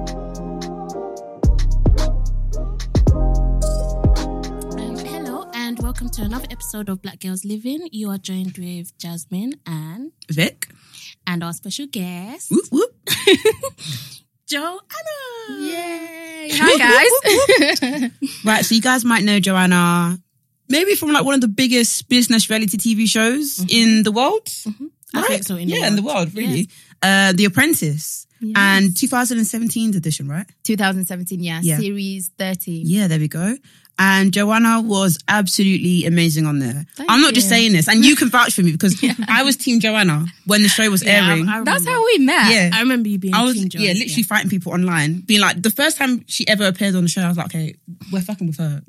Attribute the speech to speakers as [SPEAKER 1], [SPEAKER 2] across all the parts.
[SPEAKER 1] Um, to another episode of Black Girls Living. You are joined with Jasmine and
[SPEAKER 2] Vic.
[SPEAKER 1] and our special guest,
[SPEAKER 2] Whoop, whoop.
[SPEAKER 1] Joanna.
[SPEAKER 3] Yay! Hi guys.
[SPEAKER 2] Right, so you guys might know Joanna maybe from like one of the biggest business reality TV shows in the world.
[SPEAKER 1] Mm-hmm. I
[SPEAKER 2] Right?
[SPEAKER 1] think so, in the
[SPEAKER 2] yeah, in the world, really. Uh, the Apprentice and 2017's edition, right?
[SPEAKER 3] 2017, yeah,
[SPEAKER 2] Yeah.
[SPEAKER 3] series 13.
[SPEAKER 2] Yeah, there we go. And Joanna was absolutely amazing on there.
[SPEAKER 3] Thank
[SPEAKER 2] I'm not just
[SPEAKER 3] you.
[SPEAKER 2] saying this, and you can vouch for me because I was Team Joanna when the show was airing.
[SPEAKER 1] I, I
[SPEAKER 3] That's
[SPEAKER 1] remember.
[SPEAKER 3] how we met.
[SPEAKER 2] yeah,
[SPEAKER 1] I remember you being.
[SPEAKER 2] I was
[SPEAKER 1] Team Joanna,
[SPEAKER 2] yeah, literally fighting people online, being like, the first time she ever appeared on the show, I was like, okay, we're fucking with her.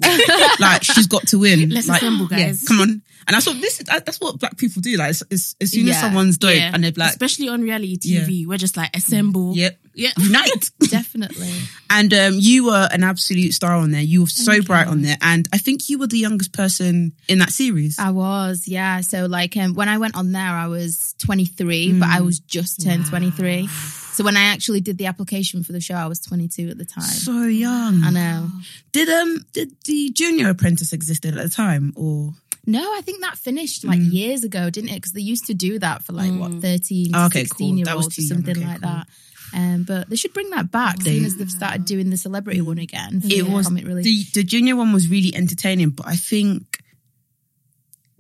[SPEAKER 2] like she's got to win.
[SPEAKER 1] Let's
[SPEAKER 2] like,
[SPEAKER 1] assemble,
[SPEAKER 2] yeah,
[SPEAKER 1] guys.
[SPEAKER 2] come on. And that's what this is. That's what black people do. Like, it's, it's, as soon as
[SPEAKER 3] Yeah,
[SPEAKER 2] someone's dope
[SPEAKER 1] Yeah.
[SPEAKER 2] and they're black,
[SPEAKER 1] especially on reality TV, we're just like assemble.
[SPEAKER 2] yep,
[SPEAKER 1] yeah.
[SPEAKER 2] unite.
[SPEAKER 3] Definitely.
[SPEAKER 2] and um, you were an absolute star on there. You were so bright on there, and I think you were the youngest person in that series.
[SPEAKER 3] I was, yeah. So like um, when I went on there, I was 23, but
[SPEAKER 2] Mm.
[SPEAKER 3] I was just turned 23. So when I actually did the application for the show, I was 22 at the time.
[SPEAKER 2] so young.
[SPEAKER 3] I know.
[SPEAKER 2] Did um did the junior apprentice existed at the time or
[SPEAKER 3] No, I think that finished like
[SPEAKER 2] Mm.
[SPEAKER 3] years ago, didn't it? Because they used to do that for like what 13,
[SPEAKER 2] Oh, okay,
[SPEAKER 3] 16
[SPEAKER 2] cool.
[SPEAKER 3] year
[SPEAKER 2] That was
[SPEAKER 3] olds
[SPEAKER 2] too
[SPEAKER 3] or
[SPEAKER 2] young.
[SPEAKER 3] something
[SPEAKER 2] Okay,
[SPEAKER 3] like
[SPEAKER 2] cool.
[SPEAKER 3] that. Um, but they should bring that back, seeing as they've started doing the celebrity one again.
[SPEAKER 2] Mm. it was
[SPEAKER 3] Comet Relief.
[SPEAKER 2] the the junior one was really entertaining, but I think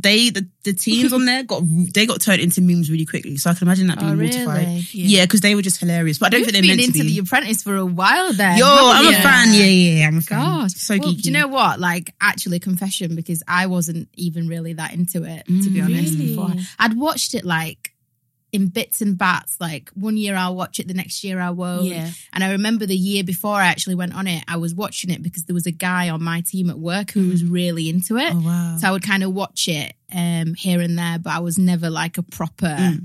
[SPEAKER 2] they the, the teams on there got they got turned into memes really quickly. So I can imagine that being
[SPEAKER 3] Oh,
[SPEAKER 2] mortified.
[SPEAKER 3] really?
[SPEAKER 2] Yeah, because they were just hilarious. But I don't
[SPEAKER 3] You've
[SPEAKER 2] think they
[SPEAKER 3] been
[SPEAKER 2] meant
[SPEAKER 3] into
[SPEAKER 2] to be.
[SPEAKER 3] The Apprentice for a while then.
[SPEAKER 2] Yo, I'm a
[SPEAKER 3] haven't you?
[SPEAKER 2] fan. Yeah, yeah, yeah, I'm a fan.
[SPEAKER 1] Mm,
[SPEAKER 3] Gosh,
[SPEAKER 2] so
[SPEAKER 3] well,
[SPEAKER 2] geeky.
[SPEAKER 3] do you know what? Like, actually, confession because I wasn't even really that into it to be honest.
[SPEAKER 1] Mm, really?
[SPEAKER 3] Before I'd watched it like in bits and bats. Like one year I'll watch it, the next year I won't.
[SPEAKER 1] Yeah.
[SPEAKER 3] And I remember the year before I actually went on it, I was watching it because there was a guy on my team at work who
[SPEAKER 1] Mm.
[SPEAKER 3] was really into it.
[SPEAKER 2] Oh wow.
[SPEAKER 3] So I would kind of watch it um, here and there, but I was never like a proper
[SPEAKER 2] Mm.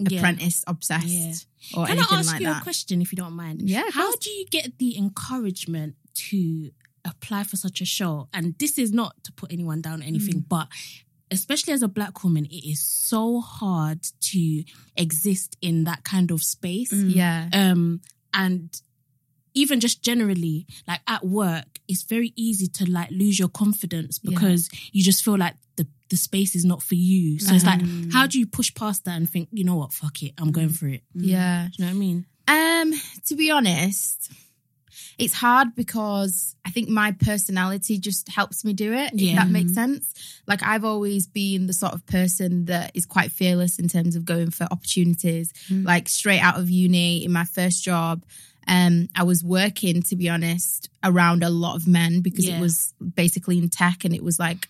[SPEAKER 1] Mm, Yeah.
[SPEAKER 3] apprentice obsessed
[SPEAKER 1] Yeah.
[SPEAKER 3] or
[SPEAKER 1] Can I
[SPEAKER 3] anything
[SPEAKER 1] ask
[SPEAKER 3] like
[SPEAKER 1] you
[SPEAKER 3] that.
[SPEAKER 1] a question if you don't mind?
[SPEAKER 3] Yeah, of
[SPEAKER 1] How
[SPEAKER 3] course.
[SPEAKER 1] do you get the encouragement to apply for such a show? And this is not to put anyone down or anything, but especially as a black woman, it is so hard to exist in that kind of space.
[SPEAKER 3] Mm. Yeah.
[SPEAKER 1] Um, and even just generally, like at work, it's very easy to like lose your confidence
[SPEAKER 3] Yeah.
[SPEAKER 1] because you just feel like the the space is not for you. So it's like,
[SPEAKER 3] Um, Mm.
[SPEAKER 1] how do you push past that and think, you know what, fuck it, I'm going for it.
[SPEAKER 3] Yeah.
[SPEAKER 1] Do you know what I mean?
[SPEAKER 3] Um, to be honest, it's hard because I think my personality just helps me do it.
[SPEAKER 1] Yeah.
[SPEAKER 3] If that makes sense. Like I've always been the sort of person that is quite fearless in terms of going for opportunities.
[SPEAKER 1] Mm.
[SPEAKER 3] Like straight out of uni in my first job, um, I was working, to be honest, around a lot of men because
[SPEAKER 1] Yeah.
[SPEAKER 3] it was basically in tech and it was like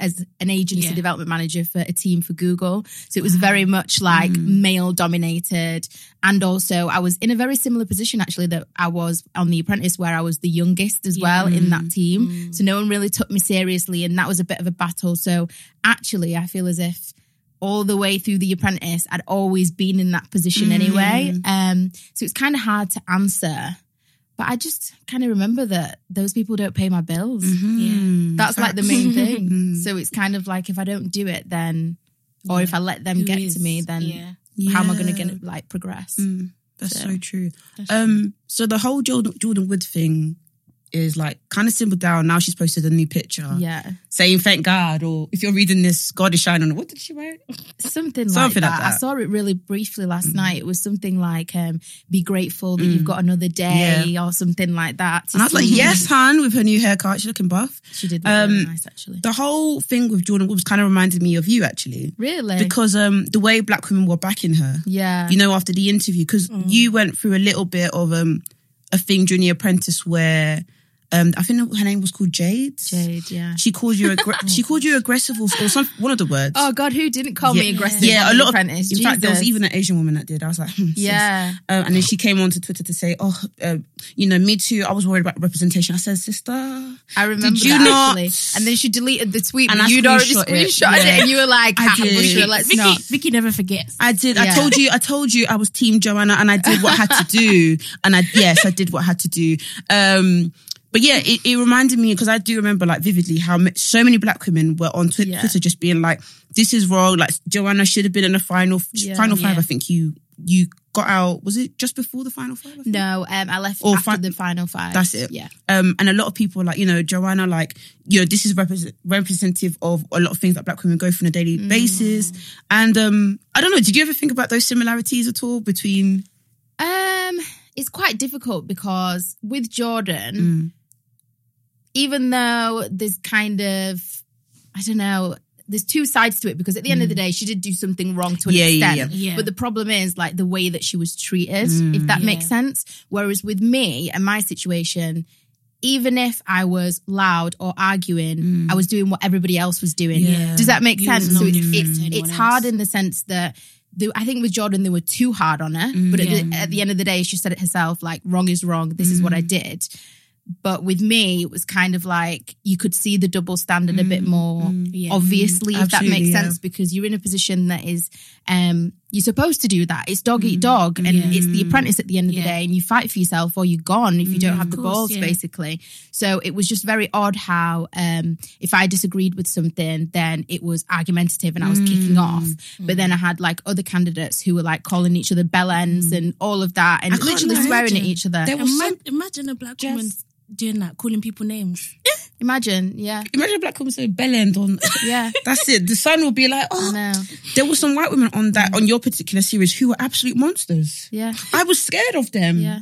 [SPEAKER 3] as an agency
[SPEAKER 1] Yeah.
[SPEAKER 3] development manager for a team for Google. So it was very much like
[SPEAKER 1] Mm.
[SPEAKER 3] male dominated. And also, I was in a very similar position actually that I was on The Apprentice, where I was the youngest as well in that
[SPEAKER 1] Mm-hmm.
[SPEAKER 3] team.
[SPEAKER 1] Mm.
[SPEAKER 3] So no one really took me seriously. And that was a bit of a battle. So actually, I feel as if all the way through The Apprentice, I'd always been in that position
[SPEAKER 1] Mm-hmm.
[SPEAKER 3] anyway. Um, so it's kind of hard to answer. But I just kind of remember that those people don't pay my bills.
[SPEAKER 1] Mm-hmm.
[SPEAKER 2] Mm,
[SPEAKER 3] That's like the
[SPEAKER 2] facts.
[SPEAKER 3] main thing. so it's kind, of like if I don't do it, then, or if I let them
[SPEAKER 1] Who
[SPEAKER 3] get
[SPEAKER 1] is-
[SPEAKER 3] to me, then
[SPEAKER 1] yeah.
[SPEAKER 3] how am I going
[SPEAKER 2] Yeah.
[SPEAKER 3] to get like progress?
[SPEAKER 2] Mm, that's so,
[SPEAKER 3] So-
[SPEAKER 2] true. um, so the whole Jordan, Jordan Wood thing is like kind of simple down. Now she's posted a new picture
[SPEAKER 3] Yeah,
[SPEAKER 2] saying thank God, or if you're reading this, God is shining on. What did she write?
[SPEAKER 3] something,
[SPEAKER 2] Something
[SPEAKER 3] like
[SPEAKER 2] like
[SPEAKER 3] that. I
[SPEAKER 2] that. Mm.
[SPEAKER 3] saw it really briefly last night. It was something like, um, "Be grateful that you've got another day" or something like that. to
[SPEAKER 2] And I was like,
[SPEAKER 3] see.
[SPEAKER 2] yes, hon, with her new haircut, she's looking buff.
[SPEAKER 3] she did. Look really
[SPEAKER 2] Um,
[SPEAKER 3] nice, actually.
[SPEAKER 2] The whole thing with Jordan Wood was kind of reminded me of you actually,
[SPEAKER 3] Really?
[SPEAKER 2] because um, the way black women were backing her,
[SPEAKER 3] yeah, Mm.
[SPEAKER 2] you know, after the interview, because you went through a little bit of um a thing during the apprentice where um I think her name was called Jade.
[SPEAKER 3] Jade. Yeah.
[SPEAKER 2] She called you aggr- she called you aggressive or, or some one of the words.
[SPEAKER 3] Oh God, who didn't call me aggressive?
[SPEAKER 2] Yeah, a
[SPEAKER 3] on The
[SPEAKER 2] lot of. In
[SPEAKER 3] Apprentice?
[SPEAKER 2] fact, there was
[SPEAKER 3] Jesus.
[SPEAKER 2] even an Asian woman that did. I was like, hmm, sis.
[SPEAKER 3] Yeah.
[SPEAKER 2] Um, and then she came onto Twitter to say, "Oh, uh, you know, me too. I was worried about representation." I said, "Sister,
[SPEAKER 3] I remember
[SPEAKER 2] Did you
[SPEAKER 3] that
[SPEAKER 2] not-
[SPEAKER 3] actually. And then she deleted the tweet,
[SPEAKER 2] And
[SPEAKER 3] and
[SPEAKER 2] I
[SPEAKER 3] you'd already
[SPEAKER 2] screenshot it.
[SPEAKER 3] screenshotted it,
[SPEAKER 2] Yeah.
[SPEAKER 3] and you were like,
[SPEAKER 2] I
[SPEAKER 3] "Ha,
[SPEAKER 2] did.
[SPEAKER 3] Bushra, let's
[SPEAKER 1] Vicky,
[SPEAKER 3] not.
[SPEAKER 1] Vicky never forgets.
[SPEAKER 2] I did. I
[SPEAKER 3] Yeah.
[SPEAKER 2] told you. I told you. I was Team Joanna, and I did what I had to do. And I yes, I did what I had to do. Um, but yeah, it, it reminded me because I do remember like vividly how m- so many black women were on Twi-
[SPEAKER 3] Yeah.
[SPEAKER 2] Twitter just being like, "This is wrong." Like Joanna should have been in the final
[SPEAKER 3] Yeah.
[SPEAKER 2] final five.
[SPEAKER 1] Yeah.
[SPEAKER 2] I think you you got out. Was it just before the final five? I think?
[SPEAKER 3] No, um, I left
[SPEAKER 2] Or
[SPEAKER 3] after
[SPEAKER 2] fi-
[SPEAKER 3] the final five.
[SPEAKER 2] That's it.
[SPEAKER 3] Yeah.
[SPEAKER 2] Um, and a lot of people are like, you know, Joanna, like, you know, this is represent- representative of a lot of things that black women go through on a daily
[SPEAKER 3] Mm.
[SPEAKER 2] basis. And um, I don't know, did you ever think about those similarities at all between
[SPEAKER 3] Um, it's quite difficult because with
[SPEAKER 2] Mm.
[SPEAKER 3] Jordan, even though there's kind of, I don't know, there's two sides to it because at the end of the day, she did do something wrong to an
[SPEAKER 2] Yeah, yeah,
[SPEAKER 3] extent.
[SPEAKER 1] yeah. Yeah.
[SPEAKER 3] But the problem is like the way that she was treated, if that
[SPEAKER 1] Yeah.
[SPEAKER 3] makes sense. Whereas with me and my situation, even if I was loud or arguing, I was doing what everybody else was doing.
[SPEAKER 1] Yeah.
[SPEAKER 3] Does that make
[SPEAKER 1] You was
[SPEAKER 3] sense?
[SPEAKER 1] no
[SPEAKER 3] So it-
[SPEAKER 1] different
[SPEAKER 3] it's
[SPEAKER 1] to anyone
[SPEAKER 3] it's hard
[SPEAKER 1] else.
[SPEAKER 3] in the sense that the, I think with Jordan they were too hard on her, but at, the, at the end of the day, she said it herself: like wrong is wrong. This is what
[SPEAKER 1] Mm.
[SPEAKER 3] I did. But with me, it was kind of like you could see the double standard a
[SPEAKER 1] Mm.
[SPEAKER 3] bit more
[SPEAKER 2] Mm.
[SPEAKER 1] Yeah.
[SPEAKER 3] obviously, if that
[SPEAKER 2] Absolutely,
[SPEAKER 3] makes
[SPEAKER 2] yeah.
[SPEAKER 3] sense, because you're in a position that is um you're supposed to do that. It's dog eat dog, and
[SPEAKER 1] Mm, Yeah.
[SPEAKER 3] it's the apprentice at the end of the
[SPEAKER 1] Yeah.
[SPEAKER 3] day, and you fight for yourself or you're gone if you don't
[SPEAKER 1] Mm,
[SPEAKER 3] have the
[SPEAKER 1] of course,
[SPEAKER 3] balls,
[SPEAKER 1] yeah.
[SPEAKER 3] basically. So it was just very odd how um if I disagreed with something, then it was argumentative and I was kicking
[SPEAKER 1] Mm,
[SPEAKER 3] off. But then I had like other candidates who were like calling each other bell ends
[SPEAKER 1] Mm.
[SPEAKER 3] and all of that, and
[SPEAKER 2] I can't
[SPEAKER 3] literally swearing at
[SPEAKER 2] imagine.
[SPEAKER 3] each other.
[SPEAKER 2] There was
[SPEAKER 1] Ima-
[SPEAKER 2] some-
[SPEAKER 1] imagine a black
[SPEAKER 2] Just-
[SPEAKER 1] woman doing that, calling people names.
[SPEAKER 3] Imagine, yeah,
[SPEAKER 2] Imagine a black woman saying bell end on.
[SPEAKER 3] yeah.
[SPEAKER 2] That's it. The sun will be like,
[SPEAKER 3] I
[SPEAKER 2] oh,
[SPEAKER 3] know.
[SPEAKER 2] there were some white women on
[SPEAKER 3] Mm.
[SPEAKER 2] that on your particular series who were absolute monsters.
[SPEAKER 3] Yeah.
[SPEAKER 2] I was scared of them.
[SPEAKER 3] Yeah.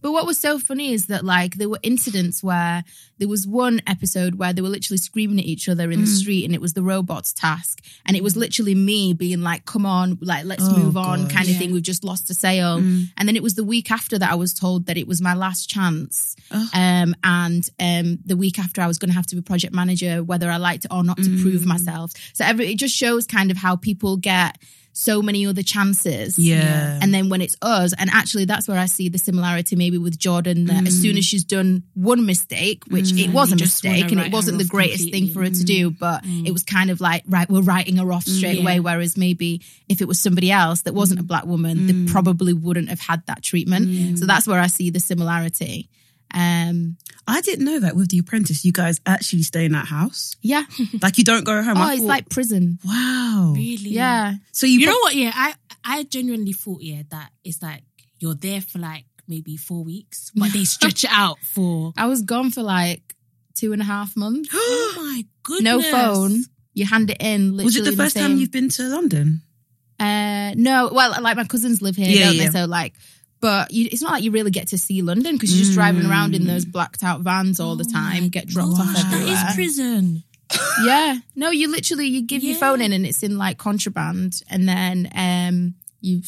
[SPEAKER 3] But what was so funny is that like there were incidents where there was one episode where they were literally screaming at each other in
[SPEAKER 2] Mm.
[SPEAKER 3] the street and it was the robot's task and it was literally me being like come on like let's
[SPEAKER 2] Oh, Mm.
[SPEAKER 3] move on
[SPEAKER 2] God.
[SPEAKER 3] kind of
[SPEAKER 1] Yeah.
[SPEAKER 3] thing we've just lost a sale and then it was the week after that I was told that it was my last chance
[SPEAKER 2] Oh.
[SPEAKER 1] Uh-huh.
[SPEAKER 3] um and um the week after I was going to have to be project manager whether I liked it or not to
[SPEAKER 1] Mm.
[SPEAKER 3] prove myself so every it just shows kind of how people get so many other chances
[SPEAKER 2] Yeah.
[SPEAKER 3] and then when it's us, and actually that's where I see the similarity maybe with Jordan that as soon as she's done one mistake, which it was a
[SPEAKER 1] Mm. You just wanna
[SPEAKER 3] mistake and it
[SPEAKER 1] write
[SPEAKER 3] wasn't
[SPEAKER 1] her
[SPEAKER 3] the
[SPEAKER 1] off
[SPEAKER 3] greatest thing
[SPEAKER 1] completely. Mm.
[SPEAKER 3] for her to do, but it was kind of like, right, we're writing her off straight
[SPEAKER 1] yeah.
[SPEAKER 3] away. Whereas maybe if it was somebody else that wasn't a black woman,
[SPEAKER 1] Mm.
[SPEAKER 3] they probably wouldn't have had that treatment.
[SPEAKER 2] Mm.
[SPEAKER 3] So that's where I see the similarity. Um,
[SPEAKER 2] I didn't know that with The Apprentice, you guys actually stay in that house.
[SPEAKER 3] yeah.
[SPEAKER 2] Like you don't go home.
[SPEAKER 3] Oh,
[SPEAKER 2] I
[SPEAKER 3] it's
[SPEAKER 2] thought,
[SPEAKER 3] like prison.
[SPEAKER 2] wow.
[SPEAKER 1] Really?
[SPEAKER 3] Oh. Yeah.
[SPEAKER 2] So you,
[SPEAKER 1] You know what? Yeah, I I genuinely thought yeah that it's like you're there for like maybe four weeks, but they stretch it out for
[SPEAKER 3] I was gone for like two and a half months.
[SPEAKER 1] oh my goodness,
[SPEAKER 3] No phone. You hand it in. Literally
[SPEAKER 2] was it the
[SPEAKER 3] in
[SPEAKER 2] first time
[SPEAKER 3] same-
[SPEAKER 2] you've been to London?
[SPEAKER 3] Uh, no, well, like my cousins live here,
[SPEAKER 2] Yeah,
[SPEAKER 3] don't
[SPEAKER 2] yeah.
[SPEAKER 3] they? So like, but you, it's not like you really get to see London because you're just driving around in
[SPEAKER 2] Mm.
[SPEAKER 3] those blacked out vans all the time, get dropped off
[SPEAKER 1] Gosh,
[SPEAKER 3] everywhere.
[SPEAKER 1] That is prison.
[SPEAKER 3] yeah, no, you literally you give your
[SPEAKER 1] Yeah.
[SPEAKER 3] phone in and it's in like contraband, and then um you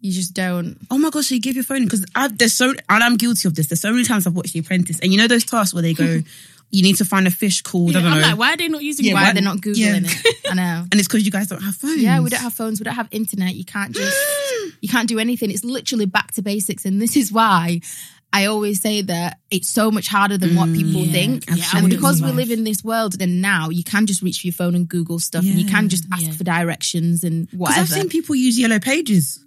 [SPEAKER 3] you just don't.
[SPEAKER 2] Oh my gosh, so you give your phone because I've there's so and I'm guilty of this. There's so many times I've watched The Apprentice, and you know those tasks where they go, you need to find a fish called I
[SPEAKER 1] Yeah,
[SPEAKER 2] don't
[SPEAKER 1] I'm
[SPEAKER 2] know,
[SPEAKER 1] like, why are they not using?
[SPEAKER 2] Yeah,
[SPEAKER 1] it?
[SPEAKER 3] Why
[SPEAKER 2] why-
[SPEAKER 3] they're not googling
[SPEAKER 2] yeah.
[SPEAKER 3] it? I know.
[SPEAKER 2] and it's because you guys don't have phones.
[SPEAKER 3] Yeah, we don't have phones. We don't have internet. You can't just you can't do anything. It's literally back to basics, and this is why I always say that it's so much harder than
[SPEAKER 2] Mm,
[SPEAKER 3] what people
[SPEAKER 1] Yeah.
[SPEAKER 3] think.
[SPEAKER 1] Yeah, I
[SPEAKER 3] and
[SPEAKER 1] wouldn't
[SPEAKER 3] because we
[SPEAKER 1] survive.
[SPEAKER 3] live in this world, then now you can just reach for your phone and Google stuff, and you can just ask
[SPEAKER 1] Yeah.
[SPEAKER 3] for directions and
[SPEAKER 2] Because
[SPEAKER 3] whatever.
[SPEAKER 2] I've seen people use Yellow Pages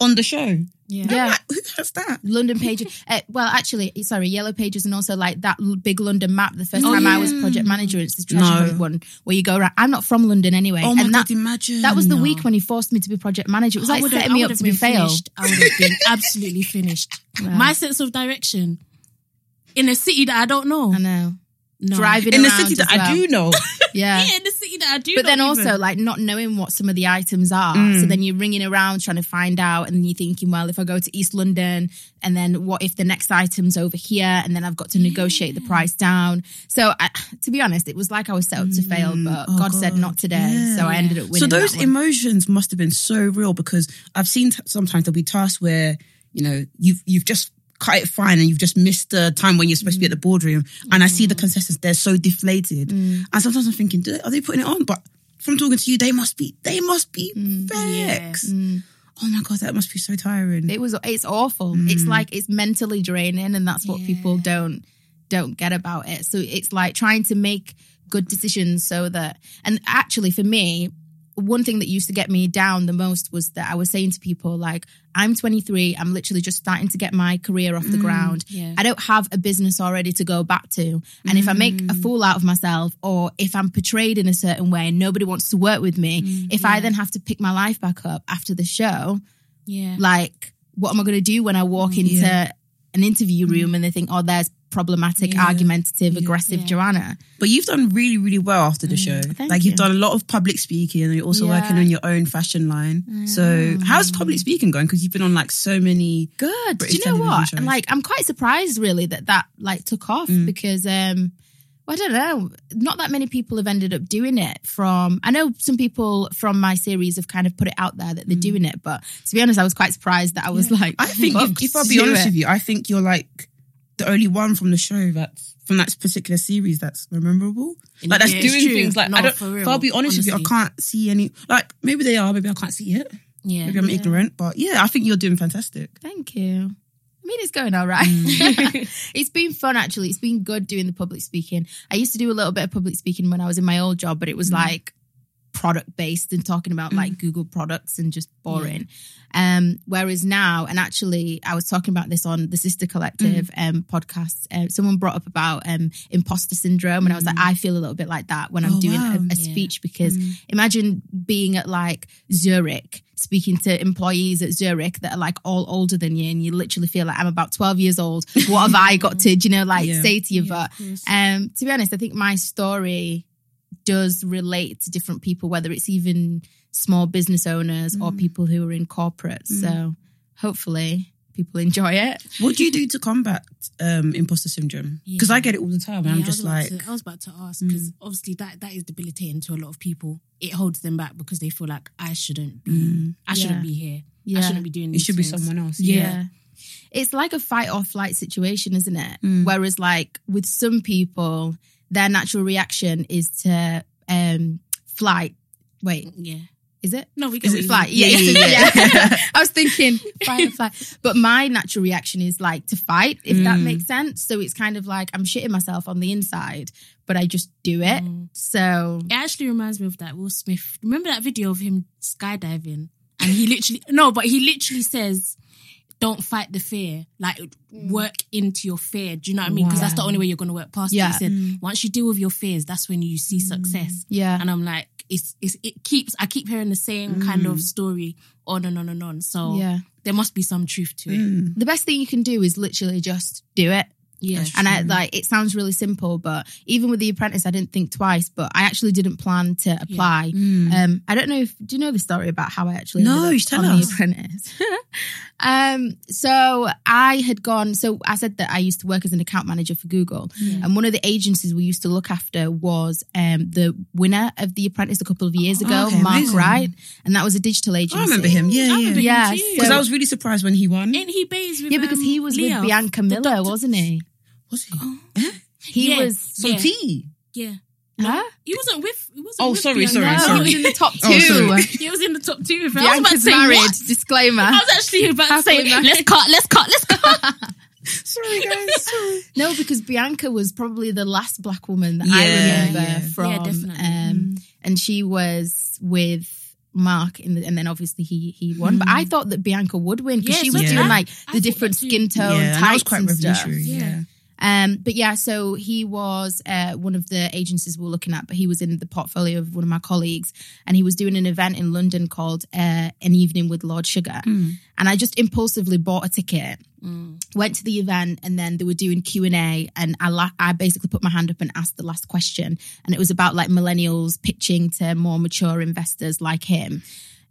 [SPEAKER 2] on the show.
[SPEAKER 1] Yeah.
[SPEAKER 3] yeah.
[SPEAKER 2] Like, who has that?
[SPEAKER 3] London Pages. Uh, well, actually, sorry, Yellow Pages, and also like that l- big London map. The first
[SPEAKER 1] Oh,
[SPEAKER 3] time I
[SPEAKER 1] yeah.
[SPEAKER 3] was project manager, it's the treasure
[SPEAKER 2] No.
[SPEAKER 3] hunt one where you go around. I'm not from London anyway,
[SPEAKER 2] Oh my
[SPEAKER 3] and that
[SPEAKER 2] god, imagine
[SPEAKER 3] that was the
[SPEAKER 1] No.
[SPEAKER 3] week when he forced me to be project manager. It was
[SPEAKER 1] I
[SPEAKER 3] like
[SPEAKER 1] would've-
[SPEAKER 3] setting me
[SPEAKER 1] I
[SPEAKER 3] up
[SPEAKER 1] would've
[SPEAKER 3] to be
[SPEAKER 1] been
[SPEAKER 3] failed.
[SPEAKER 1] Finished. I would have been absolutely finished. My sense of direction in a city that I don't know.
[SPEAKER 3] I know.
[SPEAKER 1] No.
[SPEAKER 3] Driving
[SPEAKER 2] in the
[SPEAKER 3] around
[SPEAKER 2] city
[SPEAKER 3] as
[SPEAKER 2] that I
[SPEAKER 3] well.
[SPEAKER 2] do know.
[SPEAKER 3] Yeah.
[SPEAKER 1] Yeah, in the city that I do.
[SPEAKER 3] But then
[SPEAKER 1] not
[SPEAKER 3] also
[SPEAKER 1] even-
[SPEAKER 3] like not knowing what some of the items are, so then you're ringing around trying to find out, and you're thinking, well, if I go to East London, and then what if the next item's over here, and then I've got to negotiate the price down. So I, to be honest, it was like I was set up to fail, but God, said
[SPEAKER 2] God.
[SPEAKER 3] not today,
[SPEAKER 2] Yeah.
[SPEAKER 3] so I ended up winning.
[SPEAKER 2] so those
[SPEAKER 3] that one.
[SPEAKER 2] emotions must have been so real because I've seen t- sometimes there'll be tasks where you know you've you've just cut it fine and you've just missed the time when you're supposed to be at the boardroom, and I see
[SPEAKER 3] Mm.
[SPEAKER 2] the contestants they're so deflated, and sometimes I'm thinking, Do, are they putting it on? But from talking to you, they must be they must be
[SPEAKER 3] Mm,
[SPEAKER 2] vexed. Oh my god, that must be so tiring.
[SPEAKER 3] it was it's awful it's like it's mentally draining and that's what people don't don't get about it so it's like trying to make good decisions so that and actually for me one thing that used to get me down the most was that I was saying to people like I'm 23 I'm literally just starting to get my career off the ground
[SPEAKER 1] yeah.
[SPEAKER 3] I don't have a business already to go back to and if I make a fool out of myself or if I'm portrayed in a
[SPEAKER 1] Mm.
[SPEAKER 2] Mm-hmm.
[SPEAKER 3] certain way and nobody wants to work with me if I then have to pick my life back up after the show
[SPEAKER 1] Yeah.
[SPEAKER 3] Like, what am I going to do when I walk into
[SPEAKER 2] Mm, Yeah. Mm.
[SPEAKER 3] an interview room and they think, oh, there's problematic,
[SPEAKER 2] Yeah.
[SPEAKER 3] argumentative, aggressive
[SPEAKER 1] Yeah.
[SPEAKER 3] Joanna?
[SPEAKER 2] But you've done really, really well after the show.
[SPEAKER 3] Mm, thank
[SPEAKER 2] like
[SPEAKER 3] you.
[SPEAKER 2] you've done a lot of public speaking, and you're also
[SPEAKER 3] Yeah. Mm.
[SPEAKER 2] working on your own fashion line. So how's public speaking going? Because you've been on like so many.
[SPEAKER 3] Good.
[SPEAKER 2] British
[SPEAKER 3] do you know
[SPEAKER 2] television
[SPEAKER 3] what?
[SPEAKER 2] shows. Mm.
[SPEAKER 3] And like, I'm quite surprised really that that like took off because, um, well, I don't know. Not that many people have ended up doing it from, I know some people from my series have kind of put it out there that they're doing it, but to be honest, I was quite surprised that I was like,
[SPEAKER 2] Mm. I think if, if I'll be honest with you, I think you're like the only one from the show that's from that particular series that's memorable. Like that's
[SPEAKER 1] Yeah, it's
[SPEAKER 2] doing
[SPEAKER 1] true.
[SPEAKER 2] things like
[SPEAKER 1] No,
[SPEAKER 2] I don't.
[SPEAKER 1] for
[SPEAKER 2] if I'll
[SPEAKER 1] real,
[SPEAKER 2] be honest with you, I
[SPEAKER 1] honestly.
[SPEAKER 2] can't see any. Like maybe they are, maybe I can't see it.
[SPEAKER 1] Yeah.
[SPEAKER 2] Maybe I'm ignorant, but yeah, I think you're doing fantastic.
[SPEAKER 3] Thank you. I mean, it's going all right.
[SPEAKER 2] Mm.
[SPEAKER 3] it's been fun, actually. It's been good doing the public speaking. I used to do a little bit of public speaking when I was in my old job, but
[SPEAKER 2] Mm.
[SPEAKER 3] it was like product based and talking about like Google products and just boring. Um, whereas now, and actually, I was talking about this on the Sister Collective
[SPEAKER 2] Mm.
[SPEAKER 3] um, podcast. Um, someone brought up about um, imposter syndrome, and I was like, I feel a little bit like that when I'm
[SPEAKER 2] Mm. Oh,
[SPEAKER 3] doing
[SPEAKER 2] wow.
[SPEAKER 3] a, a
[SPEAKER 1] Yeah.
[SPEAKER 3] speech because
[SPEAKER 2] Mm.
[SPEAKER 3] imagine being at like Zurich speaking to employees at Zurich that are like all older than you and you literally feel like I'm about 12 years old what have I got to do you know like
[SPEAKER 2] Yeah.
[SPEAKER 3] say to you
[SPEAKER 1] Yeah,
[SPEAKER 3] but
[SPEAKER 1] of course.
[SPEAKER 3] um to be honest I think my story does relate to different people whether it's even small business owners or people who are in corporate so hopefully people enjoy it
[SPEAKER 2] What do you do to combat um, imposter syndrome? Because I get it all the time, and I'm
[SPEAKER 1] Yeah,
[SPEAKER 2] just
[SPEAKER 1] I was
[SPEAKER 2] like, mm.
[SPEAKER 1] about to, I was about to ask because obviously that that is debilitating to a lot of people. It holds them back because they feel like I shouldn't be, I
[SPEAKER 3] Yeah.
[SPEAKER 1] shouldn't be here.
[SPEAKER 3] Yeah.
[SPEAKER 1] I shouldn't be doing.
[SPEAKER 2] mm, it
[SPEAKER 1] These
[SPEAKER 2] should be
[SPEAKER 1] things.
[SPEAKER 2] someone else.
[SPEAKER 1] Yeah.
[SPEAKER 3] It's like a fight or flight situation, isn't it? Whereas, like with some people, their natural reaction is to um flight. Wait,
[SPEAKER 1] Yeah.
[SPEAKER 3] is it?
[SPEAKER 1] No, we get
[SPEAKER 3] Is
[SPEAKER 1] what
[SPEAKER 3] it
[SPEAKER 1] you
[SPEAKER 3] flight?
[SPEAKER 1] mean.
[SPEAKER 3] Yeah, yeah,
[SPEAKER 2] Yeah,
[SPEAKER 3] yeah.
[SPEAKER 2] yeah,
[SPEAKER 3] I was thinking fight or flight, but my natural reaction is like to fight, if that
[SPEAKER 2] Mm.
[SPEAKER 3] makes sense. So it's kind of like I'm shitting myself on the inside, but I just do it.
[SPEAKER 1] Mm.
[SPEAKER 3] So
[SPEAKER 1] It actually reminds me of that Will Smith. Remember that video of him skydiving, and he literally no, but he literally says. Don't fight the fear. Like work into your fear. Do you know what I mean? Because that's the
[SPEAKER 3] Mm. Wow.
[SPEAKER 1] only way you're going to work past
[SPEAKER 3] Yeah. Mm.
[SPEAKER 1] it. He said,
[SPEAKER 2] Mm.
[SPEAKER 1] once you deal with your fears, that's when you see success.
[SPEAKER 3] yeah,
[SPEAKER 1] and I'm like, it's, it's it keeps. I keep hearing the same kind of story on and on and on. So
[SPEAKER 3] Mm. yeah.
[SPEAKER 1] there must be some truth to it.
[SPEAKER 2] Mm.
[SPEAKER 3] The best thing you can do is literally just do it.
[SPEAKER 1] Yeah,
[SPEAKER 3] And I like it sounds really simple, but even with the apprentice, I didn't think twice. But I actually didn't plan to apply.
[SPEAKER 2] Mm.
[SPEAKER 3] Um, I don't know if do you know the story about how I actually
[SPEAKER 2] Mm-hmm. No,
[SPEAKER 3] ended up
[SPEAKER 2] you tell
[SPEAKER 3] on
[SPEAKER 2] us.
[SPEAKER 3] the apprentice. um, so I had gone. So I said that I used to work as an account manager for Google,
[SPEAKER 2] Mm-hmm.
[SPEAKER 3] and one of the agencies we used to look after was um, the winner of the apprentice a couple of years ago,
[SPEAKER 2] Oh, okay,
[SPEAKER 3] Mark
[SPEAKER 2] amazing.
[SPEAKER 3] Wright, and that was a digital agency.
[SPEAKER 2] I remember him. Yeah,
[SPEAKER 1] I remember
[SPEAKER 2] yeah.
[SPEAKER 3] Yeah,
[SPEAKER 1] him too.
[SPEAKER 2] Because I was really surprised when he won.
[SPEAKER 1] Ain't he based with
[SPEAKER 3] Yeah, because
[SPEAKER 1] um,
[SPEAKER 3] he was
[SPEAKER 1] Leo?
[SPEAKER 3] with Bianca Miller, wasn't he?
[SPEAKER 2] Was he?
[SPEAKER 3] He
[SPEAKER 1] Yeah.
[SPEAKER 3] was.
[SPEAKER 2] Some
[SPEAKER 1] Oh, Yeah.
[SPEAKER 2] tea.
[SPEAKER 1] yeah.
[SPEAKER 3] Huh?
[SPEAKER 1] He wasn't with. He wasn't
[SPEAKER 2] Oh,
[SPEAKER 1] with
[SPEAKER 2] sorry,
[SPEAKER 1] Bianca.
[SPEAKER 2] sorry,
[SPEAKER 3] No,
[SPEAKER 2] sorry.
[SPEAKER 3] he was in the top two.
[SPEAKER 2] Oh, sorry.
[SPEAKER 1] He was in the top two. If I was about to
[SPEAKER 3] Bianca's
[SPEAKER 1] say
[SPEAKER 3] married.
[SPEAKER 1] what?
[SPEAKER 3] Disclaimer.
[SPEAKER 1] I was actually about to say,
[SPEAKER 3] Halfway married.
[SPEAKER 1] let's cut, let's cut, let's cut.
[SPEAKER 2] Sorry, guys. Sorry.
[SPEAKER 3] No, because Bianca was probably the last black woman that I
[SPEAKER 2] Yeah,
[SPEAKER 3] remember
[SPEAKER 2] yeah.
[SPEAKER 3] from.
[SPEAKER 1] Yeah, definitely. Mm.
[SPEAKER 3] Um, and she was with Mark, in the, and then obviously he he won. But I thought that Bianca would win because
[SPEAKER 1] Mm. Yeah,
[SPEAKER 3] she
[SPEAKER 1] so
[SPEAKER 3] was
[SPEAKER 2] did
[SPEAKER 3] doing
[SPEAKER 2] I.
[SPEAKER 1] I
[SPEAKER 3] like the
[SPEAKER 1] thought
[SPEAKER 3] different
[SPEAKER 1] that too.
[SPEAKER 3] skin tone
[SPEAKER 2] yeah,
[SPEAKER 3] types
[SPEAKER 2] and that was quite
[SPEAKER 3] and stuff.
[SPEAKER 1] Yeah.
[SPEAKER 2] revolutionary. Yeah.
[SPEAKER 3] Um, but yeah, so he was uh, one of the agencies we were looking at, but he was in the portfolio of one of my colleagues, and he was doing an event in London called uh, An Evening with Lord Sugar,
[SPEAKER 1] Mm.
[SPEAKER 3] and I just impulsively bought a ticket. Went to the event and then they were doing Q and A and I la- I basically put my hand up and asked the last question and it was about like millennials pitching to more mature investors like him.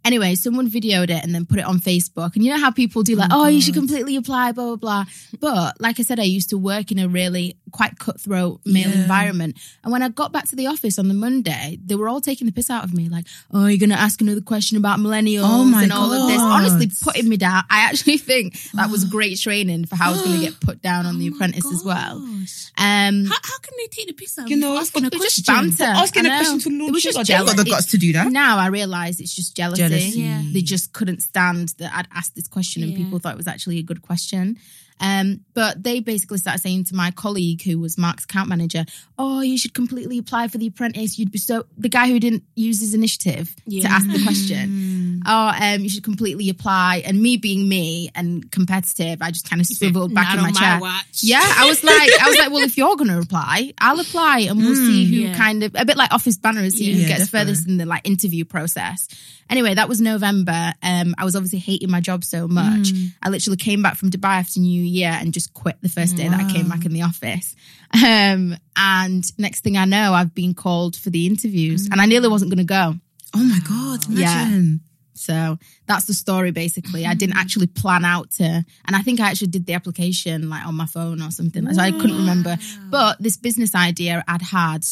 [SPEAKER 3] Anyway, someone videoed it and then put it on Facebook. And you know how people do like, oh, you should completely apply, blah, blah, blah. But like I said, I used to work in a really quite cutthroat male environment. And when I got back to the office on the Monday, they were all taking the piss out of me, like, oh, you're going to ask another question about millennials
[SPEAKER 2] Oh my
[SPEAKER 3] and all of this.
[SPEAKER 2] God.
[SPEAKER 3] Honestly, putting me down. I actually think that
[SPEAKER 1] Ah.
[SPEAKER 3] was great training for how I was going to get put down
[SPEAKER 1] Oh
[SPEAKER 3] on The Apprentice as well.
[SPEAKER 1] Gosh.
[SPEAKER 3] Um,
[SPEAKER 1] How, how can they take the piss out?
[SPEAKER 2] You
[SPEAKER 1] of
[SPEAKER 2] know,
[SPEAKER 1] asking a
[SPEAKER 2] they're
[SPEAKER 1] question.
[SPEAKER 3] just banter.
[SPEAKER 2] Asking
[SPEAKER 3] I
[SPEAKER 2] a question
[SPEAKER 3] know.
[SPEAKER 2] to
[SPEAKER 3] It
[SPEAKER 2] Lord
[SPEAKER 3] was
[SPEAKER 2] Sugar.
[SPEAKER 3] just
[SPEAKER 2] They've got the
[SPEAKER 3] jealous.
[SPEAKER 2] guts to do that.
[SPEAKER 3] now I realize it's just jealousy.
[SPEAKER 2] Jealousy.
[SPEAKER 1] Yeah.
[SPEAKER 3] They just couldn't stand that I'd asked this question and
[SPEAKER 1] Yeah.
[SPEAKER 3] people thought it was actually a good question. Um, but they basically started saying to my colleague colleague who was Mark's account manager, oh, you should completely apply for the apprentice. You'd be so the guy who didn't use his initiative to
[SPEAKER 1] Yeah.
[SPEAKER 3] ask the question.
[SPEAKER 2] Mm.
[SPEAKER 3] Oh, um, you should completely apply. And me being me and competitive, I just kind of swiveled back
[SPEAKER 1] Not
[SPEAKER 3] in my
[SPEAKER 1] on
[SPEAKER 3] chair.
[SPEAKER 1] watch.
[SPEAKER 3] Yeah, I was like, I was like, well, if you're gonna apply, I'll apply, and we'll
[SPEAKER 2] Mm,
[SPEAKER 3] see who
[SPEAKER 1] yeah.
[SPEAKER 3] kind of a bit like office banners, see who
[SPEAKER 2] Yeah,
[SPEAKER 3] gets
[SPEAKER 2] definitely.
[SPEAKER 3] furthest in the like interview process. Anyway, that was November. Um, I was obviously hating my job so much.
[SPEAKER 2] Hmm.
[SPEAKER 3] I literally came back from Dubai after New Year and just quit the first day that I came
[SPEAKER 2] Wow.
[SPEAKER 3] back in the office. Um, and next thing I know, I've been called for the
[SPEAKER 2] Hmm.
[SPEAKER 3] interviews, and I nearly wasn't gonna go.
[SPEAKER 2] Oh my god!
[SPEAKER 3] Yeah.
[SPEAKER 2] Imagine.
[SPEAKER 3] So that's the story basically. I didn't actually plan out to, and I think I actually did the application like on my phone or something. So I couldn't remember. But this business idea I'd had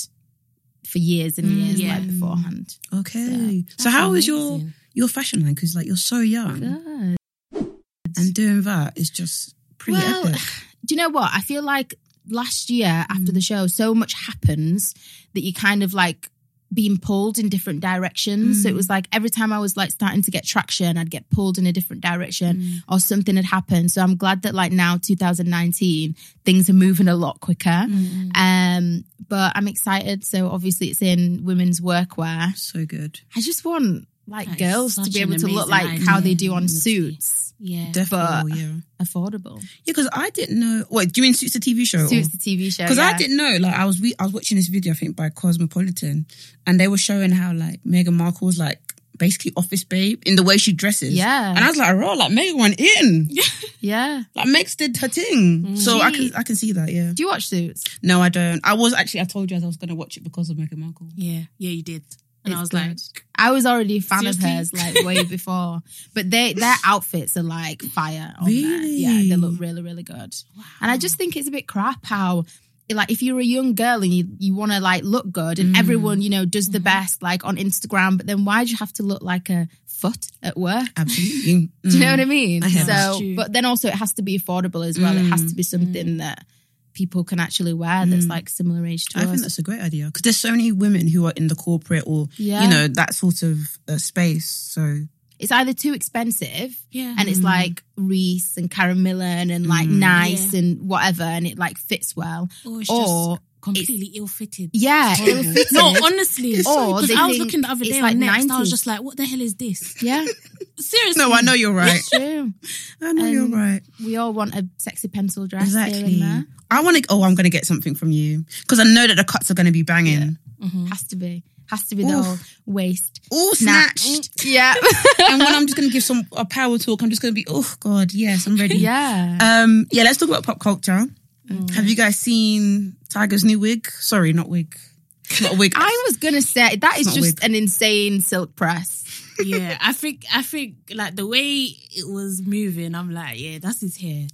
[SPEAKER 3] for years and years
[SPEAKER 1] yeah.
[SPEAKER 3] like beforehand.
[SPEAKER 2] Okay. So,
[SPEAKER 1] That's
[SPEAKER 2] how is your
[SPEAKER 1] amazing.
[SPEAKER 2] your fashion line? Because like you're so young
[SPEAKER 3] Good.
[SPEAKER 2] and doing that is just pretty
[SPEAKER 3] Well,
[SPEAKER 2] epic.
[SPEAKER 3] Do you know what? I feel like last year after
[SPEAKER 1] Mm.
[SPEAKER 3] the show, so much happens that you kind of like being pulled in different directions.
[SPEAKER 1] Mm.
[SPEAKER 3] So it was like every time I was like starting to get traction, I'd get pulled in a different direction
[SPEAKER 1] Mm.
[SPEAKER 3] or something had happened. So I'm glad that like now 2019 things are moving a lot quicker.
[SPEAKER 1] Mm.
[SPEAKER 3] Um but I'm excited. So obviously it's in women's workwear.
[SPEAKER 2] So good.
[SPEAKER 3] I just want like
[SPEAKER 1] That is
[SPEAKER 3] girls to
[SPEAKER 1] such
[SPEAKER 3] be
[SPEAKER 1] an
[SPEAKER 3] able to look
[SPEAKER 1] amazing
[SPEAKER 3] like how they
[SPEAKER 1] idea,
[SPEAKER 3] do on
[SPEAKER 1] honestly.
[SPEAKER 3] suits.
[SPEAKER 1] Yeah.
[SPEAKER 2] Definitely. yeah. Yeah.
[SPEAKER 3] Affordable.
[SPEAKER 2] Because I didn't know. Wait, do you mean suits the TV
[SPEAKER 1] Oh.
[SPEAKER 2] show? or-
[SPEAKER 3] Suits the TV show.
[SPEAKER 2] Because
[SPEAKER 3] yeah.
[SPEAKER 2] I didn't know, like I was re- I was watching this video I think by Cosmopolitan, and they were showing how like Meghan Markle was like basically office babe in the way she dresses.
[SPEAKER 3] Yeah.
[SPEAKER 2] and I was like, raw, like Meghan went in,
[SPEAKER 3] Yeah.
[SPEAKER 2] like Meg's did her thing.
[SPEAKER 3] Mm.
[SPEAKER 2] So I can I can see that. Yeah,
[SPEAKER 3] Do you watch Suits?
[SPEAKER 2] no, I don't. I was actually I told you I was going to watch it because of Meghan Markle.
[SPEAKER 1] Yeah. Yeah, you did. And I was
[SPEAKER 3] It's
[SPEAKER 1] like,
[SPEAKER 3] I was already a fan
[SPEAKER 1] Seriously?
[SPEAKER 3] of hers like way before. But they their outfits are like fire on there.
[SPEAKER 2] Really?
[SPEAKER 3] Yeah, they look really, really good. And I just think it's a bit crap how like if you're a young girl and you, you want to like look good
[SPEAKER 2] Mm.
[SPEAKER 3] and everyone you know does the
[SPEAKER 2] Mm-hmm.
[SPEAKER 3] best like on Instagram but then why do you have to look like a foot at work
[SPEAKER 2] Absolutely.
[SPEAKER 3] do you know what I mean
[SPEAKER 2] Mm. I hear
[SPEAKER 1] that.
[SPEAKER 3] so
[SPEAKER 1] True.
[SPEAKER 3] but then also it has to be affordable as well it has
[SPEAKER 2] Mm.
[SPEAKER 3] to be something that people can actually wear that's like similar age to
[SPEAKER 2] Mm. I
[SPEAKER 3] us
[SPEAKER 2] think that's a great idea because there's so many women who are in the corporate or
[SPEAKER 3] Yeah.
[SPEAKER 2] you know that sort of uh, space. So
[SPEAKER 3] it's either too expensive
[SPEAKER 1] yeah.
[SPEAKER 3] and it's like Reese and Karen Millen and like nice and whatever, and it like fits well.
[SPEAKER 1] or Oh, it's
[SPEAKER 3] or
[SPEAKER 1] just completely ill fitted.
[SPEAKER 3] Yeah, it'll
[SPEAKER 2] horrible.
[SPEAKER 3] fit
[SPEAKER 1] No,
[SPEAKER 3] it.
[SPEAKER 1] honestly.
[SPEAKER 3] Or
[SPEAKER 1] Because
[SPEAKER 3] they
[SPEAKER 1] I was
[SPEAKER 3] think
[SPEAKER 1] looking the other
[SPEAKER 3] it's
[SPEAKER 1] day
[SPEAKER 3] like
[SPEAKER 1] on Next, I
[SPEAKER 3] 90s.
[SPEAKER 1] was just like, what the hell is this?
[SPEAKER 3] yeah,
[SPEAKER 1] Seriously.
[SPEAKER 2] no, I know you're right.
[SPEAKER 3] it's true.
[SPEAKER 2] I know you're
[SPEAKER 3] Um,
[SPEAKER 2] right.
[SPEAKER 3] We all want a sexy pencil dress here and
[SPEAKER 2] Exactly.
[SPEAKER 3] there.
[SPEAKER 2] I want to. Oh, I'm going to get something from you because I know that the cuts are going to be banging.
[SPEAKER 1] Mm-hmm.
[SPEAKER 3] Has to be, has to be the
[SPEAKER 2] Oof.
[SPEAKER 3] whole waist
[SPEAKER 2] All snatched.
[SPEAKER 3] Yeah,
[SPEAKER 2] and when I'm just going to give some a power talk, I'm just going to be. Oh God, yes, I'm ready.
[SPEAKER 3] yeah.
[SPEAKER 2] Um. Yeah. Let's talk about pop culture.
[SPEAKER 1] Mm.
[SPEAKER 2] Have you guys seen Tiger's new wig? Sorry, not wig. It's Not a wig.
[SPEAKER 3] I was gonna say that is
[SPEAKER 2] not
[SPEAKER 3] just
[SPEAKER 2] wig.
[SPEAKER 3] an insane silk press.
[SPEAKER 1] yeah, I think I think like the way it was moving, I'm like, yeah, that's his hair.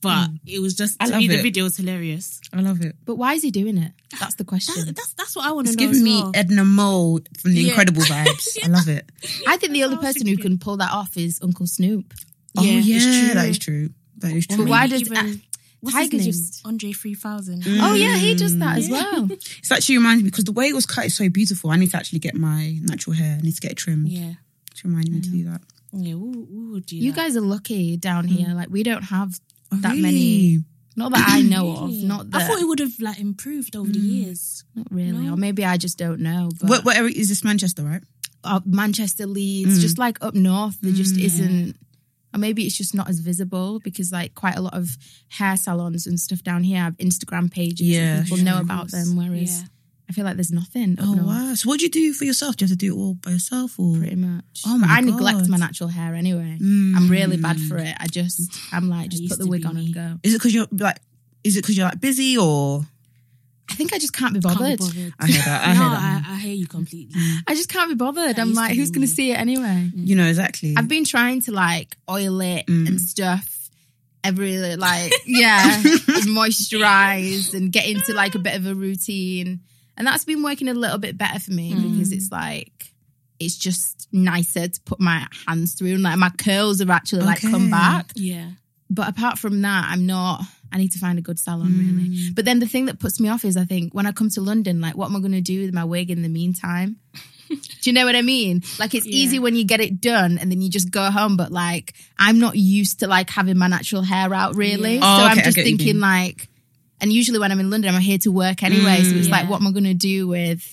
[SPEAKER 1] But it was just
[SPEAKER 2] I
[SPEAKER 1] to
[SPEAKER 2] love
[SPEAKER 1] me the
[SPEAKER 2] it.
[SPEAKER 1] video was hilarious.
[SPEAKER 2] I love it.
[SPEAKER 3] But why is he doing it? That's the
[SPEAKER 1] That's
[SPEAKER 3] question.
[SPEAKER 1] that's, that's what I want to
[SPEAKER 2] It's
[SPEAKER 1] know. as
[SPEAKER 2] giving me
[SPEAKER 1] well.
[SPEAKER 2] Edna Mole from the
[SPEAKER 1] Yeah.
[SPEAKER 2] Incredible vibes. I love it.
[SPEAKER 3] I think the
[SPEAKER 1] that's
[SPEAKER 3] only
[SPEAKER 1] what I was
[SPEAKER 3] person who
[SPEAKER 1] thinking.
[SPEAKER 3] can pull that off is Uncle Snoop.
[SPEAKER 2] Oh
[SPEAKER 1] Yeah,
[SPEAKER 2] yeah,
[SPEAKER 1] it's true.
[SPEAKER 2] that is true. That is
[SPEAKER 1] Or
[SPEAKER 2] true.
[SPEAKER 3] But why
[SPEAKER 1] maybe
[SPEAKER 3] does-
[SPEAKER 1] even- what's
[SPEAKER 3] Tiger
[SPEAKER 1] his name? Mm.
[SPEAKER 3] just-
[SPEAKER 1] um, Andre three thousand?
[SPEAKER 3] Oh yeah, he does that as
[SPEAKER 1] Yeah.
[SPEAKER 3] well.
[SPEAKER 2] It's actually reminds me because the way it was cut is so beautiful. I need to actually get my natural hair. I need to get it trimmed
[SPEAKER 1] Yeah,
[SPEAKER 2] to remind me to do that.
[SPEAKER 1] yeah. Who, who would do
[SPEAKER 3] You
[SPEAKER 1] that?
[SPEAKER 3] guys are lucky down here. Like we don't have
[SPEAKER 2] Oh,
[SPEAKER 3] that
[SPEAKER 2] really?
[SPEAKER 3] many. Not that I know of.
[SPEAKER 1] Really?
[SPEAKER 3] Not that.
[SPEAKER 1] I thought it would have like improved over the years.
[SPEAKER 3] not really.
[SPEAKER 1] No.
[SPEAKER 3] Or maybe I just don't know. But
[SPEAKER 2] What, what area is this Manchester, right?
[SPEAKER 3] uh, Manchester,
[SPEAKER 1] Mm.
[SPEAKER 3] Leeds, just like up north, there just isn't. Or maybe it's just not as visible because like quite a lot of hair salons and stuff down here have Instagram pages.
[SPEAKER 2] Yeah,
[SPEAKER 3] and people
[SPEAKER 2] sure,
[SPEAKER 3] know
[SPEAKER 2] of
[SPEAKER 3] about
[SPEAKER 1] course.
[SPEAKER 3] them. Whereas
[SPEAKER 1] Yeah.
[SPEAKER 3] I feel like there's nothing. Up
[SPEAKER 2] Oh
[SPEAKER 3] north,
[SPEAKER 2] wow! So what do you do for yourself? Do you have to do it all by yourself, or
[SPEAKER 3] Pretty much.
[SPEAKER 2] Oh, my
[SPEAKER 3] But I neglect
[SPEAKER 2] God.
[SPEAKER 3] my natural hair anyway.
[SPEAKER 2] Mm.
[SPEAKER 3] I'm really bad for it. I just I'm like just
[SPEAKER 1] Mm. used
[SPEAKER 3] put the
[SPEAKER 1] to
[SPEAKER 3] wig
[SPEAKER 1] be
[SPEAKER 3] on
[SPEAKER 1] me.
[SPEAKER 3] and go.
[SPEAKER 2] is it because you're like? Is it because you're like busy, or
[SPEAKER 3] I think I just can't be
[SPEAKER 1] Can't be
[SPEAKER 3] bothered.
[SPEAKER 1] bothered.
[SPEAKER 2] I hear that. I
[SPEAKER 1] no,
[SPEAKER 2] hear that.
[SPEAKER 1] I, I hear you completely.
[SPEAKER 3] I just can't be bothered. I'm
[SPEAKER 1] used to
[SPEAKER 3] like,
[SPEAKER 1] be
[SPEAKER 3] who's going
[SPEAKER 1] me.
[SPEAKER 3] to see it anyway?
[SPEAKER 2] you know exactly.
[SPEAKER 3] I've been trying to like oil it and stuff every like yeah, just moisturize and get into like a bit of a routine, and that's been working a little bit better for me because it's like it's just nicer to put my hands through and like my curls have actually like come
[SPEAKER 2] Okay.
[SPEAKER 3] back.
[SPEAKER 1] yeah,
[SPEAKER 3] But apart from that, I'm not. I need to find a good salon
[SPEAKER 2] Mm.
[SPEAKER 3] really. But then the thing that puts me off is I think when I come to London, like, what am I going to do with my wig in the meantime? do you know what I mean? Like, it's
[SPEAKER 1] Yeah.
[SPEAKER 3] easy when you get it done and then you just go home. But like, I'm not used to like having my natural hair out really.
[SPEAKER 2] Oh,
[SPEAKER 3] so I'm
[SPEAKER 2] okay, I
[SPEAKER 3] just
[SPEAKER 2] get what you
[SPEAKER 3] thinking
[SPEAKER 2] mean.
[SPEAKER 3] like, And usually when I'm in London, I'm here to work anyway. so it's
[SPEAKER 1] Mm.
[SPEAKER 3] like,
[SPEAKER 1] Yeah.
[SPEAKER 3] what am I going to do with?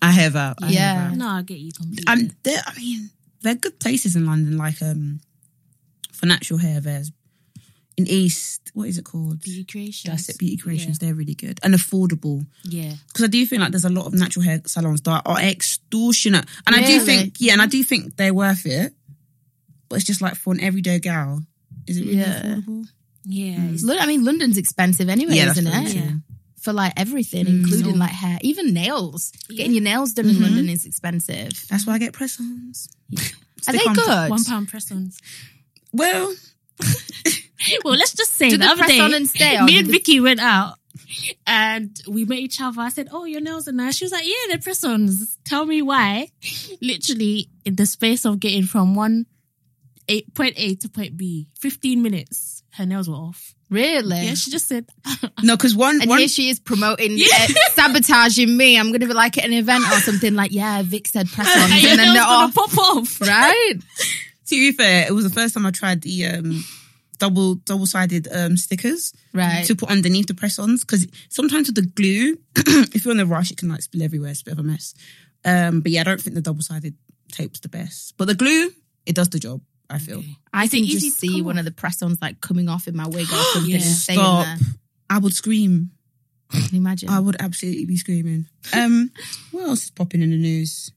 [SPEAKER 2] I have out. I
[SPEAKER 3] Yeah.
[SPEAKER 2] Have out.
[SPEAKER 1] No, I get you completely.
[SPEAKER 2] Um, there, I mean, there are good places in London, like um, for natural hair. There's in East. What is it called?
[SPEAKER 1] beauty creations.
[SPEAKER 2] That's it. Beauty Creations. They're really good and affordable.
[SPEAKER 1] Yeah.
[SPEAKER 2] because I do think like there's a lot of natural hair salons that are extortionate, and I do
[SPEAKER 3] Really?
[SPEAKER 2] think yeah, and I do think they're worth it. But it's just like for an everyday gal, is it really
[SPEAKER 3] Yeah.
[SPEAKER 2] affordable?
[SPEAKER 1] Yeah. It's-
[SPEAKER 3] Lon- I mean, London's expensive anyway,
[SPEAKER 2] Yeah, that's
[SPEAKER 3] isn't
[SPEAKER 2] very
[SPEAKER 3] it?
[SPEAKER 2] true.
[SPEAKER 1] Yeah.
[SPEAKER 3] For like everything,
[SPEAKER 2] Mm.
[SPEAKER 3] including like hair, even nails. Getting your nails done in
[SPEAKER 2] Mhm.
[SPEAKER 3] London is expensive.
[SPEAKER 2] That's why I get press-ons.
[SPEAKER 3] Are
[SPEAKER 2] Stick
[SPEAKER 3] they
[SPEAKER 2] on-
[SPEAKER 3] good?
[SPEAKER 1] One pound press ons.
[SPEAKER 2] Well,
[SPEAKER 1] Well, let's just say
[SPEAKER 3] Do
[SPEAKER 1] the
[SPEAKER 3] they
[SPEAKER 1] other
[SPEAKER 3] press
[SPEAKER 1] day,
[SPEAKER 3] on and stay on?
[SPEAKER 1] me and
[SPEAKER 3] Do they-
[SPEAKER 1] Vicky went out and we met each other. I said, "Oh, your nails are nice." She was like, "Yeah, they're press-ons." Tell me why. Literally, in the space of getting from one eight point A to point B, fifteen minutes, her nails were off.
[SPEAKER 3] Really?
[SPEAKER 1] Yeah, she just said,
[SPEAKER 2] no, because one
[SPEAKER 3] And
[SPEAKER 2] one
[SPEAKER 3] here she is promoting, uh, sabotaging me. I'm going to be like at an event or something like, yeah, Vic said press on.
[SPEAKER 1] "Are your
[SPEAKER 3] and then
[SPEAKER 1] nails
[SPEAKER 3] they're
[SPEAKER 1] gonna
[SPEAKER 3] off.
[SPEAKER 1] pop off?"
[SPEAKER 3] Right?
[SPEAKER 2] to be fair, it was the first time I tried the um double double sided um stickers
[SPEAKER 3] Right.
[SPEAKER 2] to put underneath the press-ons because sometimes with the glue, if you're in a rush, it can like spill everywhere. It's a bit of a mess. Um, but yeah, I don't think the double sided tape's the best, but the glue it does the job. I feel.
[SPEAKER 3] I can
[SPEAKER 1] easy
[SPEAKER 3] just
[SPEAKER 1] to
[SPEAKER 3] see
[SPEAKER 1] come
[SPEAKER 3] one
[SPEAKER 1] off?
[SPEAKER 3] of the press ons like coming off in my wig or something
[SPEAKER 1] Yeah.
[SPEAKER 3] and staying
[SPEAKER 2] Stop.
[SPEAKER 3] there.
[SPEAKER 2] I would scream.
[SPEAKER 3] Can you imagine?
[SPEAKER 1] Um,
[SPEAKER 2] I would absolutely be screaming. Um, what else is popping in the news?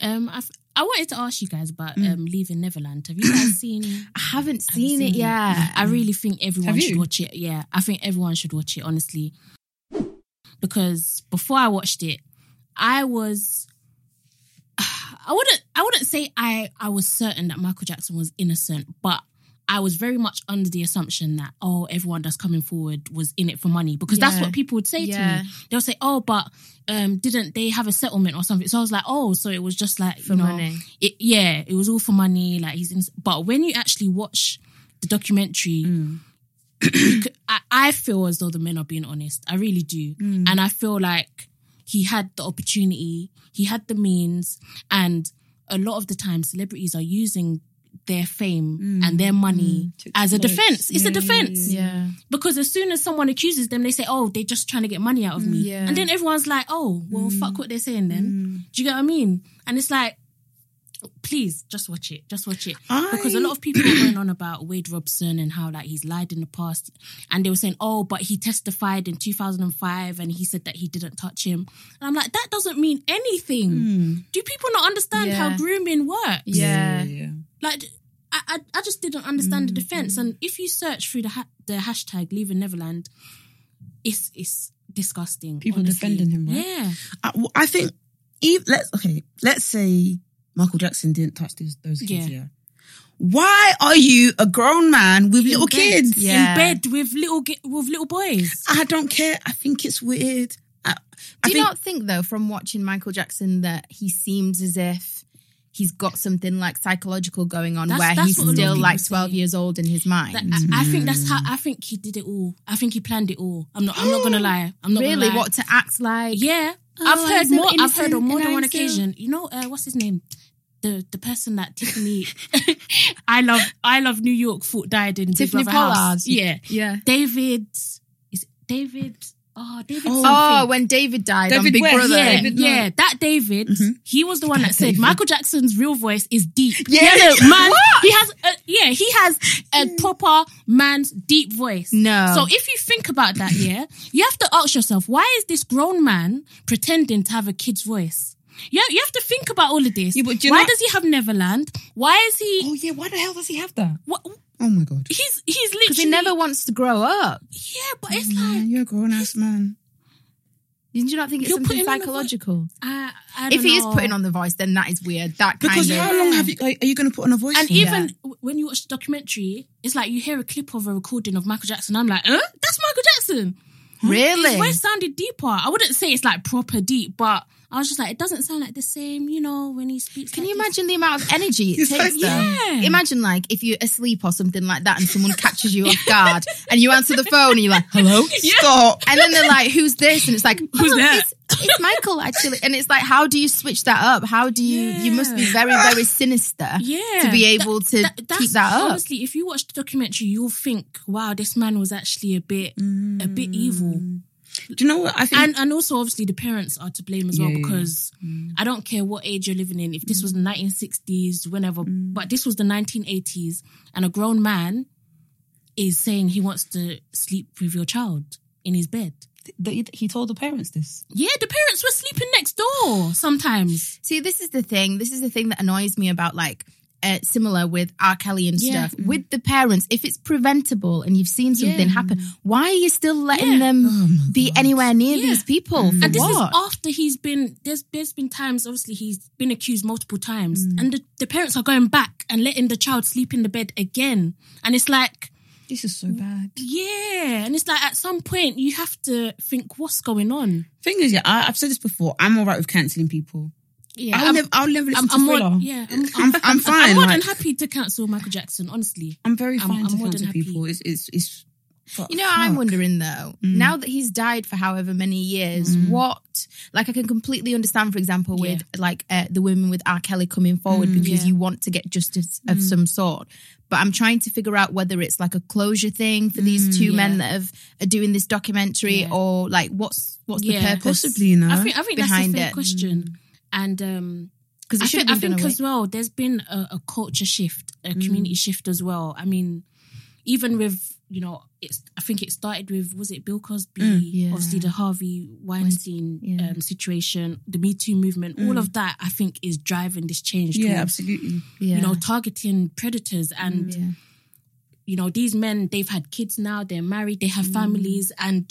[SPEAKER 1] Um, I've, I wanted to ask you guys about
[SPEAKER 3] Mm.
[SPEAKER 1] um leaving Neverland. Have you guys seen?
[SPEAKER 3] I haven't
[SPEAKER 1] I've
[SPEAKER 3] seen,
[SPEAKER 1] seen
[SPEAKER 3] it Mm.
[SPEAKER 1] it.
[SPEAKER 3] yet.
[SPEAKER 1] I really think everyone
[SPEAKER 2] Have
[SPEAKER 1] should
[SPEAKER 2] you?
[SPEAKER 1] watch it. Yeah, I think everyone should watch it, honestly. Because before I watched it, I was I wouldn't I wouldn't say I I was certain that Michael Jackson was innocent, but I was very much under the assumption that oh everyone that's coming forward was in it for money because that's
[SPEAKER 3] Yeah.
[SPEAKER 1] what people would say
[SPEAKER 3] Yeah.
[SPEAKER 1] to me. They'll say oh but um didn't they have a settlement or something? So I was like oh so it was just like
[SPEAKER 3] For
[SPEAKER 1] you know,
[SPEAKER 3] money.
[SPEAKER 1] it, yeah, it was all for money. Like he's in, but when you actually watch the documentary,
[SPEAKER 2] Mm.
[SPEAKER 1] you c- I, I feel as though the men are being honest. I really do,
[SPEAKER 2] Mm.
[SPEAKER 1] and I feel like he had the opportunity, he had the means, and a lot of the time, celebrities are using their fame and their money
[SPEAKER 2] Mm. To
[SPEAKER 1] as a
[SPEAKER 2] exploit.
[SPEAKER 1] defense. It's a
[SPEAKER 2] Yeah, yeah,
[SPEAKER 1] defense
[SPEAKER 3] Yeah.
[SPEAKER 1] because as soon as someone accuses them, they say, "Oh, they're just trying to get money out of me,"
[SPEAKER 2] Mm,
[SPEAKER 3] Yeah.
[SPEAKER 1] and then everyone's like, "Oh, well, fuck what they're saying then." Do you get what I mean? And it's like, please just watch it, just watch it,
[SPEAKER 2] I-
[SPEAKER 1] because a lot of people are going on about Wade Robson and how like he's lied in the past, and they were saying, "Oh, but he testified in 2005 and he said that he didn't touch him," and I'm like, that doesn't mean anything.
[SPEAKER 2] Mm. Hmm.
[SPEAKER 1] Do people not understand
[SPEAKER 3] Yeah.
[SPEAKER 1] how grooming works?
[SPEAKER 3] Yeah.
[SPEAKER 1] like I, I, I just didn't
[SPEAKER 2] Mm.
[SPEAKER 1] understand the defense. And if you search through the ha- the hashtag leaving Neverland, it's it's disgusting.
[SPEAKER 2] People
[SPEAKER 1] honestly.
[SPEAKER 2] defending him, right?
[SPEAKER 1] Yeah,
[SPEAKER 2] I, well, I think. Even, let's okay. Let's say Michael Jackson didn't touch those, those kids.
[SPEAKER 1] Yeah.
[SPEAKER 2] Yeah. Why are you a grown man with little
[SPEAKER 1] bed.
[SPEAKER 2] kids?
[SPEAKER 3] Yeah.
[SPEAKER 1] in bed with little ge- with little boys.
[SPEAKER 2] I don't care. I think it's weird. I, I
[SPEAKER 3] Do you
[SPEAKER 2] think
[SPEAKER 3] not think though, from watching Michael Jackson, that he seems as if he's got something like psychological going on
[SPEAKER 1] That's-
[SPEAKER 3] where
[SPEAKER 1] that's
[SPEAKER 3] he's
[SPEAKER 1] what a lot of
[SPEAKER 3] still
[SPEAKER 1] people
[SPEAKER 3] like
[SPEAKER 1] say.
[SPEAKER 3] twelve years old in his mind?
[SPEAKER 1] That- I, I think that's
[SPEAKER 3] Mm.
[SPEAKER 1] how I think he did it all. I think he planned it all. I'm not. I'm not gonna lie. I'm not
[SPEAKER 3] really,
[SPEAKER 1] Gonna lie.
[SPEAKER 3] what to act like?
[SPEAKER 1] Yeah,
[SPEAKER 3] Oh,
[SPEAKER 1] I've
[SPEAKER 3] I'm
[SPEAKER 1] heard
[SPEAKER 3] so
[SPEAKER 1] more. I've heard
[SPEAKER 3] innocent
[SPEAKER 1] on more
[SPEAKER 3] and
[SPEAKER 1] than
[SPEAKER 3] I'm
[SPEAKER 1] one
[SPEAKER 3] so-
[SPEAKER 1] occasion. You know, uh, what's his name? The the person that Tiffany, I love, I love New York. Thought died in
[SPEAKER 3] Tiffany
[SPEAKER 1] Big Brother House.
[SPEAKER 3] Pollard.
[SPEAKER 1] Yeah,
[SPEAKER 3] Yeah.
[SPEAKER 1] David is it David. Oh, David.
[SPEAKER 2] Oh.
[SPEAKER 3] Oh,
[SPEAKER 1] something.
[SPEAKER 3] when David died on
[SPEAKER 2] David
[SPEAKER 3] Big
[SPEAKER 2] West,
[SPEAKER 3] Brother. Mm-hmm.
[SPEAKER 1] yeah,
[SPEAKER 2] David
[SPEAKER 1] yeah,
[SPEAKER 2] Knight.
[SPEAKER 1] that David. He was the one that, said
[SPEAKER 2] David.
[SPEAKER 1] Michael Jackson's real voice is deep.
[SPEAKER 2] Yeah.
[SPEAKER 1] no, man. He has. A, yeah, he has a
[SPEAKER 3] Mm.
[SPEAKER 1] proper man's deep voice.
[SPEAKER 3] No.
[SPEAKER 1] So if you think about that, yeah, you have to ask yourself why is this grown man pretending to have a kid's voice? You have, you have to think about all of this.
[SPEAKER 2] Yeah, but do you
[SPEAKER 1] why
[SPEAKER 2] know-
[SPEAKER 1] does he have Neverland? Why is he?
[SPEAKER 2] Oh yeah. Why the hell does he have that?
[SPEAKER 1] What,
[SPEAKER 2] Oh my god.
[SPEAKER 1] he's he's
[SPEAKER 3] Because
[SPEAKER 1] literally.
[SPEAKER 3] he never Mm-hmm. wants to grow up.
[SPEAKER 1] Yeah, but it's like.
[SPEAKER 2] Man, you're a grown ass man.
[SPEAKER 3] Do you not think it's
[SPEAKER 1] You're
[SPEAKER 3] something
[SPEAKER 1] putting on a voice.
[SPEAKER 3] psychological?
[SPEAKER 1] I, I
[SPEAKER 3] If
[SPEAKER 1] don't
[SPEAKER 3] he is
[SPEAKER 1] know.
[SPEAKER 3] putting on the voice, then that is weird. That kind
[SPEAKER 2] Because
[SPEAKER 3] of.
[SPEAKER 2] how long have you? Are, are you going to put on a voice?
[SPEAKER 1] And
[SPEAKER 2] for?
[SPEAKER 1] even w- when you watch the documentary, it's like you hear a clip of a recording of Michael Jackson. I'm like, huh? That's Michael Jackson.
[SPEAKER 3] Really?
[SPEAKER 1] His voice sounded deeper. I wouldn't say it's like proper deep, but I was just like, it doesn't sound like the same, you know, when he speaks.
[SPEAKER 3] Can
[SPEAKER 1] like
[SPEAKER 3] you
[SPEAKER 1] this.
[SPEAKER 3] imagine the amount of energy it
[SPEAKER 2] It's
[SPEAKER 3] takes?
[SPEAKER 2] like,
[SPEAKER 3] though?
[SPEAKER 1] yeah.
[SPEAKER 3] Imagine like if you're asleep or something like that, and someone catches you off guard, and you answer the phone, and you're like, "Hello,"
[SPEAKER 2] Stop.
[SPEAKER 3] and then they're like, "Who's this?" And it's like,
[SPEAKER 1] Who's
[SPEAKER 3] "Oh,
[SPEAKER 1] that?"
[SPEAKER 3] it's- it's Michael actually, and it's like, how do you switch that up? How do you? You must be very, very sinister
[SPEAKER 1] yeah,
[SPEAKER 3] to be able to
[SPEAKER 1] that's-
[SPEAKER 3] keep that up.
[SPEAKER 1] Honestly, if you watch the documentary, you'll think, "Wow, this man was actually a bit, a
[SPEAKER 3] Mm.
[SPEAKER 1] bit
[SPEAKER 2] Mm.
[SPEAKER 1] evil."
[SPEAKER 2] Do you know what I think?
[SPEAKER 1] And and also, obviously, the parents are to blame as well
[SPEAKER 2] Yeah, yeah, yeah.
[SPEAKER 1] because
[SPEAKER 3] Mm.
[SPEAKER 1] I don't care what age you're living in. If this was the 1960s, whenever,
[SPEAKER 3] Mm.
[SPEAKER 1] but this was the 1980s, and a grown man is saying he wants to sleep with your child in his bed.
[SPEAKER 2] that he told the parents this.
[SPEAKER 1] Yeah, the parents were sleeping next door sometimes.
[SPEAKER 3] See, this is the thing. This is the thing that annoys me about like uh, similar with R. Kelly and
[SPEAKER 1] Yeah. mm.
[SPEAKER 3] stuff with the parents. If it's preventable and you've seen something
[SPEAKER 1] Yeah.
[SPEAKER 3] happen, why are you still letting
[SPEAKER 1] Yeah.
[SPEAKER 3] them
[SPEAKER 2] Oh my
[SPEAKER 3] be
[SPEAKER 2] God.
[SPEAKER 3] anywhere near
[SPEAKER 1] Yeah. Mm.
[SPEAKER 3] these people? For
[SPEAKER 1] And this is
[SPEAKER 3] what?
[SPEAKER 1] after he's been there's there's been times obviously he's been accused multiple times and the, the parents are going back and letting the child sleep in the bed again. And it's like
[SPEAKER 2] This is so bad.
[SPEAKER 1] yeah. And it's like at some point you have to think what's going on.
[SPEAKER 2] Thing is, yeah, I, I've said this before. I'm all right with cancelling people.
[SPEAKER 1] Yeah.
[SPEAKER 2] I'll,
[SPEAKER 1] I'm,
[SPEAKER 2] never, I'll never listen
[SPEAKER 1] I'm- I'm
[SPEAKER 2] to
[SPEAKER 1] more-
[SPEAKER 2] Thriller.
[SPEAKER 1] yeah, I'm-
[SPEAKER 2] I'm, I'm fine.
[SPEAKER 1] I'm more than
[SPEAKER 2] like,
[SPEAKER 1] happy to cancel Michael Jackson, honestly.
[SPEAKER 2] I'm very
[SPEAKER 1] I'm-
[SPEAKER 2] fine
[SPEAKER 1] I'm
[SPEAKER 2] to
[SPEAKER 1] more than
[SPEAKER 2] cancel
[SPEAKER 1] happy.
[SPEAKER 2] people. It's, it's, it's but
[SPEAKER 3] You know, I'm
[SPEAKER 2] fuck.
[SPEAKER 3] wondering though, now that he's died for however many years, what, like, I can completely understand, for example, with like uh, the women with R. Kelly coming forward because
[SPEAKER 1] Yeah.
[SPEAKER 3] you want to get justice of some sort. But I'm trying to figure out whether it's like a closure thing for these two men
[SPEAKER 1] yeah.
[SPEAKER 3] that have, are doing this documentary
[SPEAKER 1] Yeah.
[SPEAKER 3] or like what's what's
[SPEAKER 1] Yeah.
[SPEAKER 3] the purpose?
[SPEAKER 2] Possibly, you know.
[SPEAKER 1] I think I think that's a
[SPEAKER 3] behind
[SPEAKER 1] fair
[SPEAKER 3] it.
[SPEAKER 1] question. And um
[SPEAKER 3] Because
[SPEAKER 1] I
[SPEAKER 3] it should
[SPEAKER 1] think, I
[SPEAKER 3] have been
[SPEAKER 1] think
[SPEAKER 3] done away. Mm.
[SPEAKER 1] as well, there's been a, a culture shift, a community shift as well. I mean, even with you know, it's I think it started with was it Bill Cosby,
[SPEAKER 3] Mm, yeah.
[SPEAKER 1] obviously the Harvey Weinstein
[SPEAKER 3] yeah. Mm.
[SPEAKER 1] um, situation, the Me Too movement, all of that I think is driving this change.
[SPEAKER 2] yeah,
[SPEAKER 1] towards,
[SPEAKER 2] absolutely.
[SPEAKER 3] Yeah. Mm,
[SPEAKER 1] you know, targeting predators and
[SPEAKER 3] yeah.
[SPEAKER 1] you know these men they've had kids now, they're married, they have
[SPEAKER 2] Mm.
[SPEAKER 1] families, and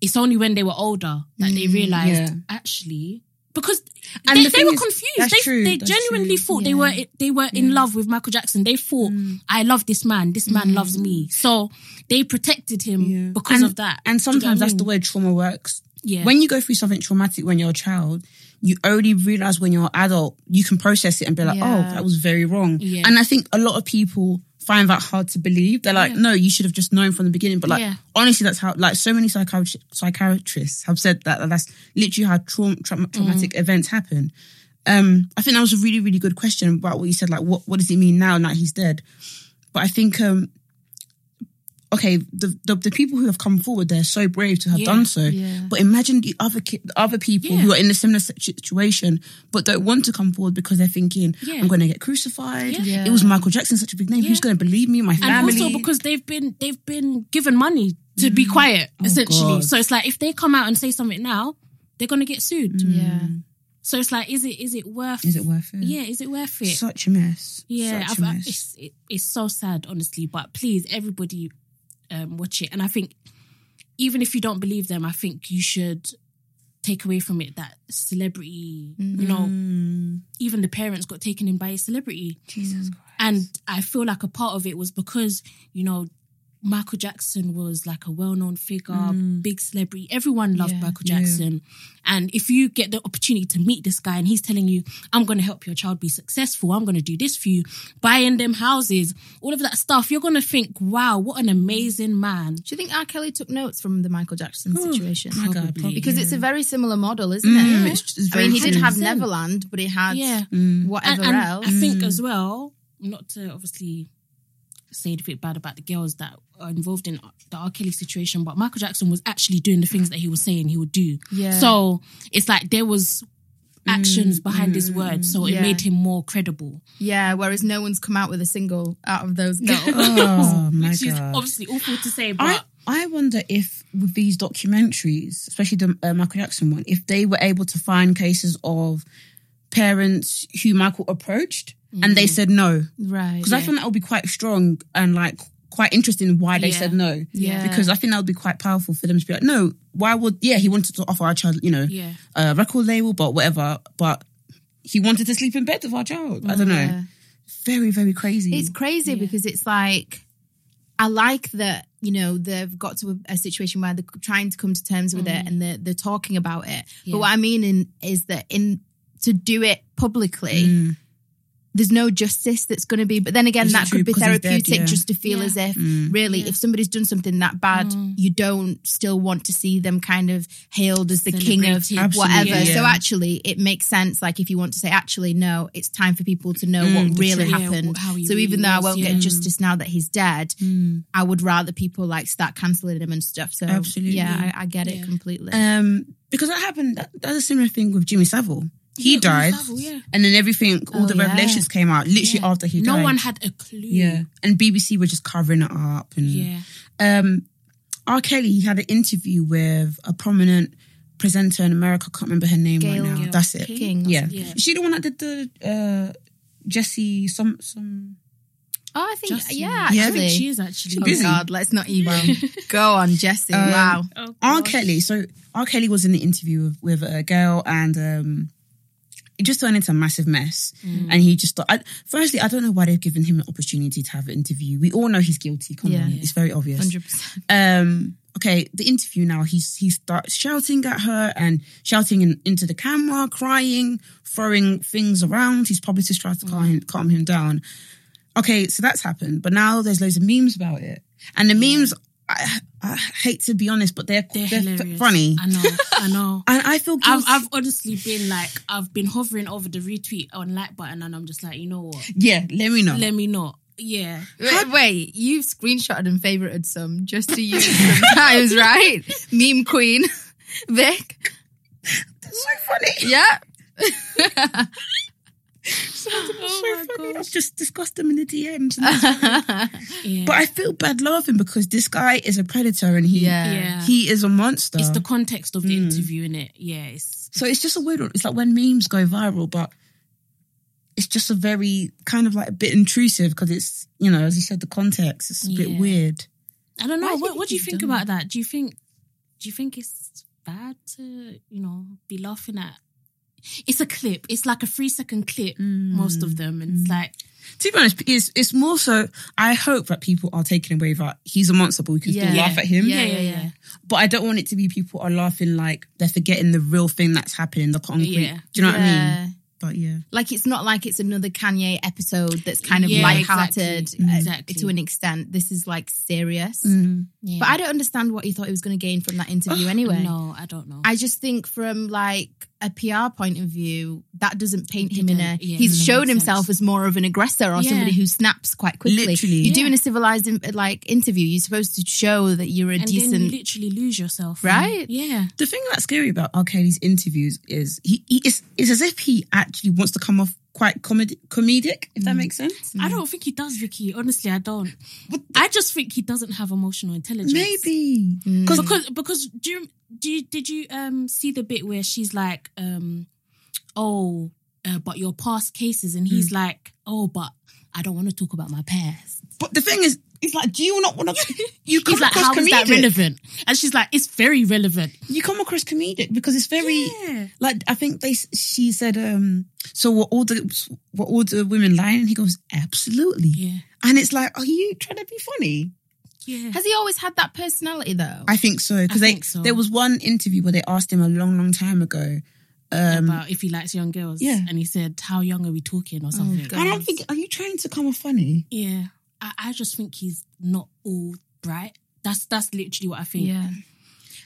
[SPEAKER 1] it's only when they were older that they realized
[SPEAKER 2] Mm, yeah.
[SPEAKER 1] actually. Because
[SPEAKER 2] And
[SPEAKER 1] they,
[SPEAKER 2] the
[SPEAKER 1] they
[SPEAKER 2] thing
[SPEAKER 1] were
[SPEAKER 2] is-
[SPEAKER 1] confused.
[SPEAKER 2] that's
[SPEAKER 1] they
[SPEAKER 2] true,
[SPEAKER 1] they
[SPEAKER 2] that's
[SPEAKER 1] genuinely
[SPEAKER 2] true. Mm.
[SPEAKER 1] thought they were they were in love with Michael Jackson. They thought I love this man. This man loves me. So they protected him
[SPEAKER 2] Yeah.
[SPEAKER 1] because
[SPEAKER 2] And-
[SPEAKER 1] of that.
[SPEAKER 2] And
[SPEAKER 1] Do you know
[SPEAKER 2] sometimes
[SPEAKER 1] what I
[SPEAKER 2] that's the
[SPEAKER 1] mean?
[SPEAKER 2] way trauma works.
[SPEAKER 1] Yeah.
[SPEAKER 2] When you go through something traumatic when you're a child, you only realize when you're an adult, you can process it and be like,
[SPEAKER 3] Yeah.
[SPEAKER 2] oh, that was very wrong.
[SPEAKER 1] Yeah.
[SPEAKER 2] And I think a lot of people find that hard to believe. They're like, no, you should have just known from the beginning. But like,
[SPEAKER 1] Yeah.
[SPEAKER 2] honestly, that's how, like, so many psychiatri- psychiatrists have said that, that that's literally how traum traum-
[SPEAKER 1] Mm.
[SPEAKER 2] traumatic events happen. Um, I think that was a really, really good question about what you said. Like, what, what does it mean now that he's dead? But I think, um, okay, the, the the people who have come forward, they're so brave to have
[SPEAKER 1] Yeah,
[SPEAKER 2] done so.
[SPEAKER 3] yeah.
[SPEAKER 2] But imagine the other ki- the other people who
[SPEAKER 1] Yeah.
[SPEAKER 2] are in a similar sit- situation, but don't want to come forward because they're thinking,
[SPEAKER 1] Yeah.
[SPEAKER 2] "I'm going to get crucified."
[SPEAKER 1] Yeah.
[SPEAKER 3] Yeah.
[SPEAKER 2] It was Michael Jackson, such a big name. Who's
[SPEAKER 1] Yeah.
[SPEAKER 2] going to believe me? My
[SPEAKER 1] and
[SPEAKER 2] family. Mm.
[SPEAKER 1] also because they've been they've been given money to be quiet, essentially.
[SPEAKER 2] Oh, God.
[SPEAKER 1] So it's like if they come out and say something now, they're gonna get sued.
[SPEAKER 3] Yeah.
[SPEAKER 1] So it's like, is it is it worth?
[SPEAKER 2] Mm. is it worth it?
[SPEAKER 1] Yeah, is it worth it?
[SPEAKER 2] Mm. Such a mess.
[SPEAKER 1] yeah,
[SPEAKER 2] Such
[SPEAKER 1] I've,
[SPEAKER 2] a
[SPEAKER 1] I-
[SPEAKER 2] mess.
[SPEAKER 1] it's it, it's so sad, honestly. But please, everybody, um, watch it. And I think even if you don't believe them, I think you should take away from it that celebrity. You know,
[SPEAKER 2] Mm,
[SPEAKER 1] even the parents got taken in by a celebrity,
[SPEAKER 2] Jesus Christ.
[SPEAKER 1] and I feel like a part of it was because you know. Michael Jackson was like a well-known figure, big celebrity. Everyone loved
[SPEAKER 3] Mm. Yeah.
[SPEAKER 1] Michael Jackson, and if you get the opportunity to meet this guy and he's telling you, "I'm going to help your child be successful. I'm going to do this for you, buying them houses, all of that stuff," you're going to think, "Wow, what an amazing man!"
[SPEAKER 3] Do you think R. Kelly took notes from the Michael Jackson
[SPEAKER 2] Ooh,
[SPEAKER 3] situation?
[SPEAKER 2] my God,
[SPEAKER 1] Probably.
[SPEAKER 3] Oh Because it's a very similar model, isn't
[SPEAKER 2] Mm,
[SPEAKER 3] it?
[SPEAKER 2] it's just- it's
[SPEAKER 3] I mean,
[SPEAKER 2] very Mm.
[SPEAKER 3] he didn't have
[SPEAKER 2] similar.
[SPEAKER 3] Neverland, but he had
[SPEAKER 1] Yeah.
[SPEAKER 3] whatever
[SPEAKER 1] and, and
[SPEAKER 3] else. Mm.
[SPEAKER 1] I think as well, not to obviously say anything bad about the girls that are involved in the R. Kelly situation, but Michael Jackson was actually doing the things that he was saying he would do.
[SPEAKER 3] Yeah. Mm,
[SPEAKER 1] So it's like there was actions behind his words, so
[SPEAKER 3] yeah.
[SPEAKER 1] it made him more credible.
[SPEAKER 3] yeah, whereas no one's come out with a single out of those girls.
[SPEAKER 2] Oh my
[SPEAKER 1] Which is
[SPEAKER 2] god.
[SPEAKER 1] obviously awful to say, but
[SPEAKER 2] I, I wonder if with these documentaries, especially the uh, Michael Jackson one, if they were able to find cases of parents who Michael approached and
[SPEAKER 1] Mm.
[SPEAKER 2] they said no,
[SPEAKER 3] right.
[SPEAKER 2] because I think that would be quite strong and like quite interesting why they
[SPEAKER 1] Yeah.
[SPEAKER 2] said no.
[SPEAKER 3] Yeah.
[SPEAKER 2] Because I think that would be quite powerful for them to be like, no, why would? Yeah, he wanted to offer our child, you know,
[SPEAKER 1] Yeah.
[SPEAKER 2] a record label, but whatever, but. He wanted to sleep in bed with our child. I don't know.
[SPEAKER 3] Yeah.
[SPEAKER 2] Very, very crazy.
[SPEAKER 3] It's crazy because it's like I like that you know they've got to a, a situation where they're trying to come to terms with
[SPEAKER 2] Mm.
[SPEAKER 3] it and they're they're talking about it.
[SPEAKER 1] Yeah.
[SPEAKER 2] Mm.
[SPEAKER 3] But what I mean in, is that in to do it publicly. there's no justice that's going to be. But then again,
[SPEAKER 2] Is it
[SPEAKER 3] that
[SPEAKER 2] true?
[SPEAKER 3] could be
[SPEAKER 2] Because he's dead,
[SPEAKER 3] therapeutic
[SPEAKER 2] yeah.
[SPEAKER 3] just to feel
[SPEAKER 1] Yeah.
[SPEAKER 3] as if
[SPEAKER 2] Mm.
[SPEAKER 3] really,
[SPEAKER 1] Yeah.
[SPEAKER 3] if somebody's done something that bad, you don't still want to see them kind of hailed as the king of
[SPEAKER 1] Celebrated.
[SPEAKER 3] whatever.
[SPEAKER 2] Absolutely,
[SPEAKER 3] So
[SPEAKER 2] yeah.
[SPEAKER 3] actually, it makes sense. Like if you want to say, actually, no, it's time for people to know
[SPEAKER 2] Mm,
[SPEAKER 3] what
[SPEAKER 2] the
[SPEAKER 3] really
[SPEAKER 1] truth. Yeah,
[SPEAKER 3] happened.
[SPEAKER 1] wh- how he
[SPEAKER 3] so even
[SPEAKER 1] really
[SPEAKER 3] though I
[SPEAKER 1] was,
[SPEAKER 3] won't
[SPEAKER 1] yeah.
[SPEAKER 3] get justice now that he's dead,
[SPEAKER 2] Mm.
[SPEAKER 3] I would rather people like start cancelling him and stuff. So
[SPEAKER 2] Absolutely.
[SPEAKER 3] yeah, I, I get it
[SPEAKER 1] Yeah.
[SPEAKER 3] completely.
[SPEAKER 2] Um, because that happened. That, that's a similar thing with Jimmy Savile. He
[SPEAKER 1] Yeah,
[SPEAKER 2] died,
[SPEAKER 1] Savile, yeah.
[SPEAKER 2] and then everything, all
[SPEAKER 3] Oh,
[SPEAKER 2] the
[SPEAKER 3] yeah.
[SPEAKER 2] revelations came out literally
[SPEAKER 1] Yeah.
[SPEAKER 2] after he died.
[SPEAKER 1] No one had a clue.
[SPEAKER 2] yeah, and BBC were just covering it up. And
[SPEAKER 1] Yeah.
[SPEAKER 2] um, R. Kelly he had an interview with a prominent presenter in America. I can't remember her name
[SPEAKER 3] Gayle
[SPEAKER 2] right now.
[SPEAKER 1] Gayle
[SPEAKER 2] That's it.
[SPEAKER 1] King?
[SPEAKER 3] King.
[SPEAKER 2] Yeah.
[SPEAKER 1] Yeah.
[SPEAKER 2] Is she the one that did the uh, Jesse some some.
[SPEAKER 3] Oh, I think
[SPEAKER 1] Just-
[SPEAKER 3] yeah,
[SPEAKER 2] Yeah, I
[SPEAKER 1] I
[SPEAKER 3] actually.
[SPEAKER 1] think she is actually.
[SPEAKER 3] Oh
[SPEAKER 2] busy.
[SPEAKER 3] God, let's not even go on, Jesse.
[SPEAKER 2] Um,
[SPEAKER 3] wow.
[SPEAKER 1] Oh,
[SPEAKER 2] R.
[SPEAKER 1] gosh.
[SPEAKER 2] Kelly. So R. Kelly was in the interview with, with a girl, and um, it just turned into a massive mess.
[SPEAKER 1] Mm.
[SPEAKER 2] And he just, thought, I, firstly, I don't know why they've given him an opportunity to have an interview. We all know he's guilty. Come
[SPEAKER 3] Yeah.
[SPEAKER 2] on, it's very obvious.
[SPEAKER 3] Hundred percent.
[SPEAKER 2] Um, okay, the interview now. He's he starts shouting at her and shouting in, into the camera, crying, throwing things around. His publicist tries to calm, him, calm him down. Okay, so that's happened, but now there's loads of memes about it, and the memes. I, I hate to be honest, but they're
[SPEAKER 1] They're
[SPEAKER 2] they're, f-
[SPEAKER 1] hilarious.
[SPEAKER 2] funny.
[SPEAKER 1] I know. I know.
[SPEAKER 2] And I feel
[SPEAKER 1] I've,
[SPEAKER 2] guilty.
[SPEAKER 1] I've honestly been like, I've been hovering over the retweet on like button, and I'm just like, you know what?
[SPEAKER 2] yeah, let me know.
[SPEAKER 1] Let me not. Yeah.
[SPEAKER 3] Wait, wait, you've screenshotted and favorited some just to use sometimes, right? Meme queen, Vic.
[SPEAKER 2] That's so funny.
[SPEAKER 3] Yeah,
[SPEAKER 1] Oh
[SPEAKER 2] so
[SPEAKER 1] my
[SPEAKER 2] funny.
[SPEAKER 1] gosh.
[SPEAKER 2] I've just discussed them in the DMs. and-
[SPEAKER 1] Yeah.
[SPEAKER 2] but I feel bad laughing because this guy is a predator and he
[SPEAKER 3] Yeah.
[SPEAKER 1] yeah.
[SPEAKER 2] he is a monster.
[SPEAKER 1] it's the context of the
[SPEAKER 3] Hmm.
[SPEAKER 1] interview, in it. Yeah. It's
[SPEAKER 2] So it's just a weird one. It's like when memes go viral, but it's just a very kind of like a bit intrusive because it's, you know, as you said, the context. It's a
[SPEAKER 1] Yeah.
[SPEAKER 2] bit weird.
[SPEAKER 1] I don't know.
[SPEAKER 3] Why do you
[SPEAKER 1] what
[SPEAKER 3] think
[SPEAKER 1] what do you
[SPEAKER 3] he's
[SPEAKER 1] think
[SPEAKER 3] done
[SPEAKER 1] about that? Do you think do you think it's bad to, you know, be laughing at it's a clip. It's like a three second clip,
[SPEAKER 3] Hmm. Mm.
[SPEAKER 1] most of them. And it's like
[SPEAKER 2] To be honest, it's, it's more so, I hope that people are taken away that he's a monster, but we can
[SPEAKER 3] Yeah.
[SPEAKER 2] still laugh at him.
[SPEAKER 3] Yeah, yeah, yeah.
[SPEAKER 2] But I don't want it to be people are laughing like they're forgetting the real thing that's happening, the concrete.
[SPEAKER 1] Yeah.
[SPEAKER 2] Do you know what I mean?
[SPEAKER 3] Yeah.
[SPEAKER 2] But yeah.
[SPEAKER 3] Like it's not like it's another Kanye episode that's kind of
[SPEAKER 1] Yeah,
[SPEAKER 3] light-hearted
[SPEAKER 1] exactly.
[SPEAKER 3] uh,
[SPEAKER 1] Exactly. Mm.
[SPEAKER 3] to an extent. This is like serious.
[SPEAKER 1] yeah.
[SPEAKER 3] But I don't understand what he thought he was going to gain from that interview anyway.
[SPEAKER 1] No, I don't know.
[SPEAKER 3] I just think from like a PR point of view, that doesn't paint him in a.
[SPEAKER 1] didn't- yeah, it
[SPEAKER 3] he's
[SPEAKER 1] doesn't
[SPEAKER 3] shown
[SPEAKER 1] make
[SPEAKER 3] himself as more of an aggressor or
[SPEAKER 1] Yeah.
[SPEAKER 3] somebody who snaps quite quickly.
[SPEAKER 2] Literally.
[SPEAKER 3] you're
[SPEAKER 2] Yeah.
[SPEAKER 3] doing a civilized in- like interview. You're supposed to show that you're a
[SPEAKER 1] and then you
[SPEAKER 3] decent.
[SPEAKER 1] literally lose yourself.
[SPEAKER 3] Right?
[SPEAKER 1] Yeah.
[SPEAKER 2] The thing that's scary about R. Kelly's interviews is he, he it's, it's as if he actually wants to come off quite comedi- comedic, if that
[SPEAKER 3] Mm.
[SPEAKER 2] makes sense.
[SPEAKER 1] I don't think he does, Vicky. Honestly, I don't. I just think he doesn't have emotional intelligence.
[SPEAKER 2] Maybe.
[SPEAKER 1] Mm. because because do you, do you, did you um see the bit where she's like um oh uh, but your past cases and he's
[SPEAKER 2] Mm.
[SPEAKER 1] like oh but I don't want to talk about my past.
[SPEAKER 2] But the thing is, it's like, do you not want to? You come
[SPEAKER 1] He's like,
[SPEAKER 2] across
[SPEAKER 1] how is
[SPEAKER 2] comedic.
[SPEAKER 1] that relevant? And she's like, it's very relevant.
[SPEAKER 2] You come across comedic because it's very
[SPEAKER 1] Yeah.
[SPEAKER 2] like I think they. She said, um, "So were all the were all the women lying?" And he goes, "Absolutely."
[SPEAKER 1] Yeah.
[SPEAKER 2] And it's like, are you trying to be funny?
[SPEAKER 1] Yeah.
[SPEAKER 3] Has he always had that personality though?
[SPEAKER 2] I think so because
[SPEAKER 1] I
[SPEAKER 2] they
[SPEAKER 1] think so.
[SPEAKER 2] there was one interview where they asked him a long, long time ago. Um,
[SPEAKER 1] about if he likes young girls.
[SPEAKER 2] Yeah. Oh,
[SPEAKER 1] And he said, how young are we talking or something.
[SPEAKER 3] God.
[SPEAKER 2] and I'm thinking, are you trying to come off funny?
[SPEAKER 1] yeah. I, I just think he's not all bright. That's that's literally what I think.
[SPEAKER 3] yeah.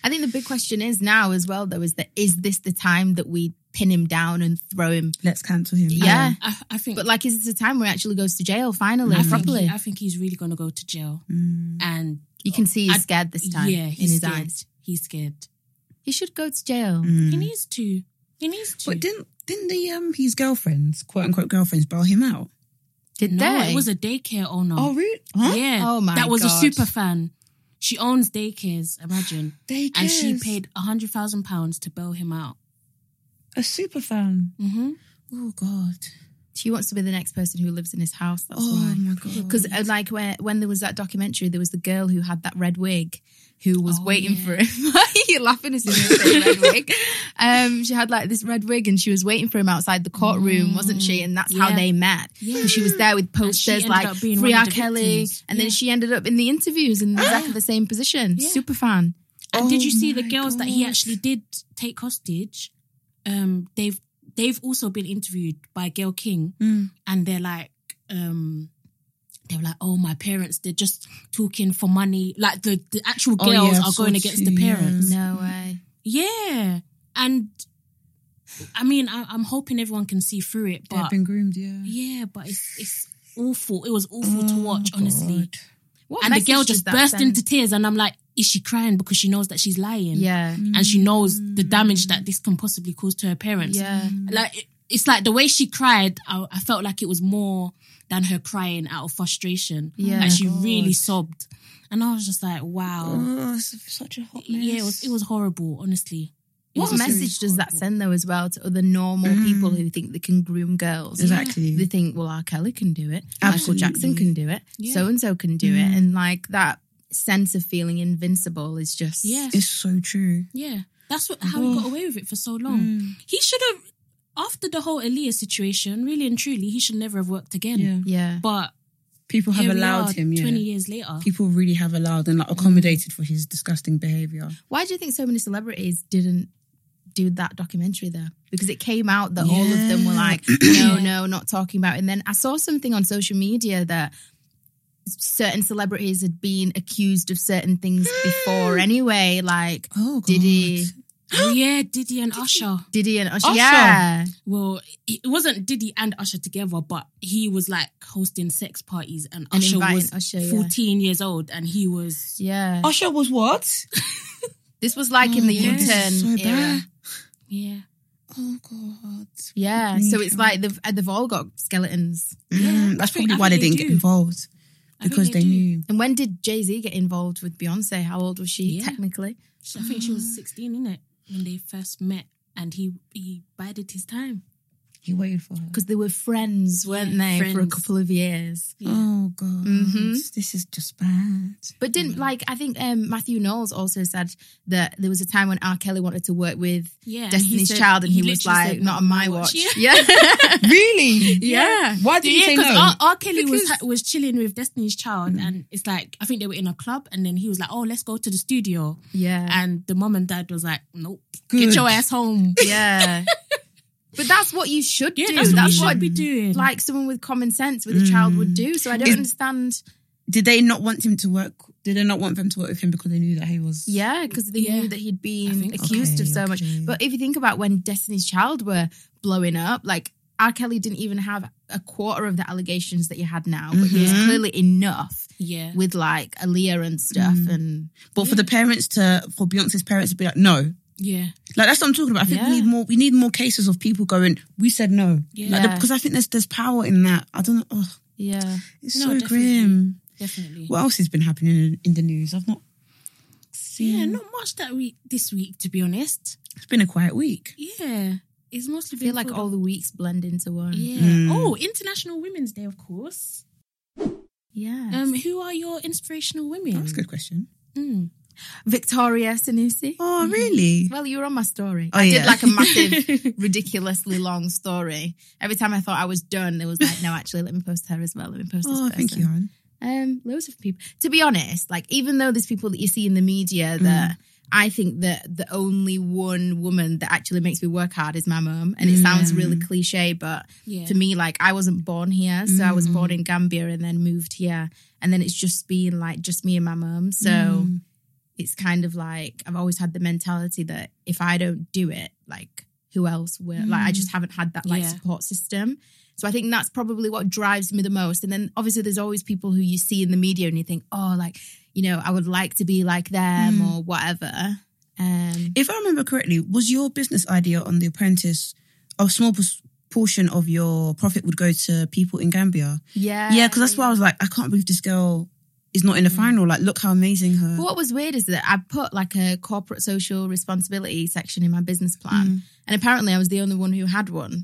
[SPEAKER 3] I think the big question is now as well though is that is this the time that we pin him down and throw him?
[SPEAKER 2] Let's cancel him.
[SPEAKER 3] Yeah.
[SPEAKER 1] I, I, I think
[SPEAKER 3] But like, is this the time where he actually goes to jail finally
[SPEAKER 1] Mm. I think,
[SPEAKER 3] properly?
[SPEAKER 1] he- uh, I think he's really gonna go to jail.
[SPEAKER 2] Mm.
[SPEAKER 1] And
[SPEAKER 3] you can see Mm. he's
[SPEAKER 1] I-
[SPEAKER 3] scared this time
[SPEAKER 1] yeah,
[SPEAKER 3] in
[SPEAKER 1] he's
[SPEAKER 3] his
[SPEAKER 1] scared. Mm.
[SPEAKER 3] eyes.
[SPEAKER 1] He's scared.
[SPEAKER 3] He should go to jail.
[SPEAKER 2] Mm.
[SPEAKER 1] He needs to. He needs to.
[SPEAKER 2] But didn't didn't the um his girlfriends, quote unquote girlfriends, bail him out?
[SPEAKER 3] Did
[SPEAKER 1] no,
[SPEAKER 3] they?
[SPEAKER 1] it was a daycare owner.
[SPEAKER 2] Oh, really? Huh?
[SPEAKER 1] Yeah.
[SPEAKER 3] Oh my
[SPEAKER 1] That was
[SPEAKER 3] God.
[SPEAKER 1] a super fan. She owns daycares, imagine.
[SPEAKER 2] They
[SPEAKER 1] And she
[SPEAKER 2] cares.
[SPEAKER 1] paid a hundred thousand pounds to bail him out.
[SPEAKER 2] a super fan.
[SPEAKER 1] Mm-hmm.
[SPEAKER 2] Oh God.
[SPEAKER 3] She wants to be the next person who lives in his house. That's
[SPEAKER 2] Oh
[SPEAKER 3] why.
[SPEAKER 2] my God.
[SPEAKER 3] Because
[SPEAKER 1] Mm.
[SPEAKER 3] uh, like where, when there was that documentary, there was the girl who had that red wig who was
[SPEAKER 1] Oh,
[SPEAKER 3] waiting
[SPEAKER 1] yeah.
[SPEAKER 3] for him. You're laughing as soon as you say red wig. Um, she had like this red wig and she was waiting for him outside the courtroom, wasn't she? And that's how
[SPEAKER 1] Mm. Yeah.
[SPEAKER 3] they met.
[SPEAKER 1] Yeah.
[SPEAKER 3] 'Cause She was there with
[SPEAKER 1] she
[SPEAKER 3] posters
[SPEAKER 1] ended
[SPEAKER 3] like
[SPEAKER 1] up being
[SPEAKER 3] Free
[SPEAKER 1] one
[SPEAKER 3] R.
[SPEAKER 1] of the
[SPEAKER 3] Kelly,
[SPEAKER 1] victims.
[SPEAKER 3] and then
[SPEAKER 1] Yeah.
[SPEAKER 3] she ended up in the interviews in exactly the same position.
[SPEAKER 1] Yeah.
[SPEAKER 3] Super fan.
[SPEAKER 1] And did you
[SPEAKER 2] Oh
[SPEAKER 1] see the
[SPEAKER 2] my
[SPEAKER 1] girls that he
[SPEAKER 2] gosh.
[SPEAKER 1] actually did take hostage? Um, they've they've also been interviewed by Gail King,
[SPEAKER 2] Mm.
[SPEAKER 1] and they're like, um, they were like, "Oh, my parents, they're just talking for money." Like the the actual
[SPEAKER 2] Oh,
[SPEAKER 1] girls
[SPEAKER 2] yeah, I
[SPEAKER 1] are
[SPEAKER 2] saw
[SPEAKER 1] going against
[SPEAKER 2] too,
[SPEAKER 1] the
[SPEAKER 2] yeah.
[SPEAKER 1] parents.
[SPEAKER 3] No way.
[SPEAKER 1] Yeah, and I mean, I, I'm hoping everyone can see through it,
[SPEAKER 2] They've
[SPEAKER 1] but
[SPEAKER 2] been groomed, yeah.
[SPEAKER 1] yeah, but it's it's awful. It was awful to watch, honestly.
[SPEAKER 2] Oh God.
[SPEAKER 3] What
[SPEAKER 1] And the girl
[SPEAKER 3] message does
[SPEAKER 1] just
[SPEAKER 3] that
[SPEAKER 1] burst
[SPEAKER 3] send?
[SPEAKER 1] into tears, and I'm like, is she crying because she knows that she's lying?
[SPEAKER 3] Yeah.
[SPEAKER 1] and she knows the damage that this can possibly cause to her parents.
[SPEAKER 3] Yeah.
[SPEAKER 1] Like it- it's like the way she cried, I, I felt like it was more than her crying out of frustration.
[SPEAKER 3] Yeah.
[SPEAKER 1] like she
[SPEAKER 2] God.
[SPEAKER 1] really sobbed, and I was just like, wow,
[SPEAKER 2] Oh, it's such a hot mess.
[SPEAKER 1] yeah, it was it was horrible, honestly. It
[SPEAKER 3] What
[SPEAKER 1] was
[SPEAKER 3] message does that
[SPEAKER 1] horrible.
[SPEAKER 3] send though as well to other normal people who think they can groom girls?
[SPEAKER 2] Mm. Exactly.
[SPEAKER 3] They think, well, R. Kelly can do it,
[SPEAKER 2] Absolutely. Mm.
[SPEAKER 3] Michael Jackson can do it,
[SPEAKER 1] Yeah.
[SPEAKER 3] so and so can do it. And like that sense of feeling invincible is just
[SPEAKER 1] Yeah,
[SPEAKER 2] It's so true.
[SPEAKER 1] yeah. That's what, how he got away with it for so long.
[SPEAKER 2] Mm.
[SPEAKER 1] He should have, after the whole Aaliyah situation, really and truly, he should never have worked again.
[SPEAKER 3] Yeah.
[SPEAKER 1] But
[SPEAKER 2] People have
[SPEAKER 1] here we
[SPEAKER 2] allowed
[SPEAKER 1] are
[SPEAKER 2] him, yeah.
[SPEAKER 1] Twenty years later,
[SPEAKER 2] People really have allowed and like accommodated for his disgusting behaviour.
[SPEAKER 3] Why do you think so many celebrities didn't do that documentary though? Because it came out that all of them were
[SPEAKER 2] Yeah.
[SPEAKER 3] like, no, no, not talking about. It. And then I saw something on social media that certain celebrities had been accused of certain things before anyway, like
[SPEAKER 2] Oh God.
[SPEAKER 3] Diddy,
[SPEAKER 1] yeah, Diddy and Usher.
[SPEAKER 3] Diddy and Usher.
[SPEAKER 2] Usher.
[SPEAKER 3] Yeah.
[SPEAKER 1] Well, it wasn't Diddy and Usher together, but he was like hosting sex parties, and
[SPEAKER 3] And
[SPEAKER 1] Usher
[SPEAKER 3] inviting
[SPEAKER 1] was Oh,
[SPEAKER 3] Usher, yeah.
[SPEAKER 1] 14 years old, and he was.
[SPEAKER 3] Yeah.
[SPEAKER 2] Usher was what?
[SPEAKER 3] This was like in the
[SPEAKER 1] yeah.
[SPEAKER 3] U turn
[SPEAKER 2] Oh, So
[SPEAKER 3] era.
[SPEAKER 2] bad.
[SPEAKER 1] Yeah.
[SPEAKER 2] Oh God.
[SPEAKER 3] Yeah. So it's like they've, uh, they've all got skeletons.
[SPEAKER 1] I
[SPEAKER 2] Mm, that's
[SPEAKER 1] think-
[SPEAKER 2] probably
[SPEAKER 1] I
[SPEAKER 2] why they
[SPEAKER 1] think
[SPEAKER 2] didn't
[SPEAKER 1] do.
[SPEAKER 2] get involved
[SPEAKER 1] I think
[SPEAKER 2] because
[SPEAKER 1] they
[SPEAKER 2] they
[SPEAKER 1] do.
[SPEAKER 2] knew.
[SPEAKER 3] And when did Jay Z get involved with Beyonce? How old was she
[SPEAKER 1] Yeah.
[SPEAKER 3] technically?
[SPEAKER 1] I think she was 16, innit? When they first met, and he he bided his time.
[SPEAKER 2] He waited for her.
[SPEAKER 3] Because they were friends, weren't
[SPEAKER 1] Yeah,
[SPEAKER 3] they, for a
[SPEAKER 1] friends.
[SPEAKER 3] couple of years?
[SPEAKER 2] Oh God.
[SPEAKER 3] Mhm.
[SPEAKER 2] This is just bad.
[SPEAKER 3] But
[SPEAKER 1] Mm.
[SPEAKER 3] didn't like I think um, Matthew Knowles also said that there was a time when R. Kelly wanted to work with
[SPEAKER 1] Yeah. and he
[SPEAKER 3] Destiny's
[SPEAKER 1] said-
[SPEAKER 3] Child, and he, was
[SPEAKER 1] literally
[SPEAKER 3] like,
[SPEAKER 1] said,
[SPEAKER 3] "Not on my watch."
[SPEAKER 1] Yeah.
[SPEAKER 3] yeah.
[SPEAKER 2] really?
[SPEAKER 3] Yeah.
[SPEAKER 2] Why did
[SPEAKER 1] Yeah,
[SPEAKER 2] he say
[SPEAKER 1] because
[SPEAKER 2] no?
[SPEAKER 1] R-, R. Kelly was
[SPEAKER 2] Because-
[SPEAKER 1] was chilling with Destiny's
[SPEAKER 3] Mm.
[SPEAKER 1] Child, and it's like I think they were in a club, and then he was like, "Oh, let's go to the studio,"
[SPEAKER 3] yeah.
[SPEAKER 1] and the mom and dad was like, "Nope,
[SPEAKER 2] Good.
[SPEAKER 1] get your ass home."
[SPEAKER 3] Yeah. but that's what you should
[SPEAKER 1] Yeah,
[SPEAKER 3] do.
[SPEAKER 1] that's, what you should
[SPEAKER 3] what,
[SPEAKER 1] be doing.
[SPEAKER 3] like someone with common sense with a child would do. So I don't
[SPEAKER 2] Is-
[SPEAKER 3] understand.
[SPEAKER 2] did they not want him to work? Did they not want them to work with him because they knew that he was?
[SPEAKER 3] Yeah, because they
[SPEAKER 1] Yeah.
[SPEAKER 3] knew that he'd
[SPEAKER 1] I
[SPEAKER 3] been
[SPEAKER 1] think so.
[SPEAKER 3] accused of
[SPEAKER 2] Okay,
[SPEAKER 3] so much.
[SPEAKER 2] okay.
[SPEAKER 3] But if you think about when Destiny's Child were blowing up, like R. Kelly didn't even have a quarter of the allegations that you had now, but it was
[SPEAKER 2] Mhm.
[SPEAKER 3] clearly enough
[SPEAKER 1] yeah,
[SPEAKER 3] with like Aaliyah and stuff.
[SPEAKER 2] Mm-hmm.
[SPEAKER 3] And
[SPEAKER 2] But for the parents to, for Beyonce's parents to be like, no,
[SPEAKER 1] yeah.
[SPEAKER 2] like that's what I'm talking about. I think
[SPEAKER 3] Yeah.
[SPEAKER 2] we need more. We need more cases of people going. We said no,
[SPEAKER 1] Yeah.
[SPEAKER 2] Like, the- because I think there's there's power in that. I don't know. Oh,
[SPEAKER 3] yeah,
[SPEAKER 2] it's
[SPEAKER 1] No,
[SPEAKER 2] so
[SPEAKER 1] definitely.
[SPEAKER 2] grim.
[SPEAKER 1] Definitely.
[SPEAKER 2] What else has been happening in, in the news? I've not seen.
[SPEAKER 1] yeah, not much that week this week, to be honest.
[SPEAKER 2] It's been a quiet week.
[SPEAKER 1] Yeah, it's mostly
[SPEAKER 3] I feel
[SPEAKER 1] been
[SPEAKER 3] like
[SPEAKER 1] for-
[SPEAKER 3] all the weeks blend into one.
[SPEAKER 1] Yeah.
[SPEAKER 2] Mm.
[SPEAKER 1] Oh, International Women's Day, of course.
[SPEAKER 3] Yeah.
[SPEAKER 1] Um, who are your inspirational women?
[SPEAKER 2] That's a good question.
[SPEAKER 1] Mm.
[SPEAKER 3] Victoria Sanusi.
[SPEAKER 2] Oh, really?
[SPEAKER 3] Mm. Well, you were on my story.
[SPEAKER 2] Oh,
[SPEAKER 3] I did
[SPEAKER 2] yeah.
[SPEAKER 3] like a massive, ridiculously long story. Every time I thought I was done, it was like, no, actually, let me post her as well. Let me post this
[SPEAKER 2] Oh,
[SPEAKER 3] person.
[SPEAKER 2] thank you, Han.
[SPEAKER 3] Um, loads of people. To be honest, like even though there's people that you see in the media
[SPEAKER 2] Mm.
[SPEAKER 3] that I think that the only one woman that actually makes me work hard is my mum, and it sounds really
[SPEAKER 2] Mm.
[SPEAKER 3] cliche, but
[SPEAKER 1] Yeah.
[SPEAKER 3] to me, like I wasn't born here, so I was
[SPEAKER 2] Mm.
[SPEAKER 3] born in Gambia and then moved here, and then it's just been like just me and my mum, so.
[SPEAKER 2] Mm.
[SPEAKER 3] It's kind of like I've always had the mentality that if I don't do it, like who else will? Like I just
[SPEAKER 2] Mm.
[SPEAKER 3] haven't had that like
[SPEAKER 1] Yeah.
[SPEAKER 3] support system. So I think that's probably what drives me the most. And then obviously there's always people who you see in the media and you think, oh, like, you know, I would like to be like them
[SPEAKER 2] Mm.
[SPEAKER 3] or whatever. Um
[SPEAKER 2] If I remember correctly, was your business idea on The Apprentice a small pos- portion of your profit would go to people in Gambia?
[SPEAKER 3] yeah.
[SPEAKER 2] yeah, because that's why I was like, I can't believe this girl is not in the final. Like, look how amazing her.
[SPEAKER 3] But Mm. what was weird is that I put like a corporate social responsibility section in my business plan,
[SPEAKER 2] Mm.
[SPEAKER 3] and apparently I was the only one who had one.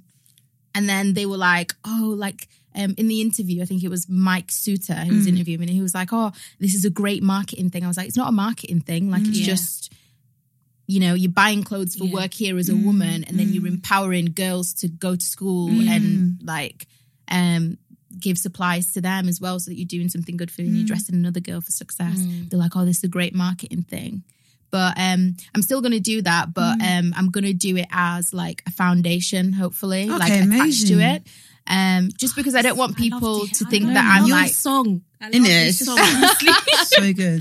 [SPEAKER 3] And then they were like, "Oh, like um, in the interview, I think it was Mike Suter who
[SPEAKER 1] Mm.
[SPEAKER 3] was interviewing me. and He was like, "Oh, this is a great marketing thing." I was like, "It's not a marketing thing. Like it's
[SPEAKER 1] Mm, Yeah.
[SPEAKER 3] just." You know, you're buying clothes for
[SPEAKER 1] Yeah. Mm,
[SPEAKER 3] work here as a woman, and then you're empowering girls to go to school and
[SPEAKER 1] Mm.
[SPEAKER 3] like um give supplies to them as
[SPEAKER 1] Mm. Hmm.
[SPEAKER 3] well so that you're doing something good for you and you're dressing another girl for success. They're like, oh, this is a great marketing thing. But um, I'm still going to do that, but
[SPEAKER 2] Mm.
[SPEAKER 3] um, I'm going to do it as like a foundation, hopefully, like
[SPEAKER 2] Okay,
[SPEAKER 3] attached
[SPEAKER 2] amazing.
[SPEAKER 3] to it. Um, just because I don't want
[SPEAKER 1] I loved
[SPEAKER 3] people
[SPEAKER 1] it.
[SPEAKER 3] to
[SPEAKER 1] I
[SPEAKER 3] think
[SPEAKER 1] know,
[SPEAKER 3] that
[SPEAKER 1] I
[SPEAKER 3] I'm
[SPEAKER 1] love
[SPEAKER 3] like
[SPEAKER 1] this song. I love
[SPEAKER 2] Innit?
[SPEAKER 1] this
[SPEAKER 2] It's
[SPEAKER 1] song.
[SPEAKER 2] just-
[SPEAKER 1] honestly.
[SPEAKER 2] so good.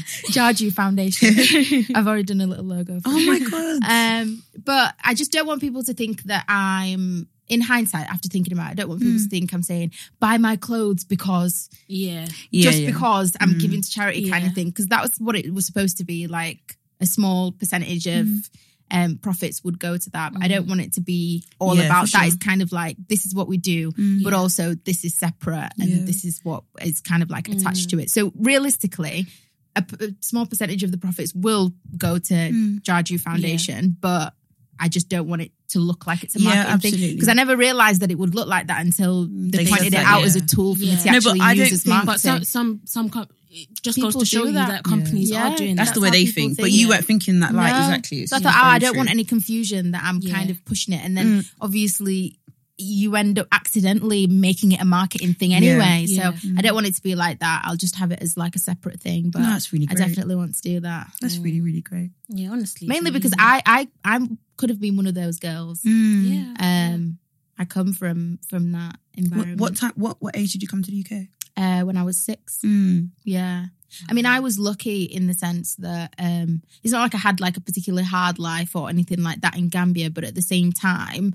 [SPEAKER 3] Jarju Foundation. I've already done a little logo. For
[SPEAKER 2] Oh
[SPEAKER 3] it.
[SPEAKER 2] my god.
[SPEAKER 3] Um, but I just don't want people to think that I'm. In hindsight, after thinking about it, I don't want
[SPEAKER 2] Mm.
[SPEAKER 3] people to think I'm saying buy my clothes because
[SPEAKER 1] yeah.
[SPEAKER 2] Yeah,
[SPEAKER 3] just
[SPEAKER 2] yeah.
[SPEAKER 3] because I'm
[SPEAKER 2] Mm.
[SPEAKER 3] giving to charity kind
[SPEAKER 1] Yeah.
[SPEAKER 3] of thing because that was what it was supposed to be like a small percentage of
[SPEAKER 2] Mm.
[SPEAKER 3] um, profits would go to that. But I don't want it to be all
[SPEAKER 2] Yeah,
[SPEAKER 3] about
[SPEAKER 2] for
[SPEAKER 3] that.
[SPEAKER 2] sure.
[SPEAKER 3] It's kind of like this is what we do,
[SPEAKER 2] Mm.
[SPEAKER 3] but also this is separate and
[SPEAKER 2] Yeah. Mm.
[SPEAKER 3] this is what is kind of like attached to it. So realistically, a, p- a small percentage of the profits will go to
[SPEAKER 2] Mm.
[SPEAKER 3] Jarju Foundation, but I just don't want it to look like it's a
[SPEAKER 2] Yeah,
[SPEAKER 3] marketing thing
[SPEAKER 2] absolutely.
[SPEAKER 3] because I never realized that it would look like that until they,
[SPEAKER 2] They said
[SPEAKER 3] pointed it
[SPEAKER 2] that,
[SPEAKER 3] out
[SPEAKER 2] yeah.
[SPEAKER 3] as a tool for me to
[SPEAKER 1] Yeah.
[SPEAKER 2] No, but
[SPEAKER 3] actually
[SPEAKER 2] I
[SPEAKER 3] use
[SPEAKER 2] don't
[SPEAKER 3] as
[SPEAKER 2] think-
[SPEAKER 3] marketing.
[SPEAKER 1] But some some some com- it just
[SPEAKER 3] People
[SPEAKER 1] goes to show
[SPEAKER 3] do
[SPEAKER 1] you
[SPEAKER 3] that.
[SPEAKER 1] that companies
[SPEAKER 3] Yeah.
[SPEAKER 1] are doing
[SPEAKER 2] that's
[SPEAKER 1] that.
[SPEAKER 2] the way
[SPEAKER 3] how
[SPEAKER 2] they
[SPEAKER 3] people
[SPEAKER 2] think.
[SPEAKER 3] think,
[SPEAKER 2] But you
[SPEAKER 1] yeah.
[SPEAKER 2] weren't thinking that like
[SPEAKER 3] No.
[SPEAKER 2] exactly. It's
[SPEAKER 3] So I
[SPEAKER 2] very
[SPEAKER 3] thought, oh, I don't
[SPEAKER 2] true.
[SPEAKER 3] want any confusion that I'm kind
[SPEAKER 1] Yeah.
[SPEAKER 3] of pushing it. And then obviously you end up accidentally making it a marketing thing anyway.
[SPEAKER 1] Yeah.
[SPEAKER 3] So I don't want it to be like that. I'll just have it as like a separate thing. But
[SPEAKER 2] Mm. No, that's really
[SPEAKER 3] I
[SPEAKER 2] great.
[SPEAKER 3] definitely want to do that.
[SPEAKER 2] that's really, really great.
[SPEAKER 1] Yeah, honestly.
[SPEAKER 3] Mainly because
[SPEAKER 1] amazing.
[SPEAKER 3] I I I could have been one of those girls.
[SPEAKER 2] Mm.
[SPEAKER 1] yeah.
[SPEAKER 3] Um I come from from that
[SPEAKER 2] What,
[SPEAKER 3] environment.
[SPEAKER 2] what time? What what age did you come to the UK?
[SPEAKER 3] uh when I was six.
[SPEAKER 2] Mm.
[SPEAKER 3] Yeah. I mean, I was lucky in the sense that um, it's not like I had like a particularly hard life or anything like that in Gambia, but at the same time,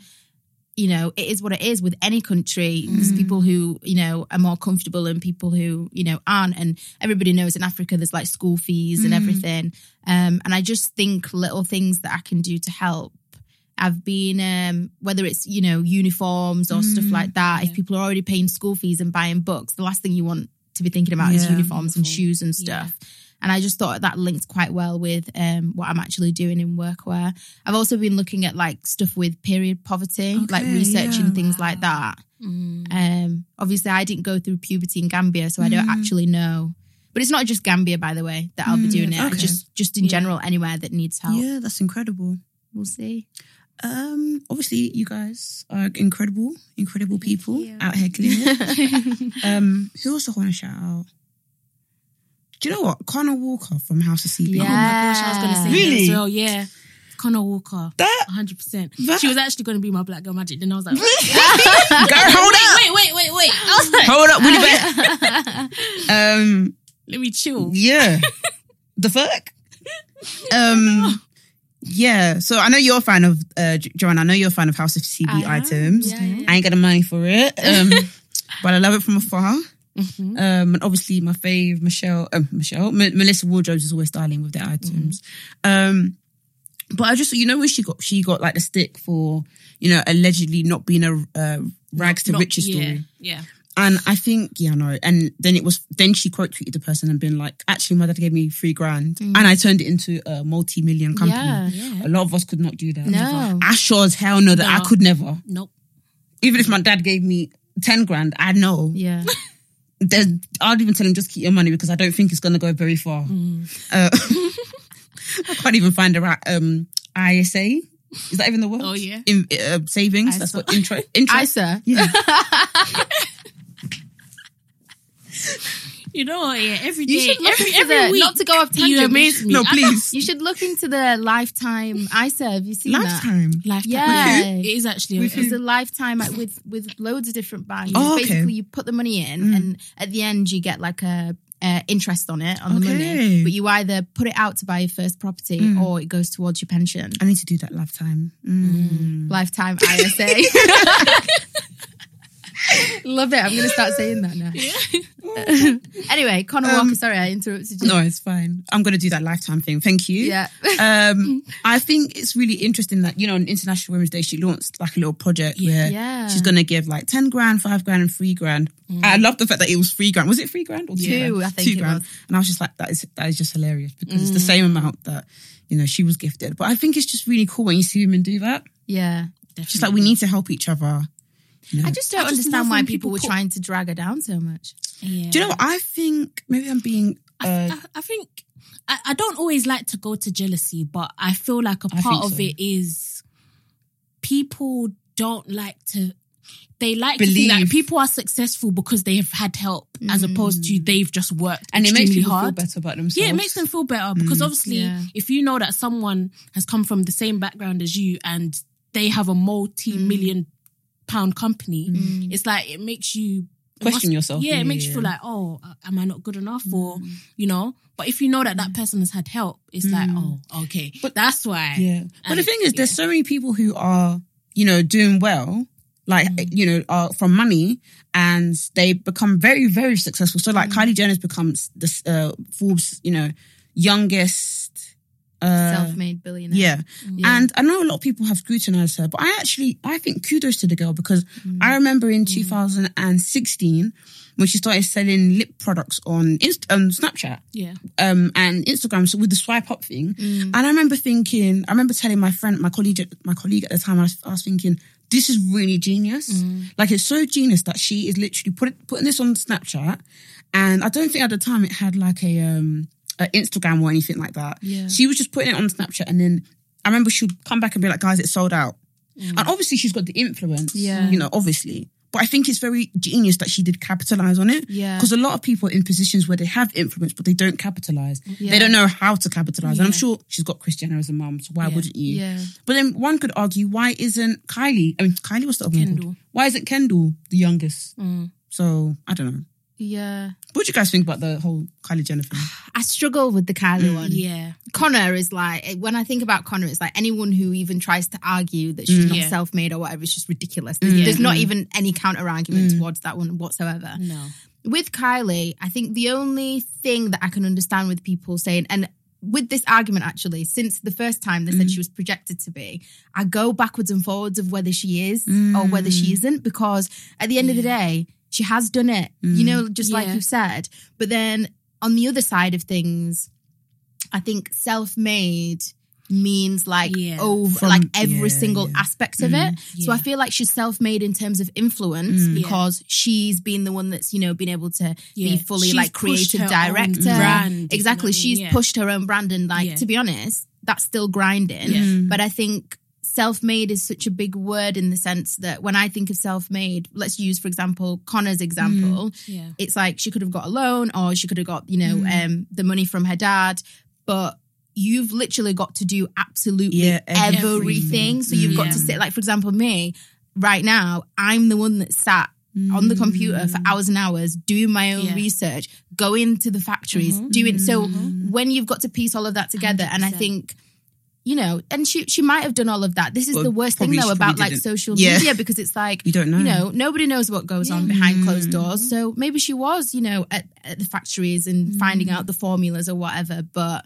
[SPEAKER 3] you know, it is what it is with any country. There's
[SPEAKER 2] Mm.
[SPEAKER 3] people who, you know, are more comfortable and people who, you know, aren't. And everybody knows in Africa there's like school fees and
[SPEAKER 2] Mm.
[SPEAKER 3] everything. Um, and I just think little things that I can do to help. I've been, um, whether it's, you know, uniforms or stuff
[SPEAKER 2] Mm.
[SPEAKER 3] like that, if
[SPEAKER 1] Yeah.
[SPEAKER 3] people are already paying school fees and buying books, the last thing you want to be thinking about is
[SPEAKER 2] Yeah.
[SPEAKER 3] uniforms and
[SPEAKER 1] Uniform.
[SPEAKER 3] shoes and
[SPEAKER 1] Yeah.
[SPEAKER 3] stuff. And I just thought that linked quite well with um, what I'm actually doing in workwear. I've also been looking at like stuff with period poverty, like
[SPEAKER 2] Okay,
[SPEAKER 3] researching
[SPEAKER 2] yeah.
[SPEAKER 3] things like that.
[SPEAKER 1] Mm.
[SPEAKER 3] Um, obviously, I didn't go through puberty in Gambia, so I don't
[SPEAKER 2] Mm.
[SPEAKER 3] actually know. But it's not just Gambia, by the way, that I'll be
[SPEAKER 2] Mm,
[SPEAKER 3] doing it.
[SPEAKER 2] okay.
[SPEAKER 3] Just, just in
[SPEAKER 1] Yeah.
[SPEAKER 3] general, anywhere that needs help.
[SPEAKER 2] Yeah, that's incredible.
[SPEAKER 3] We'll see.
[SPEAKER 2] Um, obviously, you guys are incredible, incredible people
[SPEAKER 1] you.
[SPEAKER 2] out here cleaning. um, who else I want to shout out? Do you know what? Connor Walker from House of CB.
[SPEAKER 1] Oh my gosh, I was going to say
[SPEAKER 2] Really?
[SPEAKER 1] that as well. Yeah. Connor Walker.
[SPEAKER 2] That
[SPEAKER 1] 100%.
[SPEAKER 2] That-
[SPEAKER 1] she was actually going to be my black girl magic. Then I was like, wait,
[SPEAKER 2] girl, hold up,
[SPEAKER 1] wait, wait, wait, wait. I was like,
[SPEAKER 2] hold up, Winnie Bear. um,
[SPEAKER 1] let me chill.
[SPEAKER 2] yeah, the fuck. Um, yeah. So I know you're a fan of uh, Jo- Joanna. I know you're a fan of House of CB
[SPEAKER 1] I am,
[SPEAKER 2] items.
[SPEAKER 1] yeah, yeah.
[SPEAKER 2] I ain't got the money for it, um, but I love it from afar.
[SPEAKER 1] Mhm.
[SPEAKER 2] Um, and obviously, my fave Michelle, um, Michelle, M- Melissa Wardrobes is always styling with their items.
[SPEAKER 1] Mm-hmm.
[SPEAKER 2] Um, but I just, you know, when she got, she got like the stick for, you know, allegedly not being a uh, rags to
[SPEAKER 1] Not-
[SPEAKER 2] riches
[SPEAKER 1] yeah,
[SPEAKER 2] story.
[SPEAKER 1] Yeah.
[SPEAKER 2] And I think, yeah, no. And then it was, then she quote tweeted the person and been like, actually, my dad gave me three grand, and I turned it into a multi million company.
[SPEAKER 3] Yeah.
[SPEAKER 1] Mm. Yeah.
[SPEAKER 2] A lot of us could not do that.
[SPEAKER 3] No.
[SPEAKER 2] I sure as hell know that I
[SPEAKER 1] No.
[SPEAKER 2] could never.
[SPEAKER 1] Nope.
[SPEAKER 2] Even if my dad gave me ten grand, I know
[SPEAKER 3] Yeah.
[SPEAKER 2] there's, I'd even tell him just keep your money because I don't think it's gonna go very far.
[SPEAKER 3] Mm.
[SPEAKER 2] Uh, I can't even find the right um, ISA. Is that even the word?
[SPEAKER 1] Oh, yeah.
[SPEAKER 2] In, uh, savings. That's
[SPEAKER 3] ISA.
[SPEAKER 2] what intro. Intro.
[SPEAKER 3] Isa.
[SPEAKER 2] Yeah.
[SPEAKER 1] You know what? Yeah. Every day.
[SPEAKER 3] You should look
[SPEAKER 1] every,
[SPEAKER 3] into
[SPEAKER 1] every
[SPEAKER 3] the,
[SPEAKER 1] week.
[SPEAKER 3] not to go off tangent.
[SPEAKER 1] you amaze me.
[SPEAKER 2] No,
[SPEAKER 1] I-
[SPEAKER 2] please.
[SPEAKER 3] You should look into the lifetime Isa. Have you seen that?
[SPEAKER 2] Lifetime.
[SPEAKER 1] Lifetime.
[SPEAKER 3] Yeah.
[SPEAKER 1] It is actually.
[SPEAKER 3] It was a lifetime like, with with loads of different banks.
[SPEAKER 2] Mm-hmm. Oh, okay. Mm.
[SPEAKER 3] Basically, you put the money in, and at the end, you get like a. Uh, interest on it on the
[SPEAKER 2] Okay. Mm.
[SPEAKER 3] money, but you either put it out to buy your first property or it goes towards your pension.
[SPEAKER 2] I need to do that lifetime. Mm.
[SPEAKER 3] Lifetime ISA. Love it. I'm going to start saying that now. anyway, Connor Walker. Sorry, I interrupted you.
[SPEAKER 2] Um, No, it's fine. I'm gonna do that lifetime thing. Thank you.
[SPEAKER 3] Yeah.
[SPEAKER 2] Um, I think it's really interesting that you know on International Women's Day she launched like a little project where
[SPEAKER 3] Yeah.
[SPEAKER 2] she's gonna give like ten grand, five grand, and three grand.
[SPEAKER 1] Mm.
[SPEAKER 2] I love the fact that it was three grand. Was it three grand or two?
[SPEAKER 3] Two,
[SPEAKER 2] grand?
[SPEAKER 3] I think
[SPEAKER 2] two
[SPEAKER 3] it
[SPEAKER 2] grand.
[SPEAKER 3] was.
[SPEAKER 2] And I was just like, that is that is just hilarious because it's the
[SPEAKER 1] Mm.
[SPEAKER 2] same amount that you know she was gifted. But I think it's just really cool when you see women do that.
[SPEAKER 3] Yeah.
[SPEAKER 2] Just like we
[SPEAKER 1] Mm.
[SPEAKER 2] need to help each other.
[SPEAKER 3] I just don't
[SPEAKER 1] I just
[SPEAKER 3] understand
[SPEAKER 1] love
[SPEAKER 3] why
[SPEAKER 1] when
[SPEAKER 3] people
[SPEAKER 1] people
[SPEAKER 3] were
[SPEAKER 1] put-
[SPEAKER 3] trying to drag her down so much.
[SPEAKER 1] Yeah.
[SPEAKER 2] Do you know what? I think maybe I'm being. Uh,
[SPEAKER 1] I, I think I, I don't always like to go to jealousy, but I feel like a
[SPEAKER 2] I
[SPEAKER 1] part
[SPEAKER 2] think
[SPEAKER 1] of
[SPEAKER 2] so.
[SPEAKER 1] it is people don't like to they like to think that
[SPEAKER 2] Believe.
[SPEAKER 1] people are successful because they have had help as opposed to they've just worked
[SPEAKER 2] Mm. and it
[SPEAKER 1] extremely
[SPEAKER 2] makes people
[SPEAKER 1] hard.
[SPEAKER 2] feel better about themselves. Mm,
[SPEAKER 1] Yeah, it makes them feel better because obviously,
[SPEAKER 3] Yeah.
[SPEAKER 1] if you know that someone has come from the same background as you and they have a multi-million
[SPEAKER 2] Mm.
[SPEAKER 1] pound company,
[SPEAKER 3] Mm.
[SPEAKER 1] it's like it makes you it
[SPEAKER 2] Question yourself.
[SPEAKER 1] Yeah, it
[SPEAKER 2] Yeah,
[SPEAKER 1] makes you
[SPEAKER 2] yeah. Mm.
[SPEAKER 1] feel like, oh, am I not good enough? Or you know, but if you know that
[SPEAKER 3] Mm.
[SPEAKER 1] that person has had help, it's like, oh, okay, but that's why.
[SPEAKER 2] um, Yeah. But the
[SPEAKER 1] And-
[SPEAKER 2] thing is, there's so many people who are, you know, doing well, like, you know, are from money and they become very, very successful. So, like, Kylie Jenner's becomes this, uh, Forbes, you know, youngest. Uh,
[SPEAKER 3] self-made billionaire.
[SPEAKER 2] Mm. yeah. And I know a lot of people have scrutinized her, but I actually, I think kudos to the girl because I remember in 2016 when she started selling lip products on, Inst- on Snapchat
[SPEAKER 1] yeah,
[SPEAKER 2] um, and Instagram so with the swipe up thing.
[SPEAKER 3] Mm.
[SPEAKER 2] And I remember thinking, I remember telling my friend, my colleague, at- my colleague at the time, I was, I was thinking, this is really genius.
[SPEAKER 3] Mm.
[SPEAKER 2] Like it's so genius that she is literally put, putting this on Snapchat. And I don't think at the time it had like a, um, a Instagram or anything like that.
[SPEAKER 3] Yeah.
[SPEAKER 2] She was just putting it on Snapchat, and then I remember she'd come back and be like, "Guys, it's sold out." And obviously, she's got the influence.
[SPEAKER 3] Mm. Yeah.
[SPEAKER 2] you know, obviously. But I think it's very genius that she did capitalize on it.
[SPEAKER 3] Yeah.
[SPEAKER 2] Because a lot of people in positions where they have influence, but they don't capitalize.
[SPEAKER 3] Yeah.
[SPEAKER 2] They don't know how to capitalize. And I'm
[SPEAKER 1] Yeah.
[SPEAKER 2] sure she's got Christiana as a mom, so why
[SPEAKER 1] Yeah.
[SPEAKER 2] wouldn't you?
[SPEAKER 3] Yeah.
[SPEAKER 2] But then one could argue, why isn't Kylie, I mean, Kylie was the other one
[SPEAKER 1] Kendall.
[SPEAKER 2] called? Why isn't Kendall the youngest?
[SPEAKER 1] Mm.
[SPEAKER 2] So I don't know.
[SPEAKER 3] Yeah.
[SPEAKER 2] What do you guys think about the whole Kylie Jenner thing?
[SPEAKER 3] I struggle with the Kylie
[SPEAKER 1] Mm,
[SPEAKER 3] one.
[SPEAKER 1] yeah,
[SPEAKER 3] Connor is like eh, when I think about Connor, it's like anyone who even tries to argue that she's not
[SPEAKER 1] Mm, Yeah. Mm,
[SPEAKER 3] self-made or whatever, it's just ridiculous. There's, there's not even any counter argument towards that one whatsoever.
[SPEAKER 1] no,
[SPEAKER 3] With Kylie, I think the only thing that I can understand with people saying and with this argument actually, since the first time
[SPEAKER 1] Mm.
[SPEAKER 3] they said she was projected to be, I go backwards and forwards of whether she is or Oh, whether
[SPEAKER 1] Mm.
[SPEAKER 3] she isn't because at the end of the day, she has done it. You know, just like
[SPEAKER 1] Mm. Yeah.
[SPEAKER 3] you said. But then on the other side of things, I think self-made means like
[SPEAKER 1] Yeah. Mm.
[SPEAKER 3] over
[SPEAKER 2] From-
[SPEAKER 3] like every
[SPEAKER 2] yeah,
[SPEAKER 3] single
[SPEAKER 2] yeah.
[SPEAKER 3] aspect of it. So I
[SPEAKER 1] Yeah. Mm.
[SPEAKER 3] feel like she's self-made in terms of influence
[SPEAKER 1] Yeah.
[SPEAKER 3] because she's been the one that's you know been able to
[SPEAKER 1] Yeah.
[SPEAKER 3] be fully
[SPEAKER 1] She's
[SPEAKER 3] like
[SPEAKER 1] pushed
[SPEAKER 3] creative
[SPEAKER 1] her own
[SPEAKER 3] director.
[SPEAKER 1] brand, if you know
[SPEAKER 3] exactly,
[SPEAKER 1] what I mean,
[SPEAKER 3] she's
[SPEAKER 1] yeah.
[SPEAKER 3] pushed her own brand, and like
[SPEAKER 1] Yeah.
[SPEAKER 3] to be honest, that's still grinding.
[SPEAKER 1] Yeah.
[SPEAKER 2] Mm.
[SPEAKER 3] But I think self-made is such a big word in the sense that when I think of self-made, let's use for example Connor's example
[SPEAKER 1] yeah,
[SPEAKER 3] it's like she could have got a loan or she could have got you know um the money from her dad but you've literally got to do absolutely
[SPEAKER 2] Yeah, everything. Mm.
[SPEAKER 3] everything. so you've got
[SPEAKER 1] Yeah.
[SPEAKER 3] to sit like for example me right now i'm the one that sat on the
[SPEAKER 2] Mm.
[SPEAKER 3] computer for hours and hours doing my own
[SPEAKER 1] Yeah.
[SPEAKER 3] research going to the factories doing so when you've got to piece all of that together and i
[SPEAKER 1] 100%.
[SPEAKER 3] think you know and she she might have done all of that this is
[SPEAKER 2] Well,
[SPEAKER 3] the worst thing
[SPEAKER 2] probably
[SPEAKER 3] though
[SPEAKER 2] she
[SPEAKER 3] about
[SPEAKER 2] probably
[SPEAKER 3] like
[SPEAKER 2] didn't.
[SPEAKER 3] social
[SPEAKER 2] Yeah.
[SPEAKER 3] media because it's like
[SPEAKER 2] You don't know.
[SPEAKER 3] you know, nobody knows what goes on behind closed doors. So maybe she was, you know, at, at the factories and finding out the formulas or whatever. But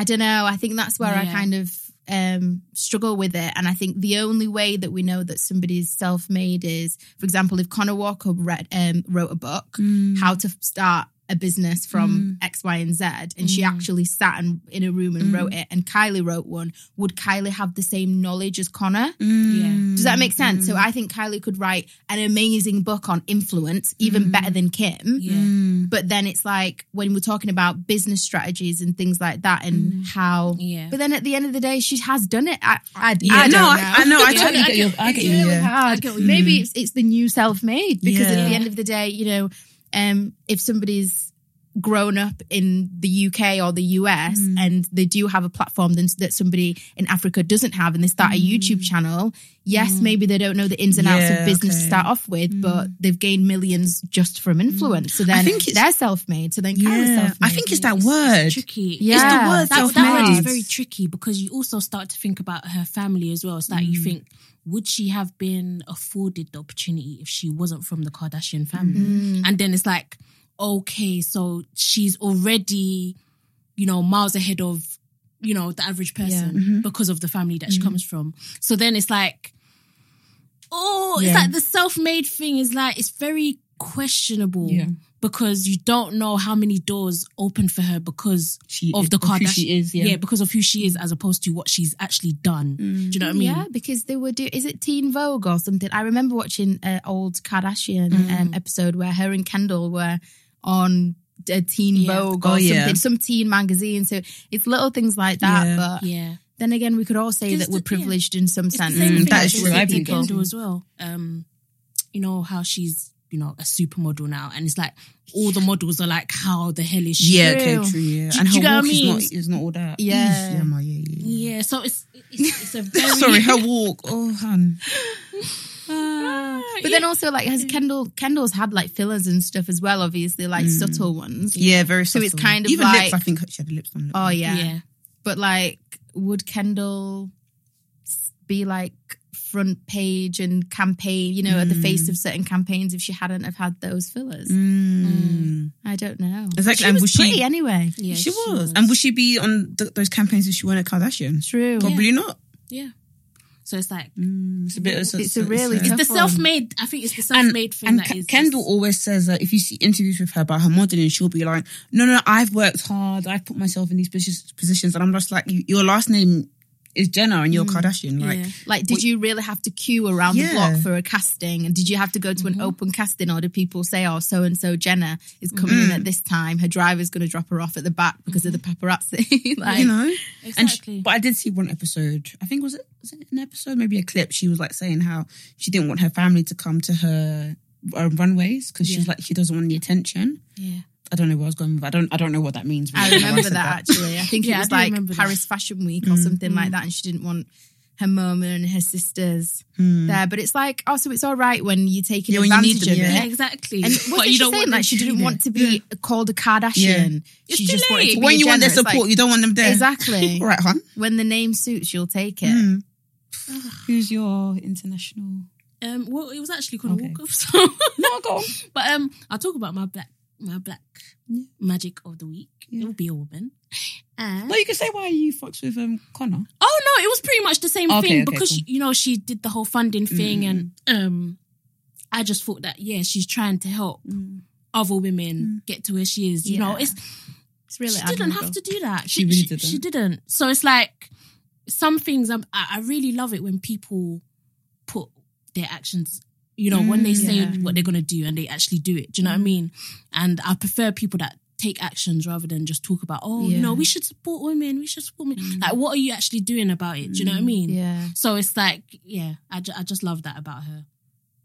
[SPEAKER 3] I don't know. I think that's where I
[SPEAKER 1] Yeah.
[SPEAKER 3] kind of um, struggle with it. And I think the only way that we know that somebody's self made is, for example, if Connor Walker read, um, wrote a book,
[SPEAKER 2] Mm.
[SPEAKER 3] How to Start a Business from X, Y, and Z, and she actually sat and, in a room and wrote it, and Kylie wrote one, would Kylie have the same knowledge as Connor?
[SPEAKER 2] Mm.
[SPEAKER 1] yeah,
[SPEAKER 3] Does that make sense? So I think Kylie could write an amazing book on influence, even better than Kim.
[SPEAKER 1] yeah.
[SPEAKER 2] Mm.
[SPEAKER 3] But then it's like when we're talking about business strategies and things like that and how.
[SPEAKER 1] Yeah.
[SPEAKER 3] But then at the end of the day, she has done it. I, I,
[SPEAKER 2] Yeah,
[SPEAKER 3] I don't
[SPEAKER 2] no,
[SPEAKER 3] know.
[SPEAKER 2] I, I know. I
[SPEAKER 1] Yeah,
[SPEAKER 2] totally
[SPEAKER 1] I get-
[SPEAKER 2] get you. I
[SPEAKER 1] it's
[SPEAKER 2] get you.
[SPEAKER 1] really
[SPEAKER 2] Yeah.
[SPEAKER 1] hard. I get what you
[SPEAKER 3] Maybe it's, it's the new self made because at the
[SPEAKER 1] Yeah.
[SPEAKER 3] end of the day, you know, um, if somebody's grown up in the UK or the US
[SPEAKER 2] Mm.
[SPEAKER 3] and they do have a platform then- that somebody in Africa doesn't have and they start a YouTube channel, yes, maybe they don't know the ins and outs
[SPEAKER 2] Mm. Yeah,
[SPEAKER 3] of business to
[SPEAKER 2] okay. Mm.
[SPEAKER 3] start off with, but they've gained millions just from influence. So then
[SPEAKER 2] think it's-
[SPEAKER 3] they're self made. So then Kyle's
[SPEAKER 2] Yeah.
[SPEAKER 3] self
[SPEAKER 2] I
[SPEAKER 3] made.
[SPEAKER 2] think it's that word.
[SPEAKER 1] tricky.
[SPEAKER 3] Yeah. It's the
[SPEAKER 1] that,
[SPEAKER 3] word
[SPEAKER 1] that word
[SPEAKER 2] self-made.
[SPEAKER 1] is very tricky because you also start to think about her family as well. It's like
[SPEAKER 3] Mm.
[SPEAKER 1] you think, would she have been afforded the opportunity if she wasn't from the Kardashian family?
[SPEAKER 3] Mm-hmm. Mm.
[SPEAKER 1] And then it's like, okay, so she's already, you know, miles ahead of, you know, the average person
[SPEAKER 2] Mm-hmm.
[SPEAKER 1] because of the family that she comes from. So then it's like, oh, it's
[SPEAKER 2] Yeah.
[SPEAKER 1] like the self-made thing is like it's very questionable
[SPEAKER 2] Yeah.
[SPEAKER 1] because you don't know how many doors open for her because
[SPEAKER 2] She-
[SPEAKER 1] of the
[SPEAKER 2] of who
[SPEAKER 1] Kardashian.
[SPEAKER 2] she is, yeah. Mm.
[SPEAKER 1] because of who she is as opposed to what she's actually done. Do you know what I mean?
[SPEAKER 3] Yeah, because they were do. Is it Teen Vogue or something? I remember watching an old Kardashian
[SPEAKER 1] Mm.
[SPEAKER 3] um, episode where her and Kendall were on a Teen
[SPEAKER 1] Yeah.
[SPEAKER 3] Vogue
[SPEAKER 2] Oh,
[SPEAKER 3] or
[SPEAKER 2] yeah.
[SPEAKER 3] something, some teen magazine. So it's little things like that.
[SPEAKER 2] Yeah.
[SPEAKER 3] But
[SPEAKER 1] Yeah.
[SPEAKER 3] then again, we could all say
[SPEAKER 1] Just
[SPEAKER 3] that we're
[SPEAKER 1] the- yeah.
[SPEAKER 3] privileged in some
[SPEAKER 1] It's the
[SPEAKER 3] sense.
[SPEAKER 1] same
[SPEAKER 2] Mm,
[SPEAKER 1] thing
[SPEAKER 2] that
[SPEAKER 1] that
[SPEAKER 2] is
[SPEAKER 1] she
[SPEAKER 2] true.
[SPEAKER 1] did
[SPEAKER 2] I
[SPEAKER 1] to
[SPEAKER 3] Ah.
[SPEAKER 2] believe that.
[SPEAKER 1] Kendall as well. Um, you know how she's you know a supermodel now, and it's like all the models are like, how the hell is she?
[SPEAKER 2] Yeah, okay,
[SPEAKER 3] True.
[SPEAKER 2] true. Yeah,
[SPEAKER 1] Do-
[SPEAKER 2] and
[SPEAKER 1] do
[SPEAKER 2] her
[SPEAKER 1] you get
[SPEAKER 2] walk
[SPEAKER 1] what I
[SPEAKER 2] is not
[SPEAKER 1] mean?
[SPEAKER 2] is not all that.
[SPEAKER 3] Yeah.
[SPEAKER 2] yeah, my, yeah, yeah.
[SPEAKER 1] Yeah, so it's it's, it's a very
[SPEAKER 2] Sorry, her walk. Oh, hun.
[SPEAKER 3] But then also like has Kendall Kendall's had like fillers and stuff as well, obviously, like
[SPEAKER 1] Mm.
[SPEAKER 3] subtle ones.
[SPEAKER 2] Yeah, very.
[SPEAKER 3] So
[SPEAKER 2] Subtle.
[SPEAKER 3] it's kind of
[SPEAKER 2] even lips.
[SPEAKER 3] like-
[SPEAKER 2] I think she had lips on. Lips.
[SPEAKER 3] Oh yeah.
[SPEAKER 1] yeah.
[SPEAKER 3] But like would Kendall s- be like front page and campaign, you know, at the
[SPEAKER 2] Hmm.
[SPEAKER 3] face of certain campaigns if she hadn't have had those fillers?
[SPEAKER 2] Mm.
[SPEAKER 3] I don't know.
[SPEAKER 2] Exactly,
[SPEAKER 3] She
[SPEAKER 2] and
[SPEAKER 3] was,
[SPEAKER 2] was she-
[SPEAKER 3] pretty anyway.
[SPEAKER 1] Yeah,
[SPEAKER 2] she, was. and would she be on th- those campaigns if she weren't a Kardashian?
[SPEAKER 3] True.
[SPEAKER 2] Probably not.
[SPEAKER 1] yeah. So it's like
[SPEAKER 2] Mm, it's a bit. It's,
[SPEAKER 3] It's a really
[SPEAKER 2] it's
[SPEAKER 3] tough
[SPEAKER 1] the
[SPEAKER 3] one.
[SPEAKER 1] self-made. I think it's the
[SPEAKER 2] and,
[SPEAKER 1] self-made thing
[SPEAKER 2] and
[SPEAKER 1] that
[SPEAKER 2] Ke-
[SPEAKER 1] is
[SPEAKER 2] Kendall
[SPEAKER 1] just-
[SPEAKER 2] always says that if you see interviews with her about her modeling, she'll be like, "No, no, I've worked hard. I've put myself in these posi- positions," and I'm just like, you, "Your last name is Jenner, and you're Kardashian, like."
[SPEAKER 1] Mm, Yeah.
[SPEAKER 3] Like, did you really have to queue around
[SPEAKER 2] Yeah. Mm-hmm.
[SPEAKER 3] the block for a casting? And did you have to go to an open casting, or did people say, "Oh, so and so Jenna is coming in
[SPEAKER 2] Mm.
[SPEAKER 3] at this time. Her driver's going to drop her off at the back because of the
[SPEAKER 2] Mm-hmm.
[SPEAKER 3] paparazzi." like,
[SPEAKER 2] You know, and she-
[SPEAKER 1] Exactly.
[SPEAKER 2] but I did see one episode. I think was it was it an episode, maybe a clip. She was like saying how she didn't want her family to come to her uh, runways because she's
[SPEAKER 1] Yeah.
[SPEAKER 2] like she doesn't want the attention.
[SPEAKER 1] yeah.
[SPEAKER 2] I don't know where I was going. With. I don't. I don't know what that means.
[SPEAKER 3] I
[SPEAKER 2] really, why
[SPEAKER 3] remember
[SPEAKER 2] said
[SPEAKER 3] that actually. I think
[SPEAKER 1] Yeah, I
[SPEAKER 3] it was
[SPEAKER 1] do
[SPEAKER 3] like
[SPEAKER 1] remember that. Mm-hmm.
[SPEAKER 3] Paris Fashion Week or something like that, and she didn't want her mum and her sisters
[SPEAKER 2] Hmm.
[SPEAKER 1] Mm.
[SPEAKER 3] there. But it's like, oh, so it's all right when you're taking
[SPEAKER 2] Yeah, when you
[SPEAKER 3] advantage
[SPEAKER 2] need them,
[SPEAKER 3] of
[SPEAKER 2] yeah.
[SPEAKER 3] it.
[SPEAKER 1] Exactly.
[SPEAKER 3] And
[SPEAKER 1] but
[SPEAKER 3] wasn't
[SPEAKER 1] you
[SPEAKER 3] she
[SPEAKER 1] don't
[SPEAKER 3] saying
[SPEAKER 1] want
[SPEAKER 3] that she didn't want to be called a Kardashian?
[SPEAKER 1] It's
[SPEAKER 3] She
[SPEAKER 1] too
[SPEAKER 3] just wanted
[SPEAKER 1] late.
[SPEAKER 3] to be
[SPEAKER 2] When
[SPEAKER 3] a
[SPEAKER 2] you want their
[SPEAKER 3] Jenner. It's like,
[SPEAKER 2] support, you don't want them there.
[SPEAKER 3] Exactly.
[SPEAKER 2] All right, hon.
[SPEAKER 3] When the name suits, you'll take it.
[SPEAKER 1] Mm.
[SPEAKER 2] Mm. Who's your international?
[SPEAKER 1] Um, well, it was actually called
[SPEAKER 2] Okay.
[SPEAKER 1] a walk off. So,
[SPEAKER 2] No, go on.
[SPEAKER 1] but um, I'll talk about my black my black
[SPEAKER 2] Yeah.
[SPEAKER 1] magic of the week.
[SPEAKER 2] Yeah.
[SPEAKER 1] It will be a woman. And
[SPEAKER 2] No, you can say why you fucks with um Connor.
[SPEAKER 1] oh no, it was pretty much the same
[SPEAKER 2] Okay,
[SPEAKER 1] thing
[SPEAKER 2] okay,
[SPEAKER 1] because
[SPEAKER 2] cool. Mm.
[SPEAKER 1] you know she did the whole funding thing, and um, I just thought that yeah, she's trying to help
[SPEAKER 2] Mm.
[SPEAKER 1] other women get to where she is. You know,
[SPEAKER 3] Yeah.
[SPEAKER 1] it's
[SPEAKER 3] It's really
[SPEAKER 1] she didn't have
[SPEAKER 3] admirable.
[SPEAKER 1] to do that.
[SPEAKER 2] She
[SPEAKER 1] She,
[SPEAKER 2] really
[SPEAKER 1] she,
[SPEAKER 2] didn't.
[SPEAKER 1] she didn't. So it's like some things. I'm, I I really love it when people put their actions. You know, when
[SPEAKER 2] Mm,
[SPEAKER 1] they say
[SPEAKER 3] yeah.
[SPEAKER 1] what they're gonna do and they actually do it. Do you know what I mean? And I prefer people that take actions rather than just talk about. Oh, you know,
[SPEAKER 3] Yeah.
[SPEAKER 1] we should support women. We should support
[SPEAKER 2] Mm.
[SPEAKER 1] women. Like, what are you actually doing about it? Do you know what I mean?
[SPEAKER 3] Yeah.
[SPEAKER 1] So it's like, yeah, I, ju- I just love that about her,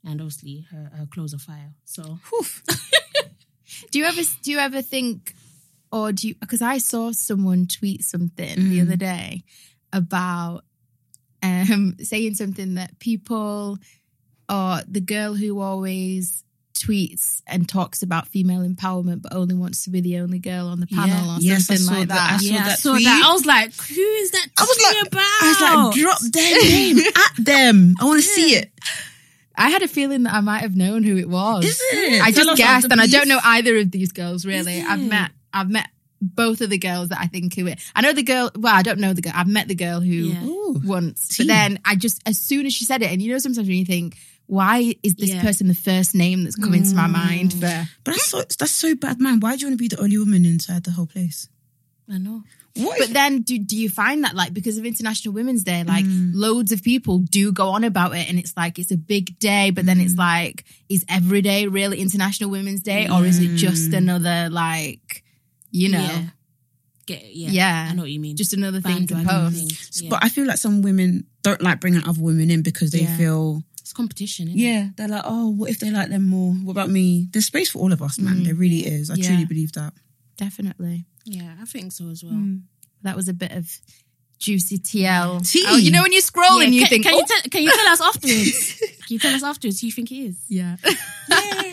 [SPEAKER 1] and obviously her, her clothes are fire. So
[SPEAKER 3] Do you ever do you ever think or do you because I saw someone tweet something the
[SPEAKER 2] Mm.
[SPEAKER 3] other day about um saying something that people or the girl who always tweets and talks about female empowerment but only wants to be the only girl on the panel
[SPEAKER 1] Yeah.
[SPEAKER 3] or
[SPEAKER 2] Yes, I
[SPEAKER 3] something
[SPEAKER 2] saw
[SPEAKER 3] like
[SPEAKER 2] that. I
[SPEAKER 3] that.
[SPEAKER 2] saw
[SPEAKER 1] yeah, I
[SPEAKER 2] that
[SPEAKER 1] saw
[SPEAKER 2] tweet.
[SPEAKER 1] that. I was like, who is that?
[SPEAKER 2] I was like-
[SPEAKER 1] tweet about?
[SPEAKER 2] I was like, drop their name at them. I want to see it.
[SPEAKER 3] I had a feeling that I might have known who it was.
[SPEAKER 2] Is it?
[SPEAKER 3] I
[SPEAKER 2] Tell
[SPEAKER 3] just
[SPEAKER 2] us
[SPEAKER 3] guessed,
[SPEAKER 2] after,
[SPEAKER 3] and I don't
[SPEAKER 2] please.
[SPEAKER 3] know either of these girls really.
[SPEAKER 1] Is
[SPEAKER 3] I've
[SPEAKER 1] it?
[SPEAKER 3] met, I've met both of the girls that I think who it. I know the girl. Well, I don't know the girl. I've met the girl who
[SPEAKER 1] Yeah.
[SPEAKER 2] Ooh.
[SPEAKER 3] once,
[SPEAKER 2] Tea.
[SPEAKER 3] but then I just as soon as she said it, and you know, sometimes when you think, why is this
[SPEAKER 1] Yeah. Mm.
[SPEAKER 3] person the first name that's come into my mind? For
[SPEAKER 2] But that's so that's so bad, man. Why do you want to be the only woman inside the whole place?
[SPEAKER 1] I know.
[SPEAKER 2] What?
[SPEAKER 3] but then do do you find that like because of International Women's Day, like
[SPEAKER 1] Mm.
[SPEAKER 3] loads of people do go on about it, and it's like it's a big day, but then it's
[SPEAKER 1] Mm.
[SPEAKER 3] like is every day really International Women's Day, or is it just another like you know?
[SPEAKER 1] Mm. Yeah. Get it, yeah.
[SPEAKER 3] Yeah.
[SPEAKER 1] I know what you mean.
[SPEAKER 3] just another thing to
[SPEAKER 1] Bandwagon
[SPEAKER 3] post.
[SPEAKER 1] things, yeah.
[SPEAKER 2] But I feel like some women don't like bringing other women in because they
[SPEAKER 3] Yeah.
[SPEAKER 2] feel
[SPEAKER 1] it's competition. Isn't
[SPEAKER 2] yeah they're like oh what if they like them more? What about me? There's space for all of us, man. There really is. I
[SPEAKER 3] Yeah.
[SPEAKER 2] truly believe that.
[SPEAKER 1] It?
[SPEAKER 3] Definitely.
[SPEAKER 1] Yeah, I think so as well.
[SPEAKER 3] Mm. That was a bit of juicy TL.
[SPEAKER 2] Tea.
[SPEAKER 3] Oh, you know when you scroll
[SPEAKER 1] Yeah,
[SPEAKER 3] and you
[SPEAKER 1] can,
[SPEAKER 3] think,
[SPEAKER 1] can
[SPEAKER 3] oh,
[SPEAKER 1] you te- can you tell us afterwards? can you tell us afterwards who you think it is?
[SPEAKER 3] yeah.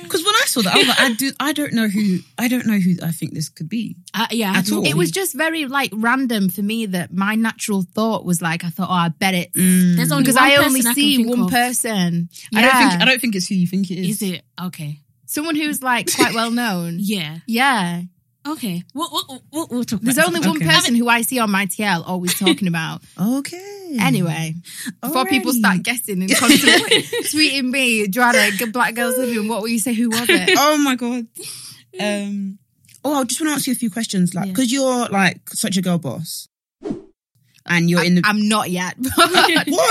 [SPEAKER 2] Because when I saw that, I was like, I do. I don't know who. I don't know who I think this could be.
[SPEAKER 1] Uh, yeah, I
[SPEAKER 2] At
[SPEAKER 1] don't
[SPEAKER 2] all.
[SPEAKER 1] know.
[SPEAKER 3] It was just very like random for me that my natural thought was like I thought, oh, I bet it
[SPEAKER 1] There's Mm. only
[SPEAKER 3] because
[SPEAKER 1] one
[SPEAKER 3] I
[SPEAKER 1] person
[SPEAKER 3] only
[SPEAKER 1] can
[SPEAKER 3] see
[SPEAKER 1] think
[SPEAKER 3] one
[SPEAKER 1] of.
[SPEAKER 3] person. Yeah.
[SPEAKER 2] I don't think. I don't think it's who you think it is.
[SPEAKER 1] Is it okay?
[SPEAKER 3] someone who's like quite well known.
[SPEAKER 1] Yeah.
[SPEAKER 3] Yeah,
[SPEAKER 1] Okay. We'll, we'll, we'll, we'll talk.
[SPEAKER 3] there's
[SPEAKER 1] about
[SPEAKER 3] only
[SPEAKER 1] it.
[SPEAKER 3] one
[SPEAKER 2] Okay.
[SPEAKER 3] person who I see on my TL always talking about.
[SPEAKER 1] Hmm.
[SPEAKER 2] Okay.
[SPEAKER 3] Anyway, before people
[SPEAKER 2] Alrighty.
[SPEAKER 3] start guessing and constantly tweeting me, Joanna, good black girls living, what will you say? Who was it?
[SPEAKER 2] oh my god. Um. Oh, I just want to ask you a few questions, like
[SPEAKER 3] Yeah.
[SPEAKER 2] because you're like such a girl boss, and you're in the.
[SPEAKER 3] I'm not yet.
[SPEAKER 2] What?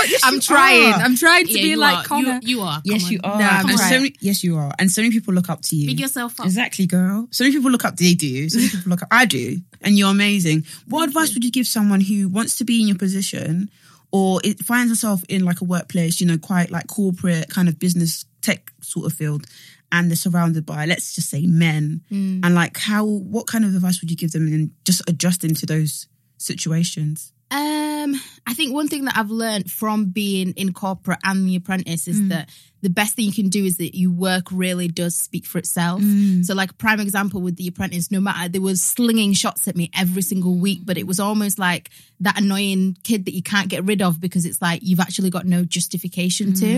[SPEAKER 2] Yes,
[SPEAKER 3] I'm
[SPEAKER 2] you
[SPEAKER 3] trying.
[SPEAKER 2] are.
[SPEAKER 3] I'm trying to
[SPEAKER 1] Ah. Yeah,
[SPEAKER 3] be
[SPEAKER 1] you
[SPEAKER 3] like
[SPEAKER 1] are.
[SPEAKER 3] Connor.
[SPEAKER 1] You, you are.
[SPEAKER 2] yes,
[SPEAKER 1] Come
[SPEAKER 2] you
[SPEAKER 1] on.
[SPEAKER 2] are.
[SPEAKER 3] No, I'm
[SPEAKER 2] and so
[SPEAKER 3] right.
[SPEAKER 2] many, yes, you are. And so many people look up to you.
[SPEAKER 1] Big yourself up.
[SPEAKER 2] Exactly, girl. So many people look up to you. Do so many people look up. I do, and you're amazing. What advice would you give someone who wants to be in your position, or it finds herself in like a workplace, you know, quite like corporate kind of business tech sort of field and they're surrounded by let's just say men
[SPEAKER 3] Mm.
[SPEAKER 2] and like how what kind of advice would you give them in just adjusting to those situations
[SPEAKER 3] Um, I think one thing that I've learned from being in corporate and the apprentice is that the best thing you can do is that your work really does speak for itself. So, like prime example with the apprentice, no matter they were slinging shots at me every single week, but it was almost like that annoying kid that you can't get rid of because it's like you've actually got no justification to.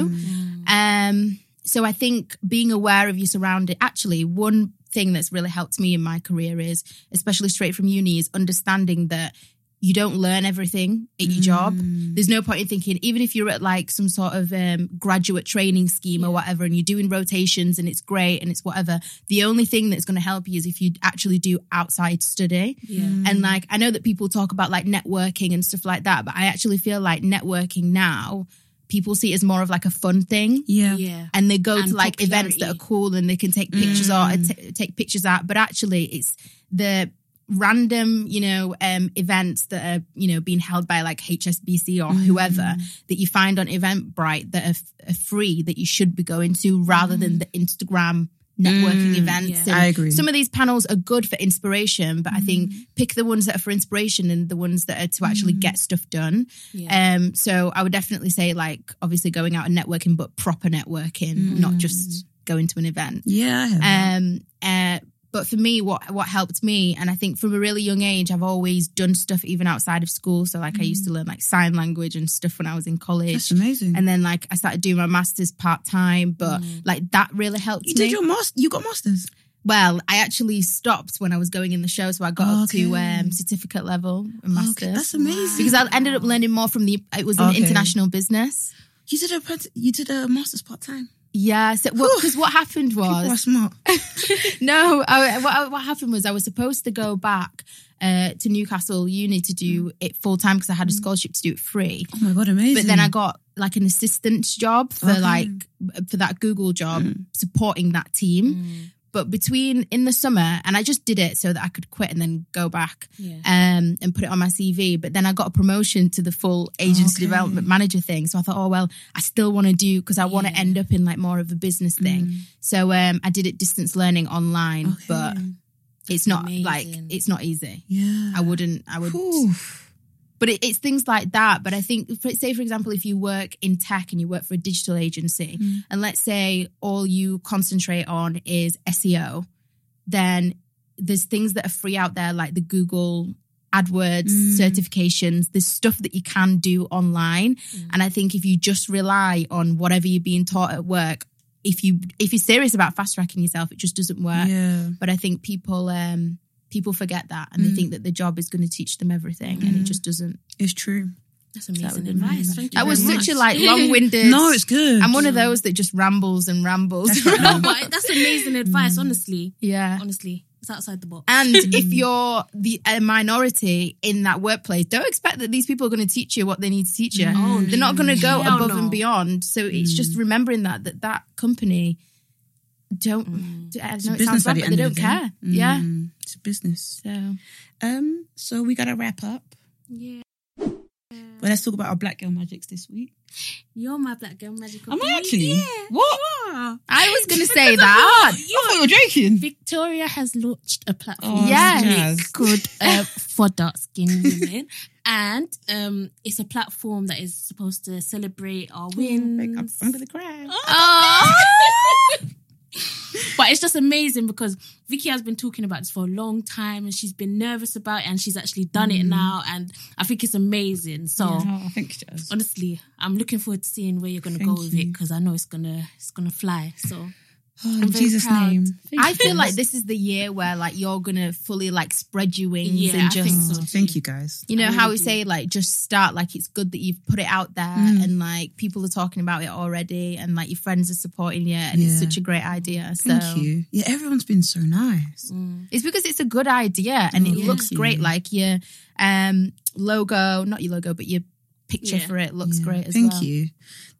[SPEAKER 3] Um, so I think being aware of your surrounding. Actually, one thing that's really helped me in my career is, especially straight from uni, is understanding that you don't learn everything at your
[SPEAKER 2] Mm.
[SPEAKER 3] job. There's no point in thinking, even if you're at like some sort of um, graduate training scheme or whatever, and you're doing rotations and it's great and it's whatever. The only thing that's going to help you is if you actually do outside study.
[SPEAKER 1] Yeah.
[SPEAKER 2] Mm.
[SPEAKER 3] And like, I know that people talk about like networking and stuff like that, but I actually feel like networking now, people see it as more of like a fun thing
[SPEAKER 2] yeah
[SPEAKER 1] Yeah.
[SPEAKER 3] and they go
[SPEAKER 1] And
[SPEAKER 3] to like events that
[SPEAKER 1] popularity.
[SPEAKER 3] are cool and they can take pictures or and t- take pictures out but actually it's the random you know um events that are you know being held by like hsbc or whoever that you find on eventbrite that are, f- are free that you should be going to rather than the instagram networking events
[SPEAKER 1] yeah.
[SPEAKER 3] and
[SPEAKER 2] I agree. Mm.
[SPEAKER 3] some of these panels are good for inspiration but i think pick the ones that are for inspiration and the ones that are to actually get stuff done
[SPEAKER 1] Yeah.
[SPEAKER 3] um, so I would definitely say like obviously going out and networking, but proper networking, not just going to an event.
[SPEAKER 2] Mm. yeah I have that.
[SPEAKER 3] Um, uh, but for me, what what helped me, and I think from a really young age, I've always done stuff even outside of school. So like I used to learn like sign language and stuff when I was in college,
[SPEAKER 2] Mm. that's amazing
[SPEAKER 3] and then like I started doing my masters part time. But like that really helped
[SPEAKER 2] Mm. you
[SPEAKER 3] me.
[SPEAKER 2] did your master you got masters
[SPEAKER 3] well, I actually stopped when I was going in the show, so I
[SPEAKER 2] Oh,
[SPEAKER 3] got up to
[SPEAKER 2] Okay.
[SPEAKER 3] um, certificate level and
[SPEAKER 2] okay
[SPEAKER 3] masters.
[SPEAKER 2] that's amazing
[SPEAKER 3] because I ended up learning more from the it was in
[SPEAKER 2] Okay.
[SPEAKER 3] international business.
[SPEAKER 2] you did a appren- you did a masters part-time
[SPEAKER 3] Yeah, so because what, happened
[SPEAKER 2] people are
[SPEAKER 3] was
[SPEAKER 2] smart
[SPEAKER 3] no, I, what, what happened was I was supposed to go back uh, to Newcastle Uni to do it full time because I
[SPEAKER 2] Mm.
[SPEAKER 3] had a scholarship to do it free.
[SPEAKER 2] oh my god amazing
[SPEAKER 3] But then I got like an assistant's job for
[SPEAKER 2] Okay. Mm.
[SPEAKER 3] like for that Google job supporting that team.
[SPEAKER 1] Mm.
[SPEAKER 3] But between in the summer, and I just did it so that I could quit and then go back
[SPEAKER 1] Yeah.
[SPEAKER 3] um, and put it on my CV. But then I got a promotion to the full agency
[SPEAKER 2] Okay.
[SPEAKER 3] development manager thing. So I thought, oh well, I still want to do because I want to
[SPEAKER 1] Yeah.
[SPEAKER 3] end up in like more of a business
[SPEAKER 2] Mm.
[SPEAKER 3] thing. So um, I did it distance learning online,
[SPEAKER 2] Okay.
[SPEAKER 3] but it's not like
[SPEAKER 1] Amazing.
[SPEAKER 3] it's not easy.
[SPEAKER 2] yeah
[SPEAKER 3] I wouldn't. I would.
[SPEAKER 2] Oof.
[SPEAKER 3] But it, it's things like that. But I think, for, say for example, if you work in tech and you work for a digital agency, and let's say all you concentrate on is SEO, then there's things that are free out there like the Google AdWords certifications. There's stuff that you can do online, and I think if you just rely on whatever you're being taught at work, if you if you're serious about fast tracking yourself, it just doesn't work.
[SPEAKER 2] yeah
[SPEAKER 3] But I think people um, people forget that and they think that the job is going to teach them everything, and it just doesn't.
[SPEAKER 2] it's true
[SPEAKER 1] That's amazing
[SPEAKER 3] would
[SPEAKER 1] advice. Thank you
[SPEAKER 3] That was
[SPEAKER 1] very
[SPEAKER 3] such a
[SPEAKER 1] much.
[SPEAKER 3] like long-winded.
[SPEAKER 2] no it's good
[SPEAKER 3] I'm one of those that just rambles and rambles.
[SPEAKER 1] no, but that's amazing
[SPEAKER 3] Mm.
[SPEAKER 1] advice. Honestly,
[SPEAKER 3] yeah.
[SPEAKER 1] honestly, it's outside the box.
[SPEAKER 3] And if you're the a minority in that workplace, don't expect that these people are going to teach you what they need to teach you.
[SPEAKER 1] No.
[SPEAKER 3] They're not going to go
[SPEAKER 1] Hell
[SPEAKER 3] above
[SPEAKER 1] no.
[SPEAKER 3] and beyond. So it's just
[SPEAKER 2] Mm.
[SPEAKER 3] remembering that that that company don't. I know it sounds
[SPEAKER 2] Mm. business at
[SPEAKER 3] bad,
[SPEAKER 2] the
[SPEAKER 3] but
[SPEAKER 2] end
[SPEAKER 3] they
[SPEAKER 2] of
[SPEAKER 3] don't
[SPEAKER 2] the day.
[SPEAKER 3] care. Yeah.
[SPEAKER 2] Mm, it's a business
[SPEAKER 3] So
[SPEAKER 2] um so we gotta wrap up
[SPEAKER 1] yeah,
[SPEAKER 2] Well, let's talk about our black girl magics this week.
[SPEAKER 1] you're my black girl magical.
[SPEAKER 2] Am I
[SPEAKER 1] baby.
[SPEAKER 2] actually?
[SPEAKER 1] Yeah.
[SPEAKER 2] What?
[SPEAKER 3] I was going to say that.
[SPEAKER 2] I thought you were joking.
[SPEAKER 1] Victoria has launched a platform.
[SPEAKER 2] Oh,
[SPEAKER 3] Yes.
[SPEAKER 2] Jazz.
[SPEAKER 1] good uh, for dark skinned women. And um, it's a platform that is supposed to celebrate our
[SPEAKER 2] Like, I'm,
[SPEAKER 1] wins. Oh.
[SPEAKER 2] I'm gonna cry.
[SPEAKER 1] but it's just amazing because Vicky has been talking about this for a long time and she's been nervous about it and she's actually done it now. And I think it's amazing. So
[SPEAKER 2] Oh, thank you, Jazz.
[SPEAKER 1] honestly, I'm looking forward to seeing where you're going to go
[SPEAKER 2] Thank
[SPEAKER 1] with
[SPEAKER 2] you.
[SPEAKER 1] it because I know it's gonna it's gonna fly. So
[SPEAKER 2] Oh, in
[SPEAKER 1] I'm very
[SPEAKER 2] Jesus'
[SPEAKER 1] proud.
[SPEAKER 2] name. Thank
[SPEAKER 3] I
[SPEAKER 2] you,
[SPEAKER 3] feel
[SPEAKER 2] guys.
[SPEAKER 3] like this is the year where like you're gonna fully like spread your wings
[SPEAKER 1] Yeah, I
[SPEAKER 3] and just
[SPEAKER 1] think so.
[SPEAKER 2] Oh, Thank you, guys.
[SPEAKER 3] you know
[SPEAKER 1] I
[SPEAKER 3] how
[SPEAKER 1] really
[SPEAKER 3] we
[SPEAKER 1] do.
[SPEAKER 3] say like just start like it's good that you've put it out there
[SPEAKER 2] Mm.
[SPEAKER 3] and like people are talking about it already and like your friends are supporting you and it's
[SPEAKER 2] Yeah.
[SPEAKER 3] such a great idea. So
[SPEAKER 2] Thank you. Yeah, everyone's been so nice.
[SPEAKER 3] it's because it's a good idea and it
[SPEAKER 1] yeah.
[SPEAKER 3] looks
[SPEAKER 2] Thank
[SPEAKER 3] great.
[SPEAKER 2] you.
[SPEAKER 3] Like your um logo, not your logo, but your picture
[SPEAKER 1] Yeah.
[SPEAKER 3] for it looks
[SPEAKER 2] Yeah,
[SPEAKER 3] great as
[SPEAKER 2] Thank
[SPEAKER 3] well.
[SPEAKER 2] you.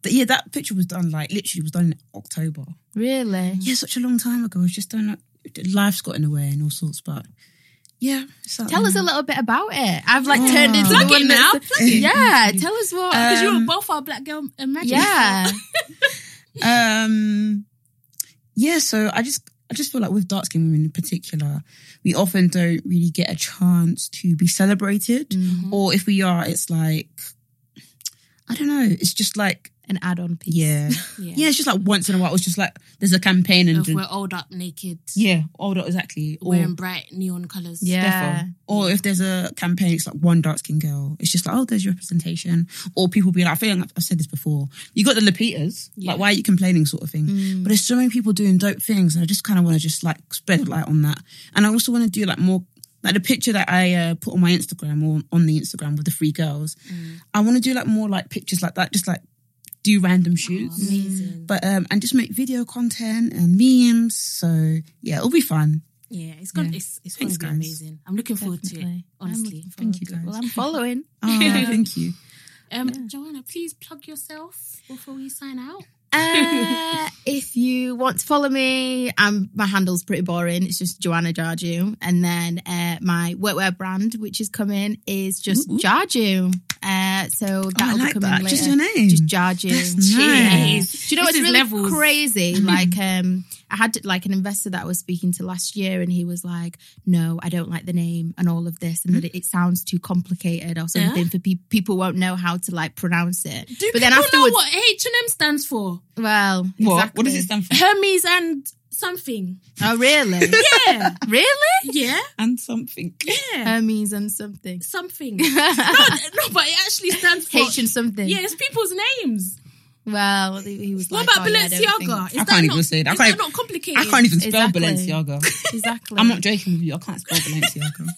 [SPEAKER 2] Th- yeah, that picture was done like literally was done in October.
[SPEAKER 3] Mm. Really?
[SPEAKER 2] Yeah, such a long time ago. It's just done like life's got in the way and all sorts, but yeah. it's out
[SPEAKER 3] Tell
[SPEAKER 2] there.
[SPEAKER 3] us a little bit about it. I've like turned
[SPEAKER 2] Oh.
[SPEAKER 3] into
[SPEAKER 2] Plug
[SPEAKER 3] the one
[SPEAKER 1] it
[SPEAKER 3] that's-
[SPEAKER 1] now, plug it.
[SPEAKER 3] Yeah, tell us what.
[SPEAKER 1] because
[SPEAKER 2] Um,
[SPEAKER 1] you're both our black girl and magic.
[SPEAKER 3] yeah.
[SPEAKER 2] Um, yeah, so I just I just feel like with dark skinned women in particular, we often don't really get a chance to be celebrated,
[SPEAKER 3] Mm.
[SPEAKER 2] or if we are, it's like I don't know. It's just like
[SPEAKER 3] An add-on piece.
[SPEAKER 2] yeah, yeah.
[SPEAKER 1] Yeah.
[SPEAKER 2] it's just like once in a while. It's just like there's a campaign and
[SPEAKER 1] If we're old up naked,
[SPEAKER 2] yeah, oh, that- exactly. Or,
[SPEAKER 1] wearing bright neon colours.
[SPEAKER 3] Yeah.
[SPEAKER 2] Defo. Or if there's a campaign, it's like one dark skinned girl. It's just like, oh, there's your representation. Or people be like, I feel like I've said this before. You got the Lapitas.
[SPEAKER 1] Yeah.
[SPEAKER 2] Like, why are you complaining, sort of thing. But there's so many people doing dope things. And I just kind of want to just like spread a light on that. And I also want to do like more, like the picture that I uh, put on my Instagram or on the Instagram with the three girls. I want to do like more like pictures like that, just like do random shoots.
[SPEAKER 1] Oh, Amazing.
[SPEAKER 2] But, um, and just make video content and memes. So yeah, it'll be fun.
[SPEAKER 1] Yeah, it's gonna it's it's gonna
[SPEAKER 2] Thanks,
[SPEAKER 1] be
[SPEAKER 2] guys.
[SPEAKER 1] amazing. I'm looking forward to it.
[SPEAKER 3] Definitely. I'm
[SPEAKER 1] Honestly,
[SPEAKER 3] looking
[SPEAKER 2] Thank you,
[SPEAKER 3] forward to it.
[SPEAKER 2] guys.
[SPEAKER 3] Well, I'm following.
[SPEAKER 2] Oh, thank you.
[SPEAKER 1] Um, Joanna, please plug yourself before we sign out.
[SPEAKER 3] Uh, if you want to follow me, um, my handle's pretty boring. It's just Joanna Jarju. And then uh, my workwear brand, which is coming, is just Jarju. Uh, so
[SPEAKER 2] Oh, I
[SPEAKER 3] that'll
[SPEAKER 2] like
[SPEAKER 3] be coming
[SPEAKER 2] that.
[SPEAKER 3] later.
[SPEAKER 2] Just your name.
[SPEAKER 3] Just Jarju.
[SPEAKER 2] That's nice.
[SPEAKER 3] Do you know
[SPEAKER 1] This
[SPEAKER 3] what's
[SPEAKER 1] is
[SPEAKER 3] really
[SPEAKER 1] levels.
[SPEAKER 3] crazy?
[SPEAKER 2] Mm-hmm.
[SPEAKER 3] Like, um, I had like an investor that I was speaking to last year, and he was like, "No, I don't like the name and all of this, and that it, it sounds too complicated or something for pe- people won't know how to like pronounce it."
[SPEAKER 1] Do
[SPEAKER 3] but then
[SPEAKER 1] people
[SPEAKER 3] afterwards,
[SPEAKER 1] know what H and M stands for?
[SPEAKER 3] well,
[SPEAKER 2] What?
[SPEAKER 3] exactly.
[SPEAKER 2] What does it stand for?
[SPEAKER 1] Hermes and something.
[SPEAKER 3] Oh, really?
[SPEAKER 1] Yeah,
[SPEAKER 3] really?
[SPEAKER 1] yeah,
[SPEAKER 2] and something.
[SPEAKER 1] yeah.
[SPEAKER 3] Hermes and something.
[SPEAKER 1] something. no, no, but it actually stands for.
[SPEAKER 3] H and something.
[SPEAKER 1] yeah, it's people's names.
[SPEAKER 3] Well, he was
[SPEAKER 1] What
[SPEAKER 3] like,
[SPEAKER 1] about
[SPEAKER 3] oh, yeah, I don't think-
[SPEAKER 1] Balenciaga? Is
[SPEAKER 2] I
[SPEAKER 1] that
[SPEAKER 2] can't even
[SPEAKER 1] not-
[SPEAKER 2] say that. I
[SPEAKER 1] Is
[SPEAKER 2] can't
[SPEAKER 1] that
[SPEAKER 2] even-
[SPEAKER 1] not complicated?
[SPEAKER 2] I can't even spell
[SPEAKER 3] Exactly.
[SPEAKER 2] Balenciaga.
[SPEAKER 3] Exactly.
[SPEAKER 2] I'm not joking with you. I can't spell Balenciaga.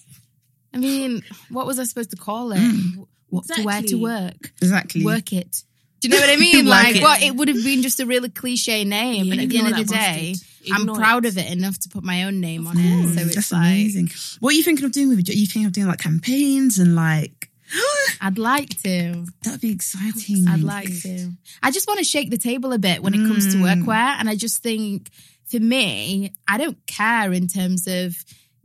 [SPEAKER 3] I mean, what was I supposed to call it?
[SPEAKER 2] Mm.
[SPEAKER 3] What to wear
[SPEAKER 1] Exactly.
[SPEAKER 3] to work?
[SPEAKER 2] exactly.
[SPEAKER 3] Work it. Do you know what I mean?
[SPEAKER 2] Like
[SPEAKER 3] like,
[SPEAKER 2] it.
[SPEAKER 3] what it would have been just a really cliche name,
[SPEAKER 1] Yeah,
[SPEAKER 3] but at the end
[SPEAKER 1] ignore
[SPEAKER 3] of the
[SPEAKER 1] that
[SPEAKER 3] day,
[SPEAKER 1] bastard.
[SPEAKER 3] I'm
[SPEAKER 1] Ignore
[SPEAKER 3] proud
[SPEAKER 1] it.
[SPEAKER 3] of it enough to put my own name on
[SPEAKER 2] Mm,
[SPEAKER 3] it. So it's
[SPEAKER 2] that's
[SPEAKER 3] like
[SPEAKER 2] amazing. What are you thinking of doing with it? Are you thinking of doing like campaigns and like
[SPEAKER 3] I'd like to.
[SPEAKER 2] that'd be exciting.
[SPEAKER 3] I'd like to. I just want to shake the table a bit when it comes to
[SPEAKER 2] Mm.
[SPEAKER 3] workwear. And I just think for me, I don't care in terms of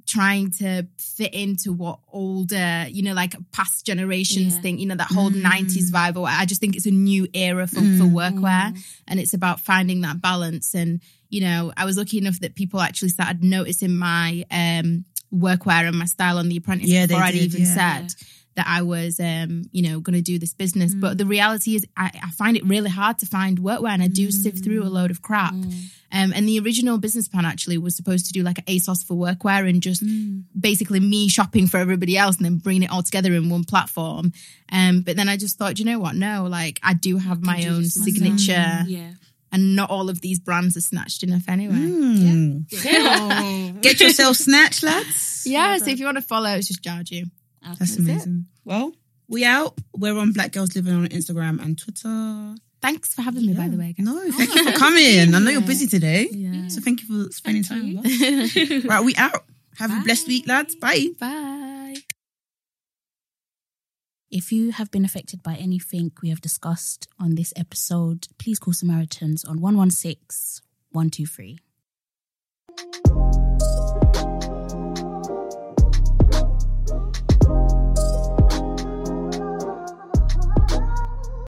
[SPEAKER 3] trying to fit into what older, you know, like past generations
[SPEAKER 1] Yeah.
[SPEAKER 3] think, you know, that whole 90s vibe. Or what- I just think it's a new era for, for
[SPEAKER 2] Mm.
[SPEAKER 3] workwear. And it's about finding that balance. And, you know, I was lucky enough that people actually started noticing my um, workwear and my style on The Apprentice
[SPEAKER 2] Yeah, they
[SPEAKER 3] before I'd
[SPEAKER 2] did,
[SPEAKER 3] even
[SPEAKER 2] yeah.
[SPEAKER 3] said that I was, um, you know, going to do this business. But the reality is, I, I find it really hard to find workwear, and I do sift through a load of crap.
[SPEAKER 1] Mm.
[SPEAKER 3] Um, and the original business plan actually was supposed to do like an ASOS for workwear and
[SPEAKER 1] Mm.
[SPEAKER 3] just basically me shopping for everybody else and then bringing it all together in one platform. Um, but then I just thought, you know what? No, like I do have my
[SPEAKER 1] do
[SPEAKER 3] own
[SPEAKER 1] this myself. Mm.
[SPEAKER 3] signature,
[SPEAKER 1] Yeah.
[SPEAKER 3] and not all of these brands are snatched enough anyway.
[SPEAKER 2] Mm.
[SPEAKER 1] Yeah.
[SPEAKER 2] Get yourself snatched, lads.
[SPEAKER 3] Yeah, so if you want to follow, it's just Jarju.
[SPEAKER 2] That's amazing. Well, we out. We're on Black Girls Living on Instagram and Twitter.
[SPEAKER 3] Thanks for having me, by
[SPEAKER 2] Yeah.
[SPEAKER 3] the way. guys.
[SPEAKER 2] No, thank you for coming. I know you're busy today.
[SPEAKER 3] Yeah.
[SPEAKER 2] So thank you for spending time with us. right, we out. Have a blessed week, lads. Bye.
[SPEAKER 3] Bye.
[SPEAKER 1] If you have been affected by anything we have discussed on this episode, please call Samaritans on 116 123.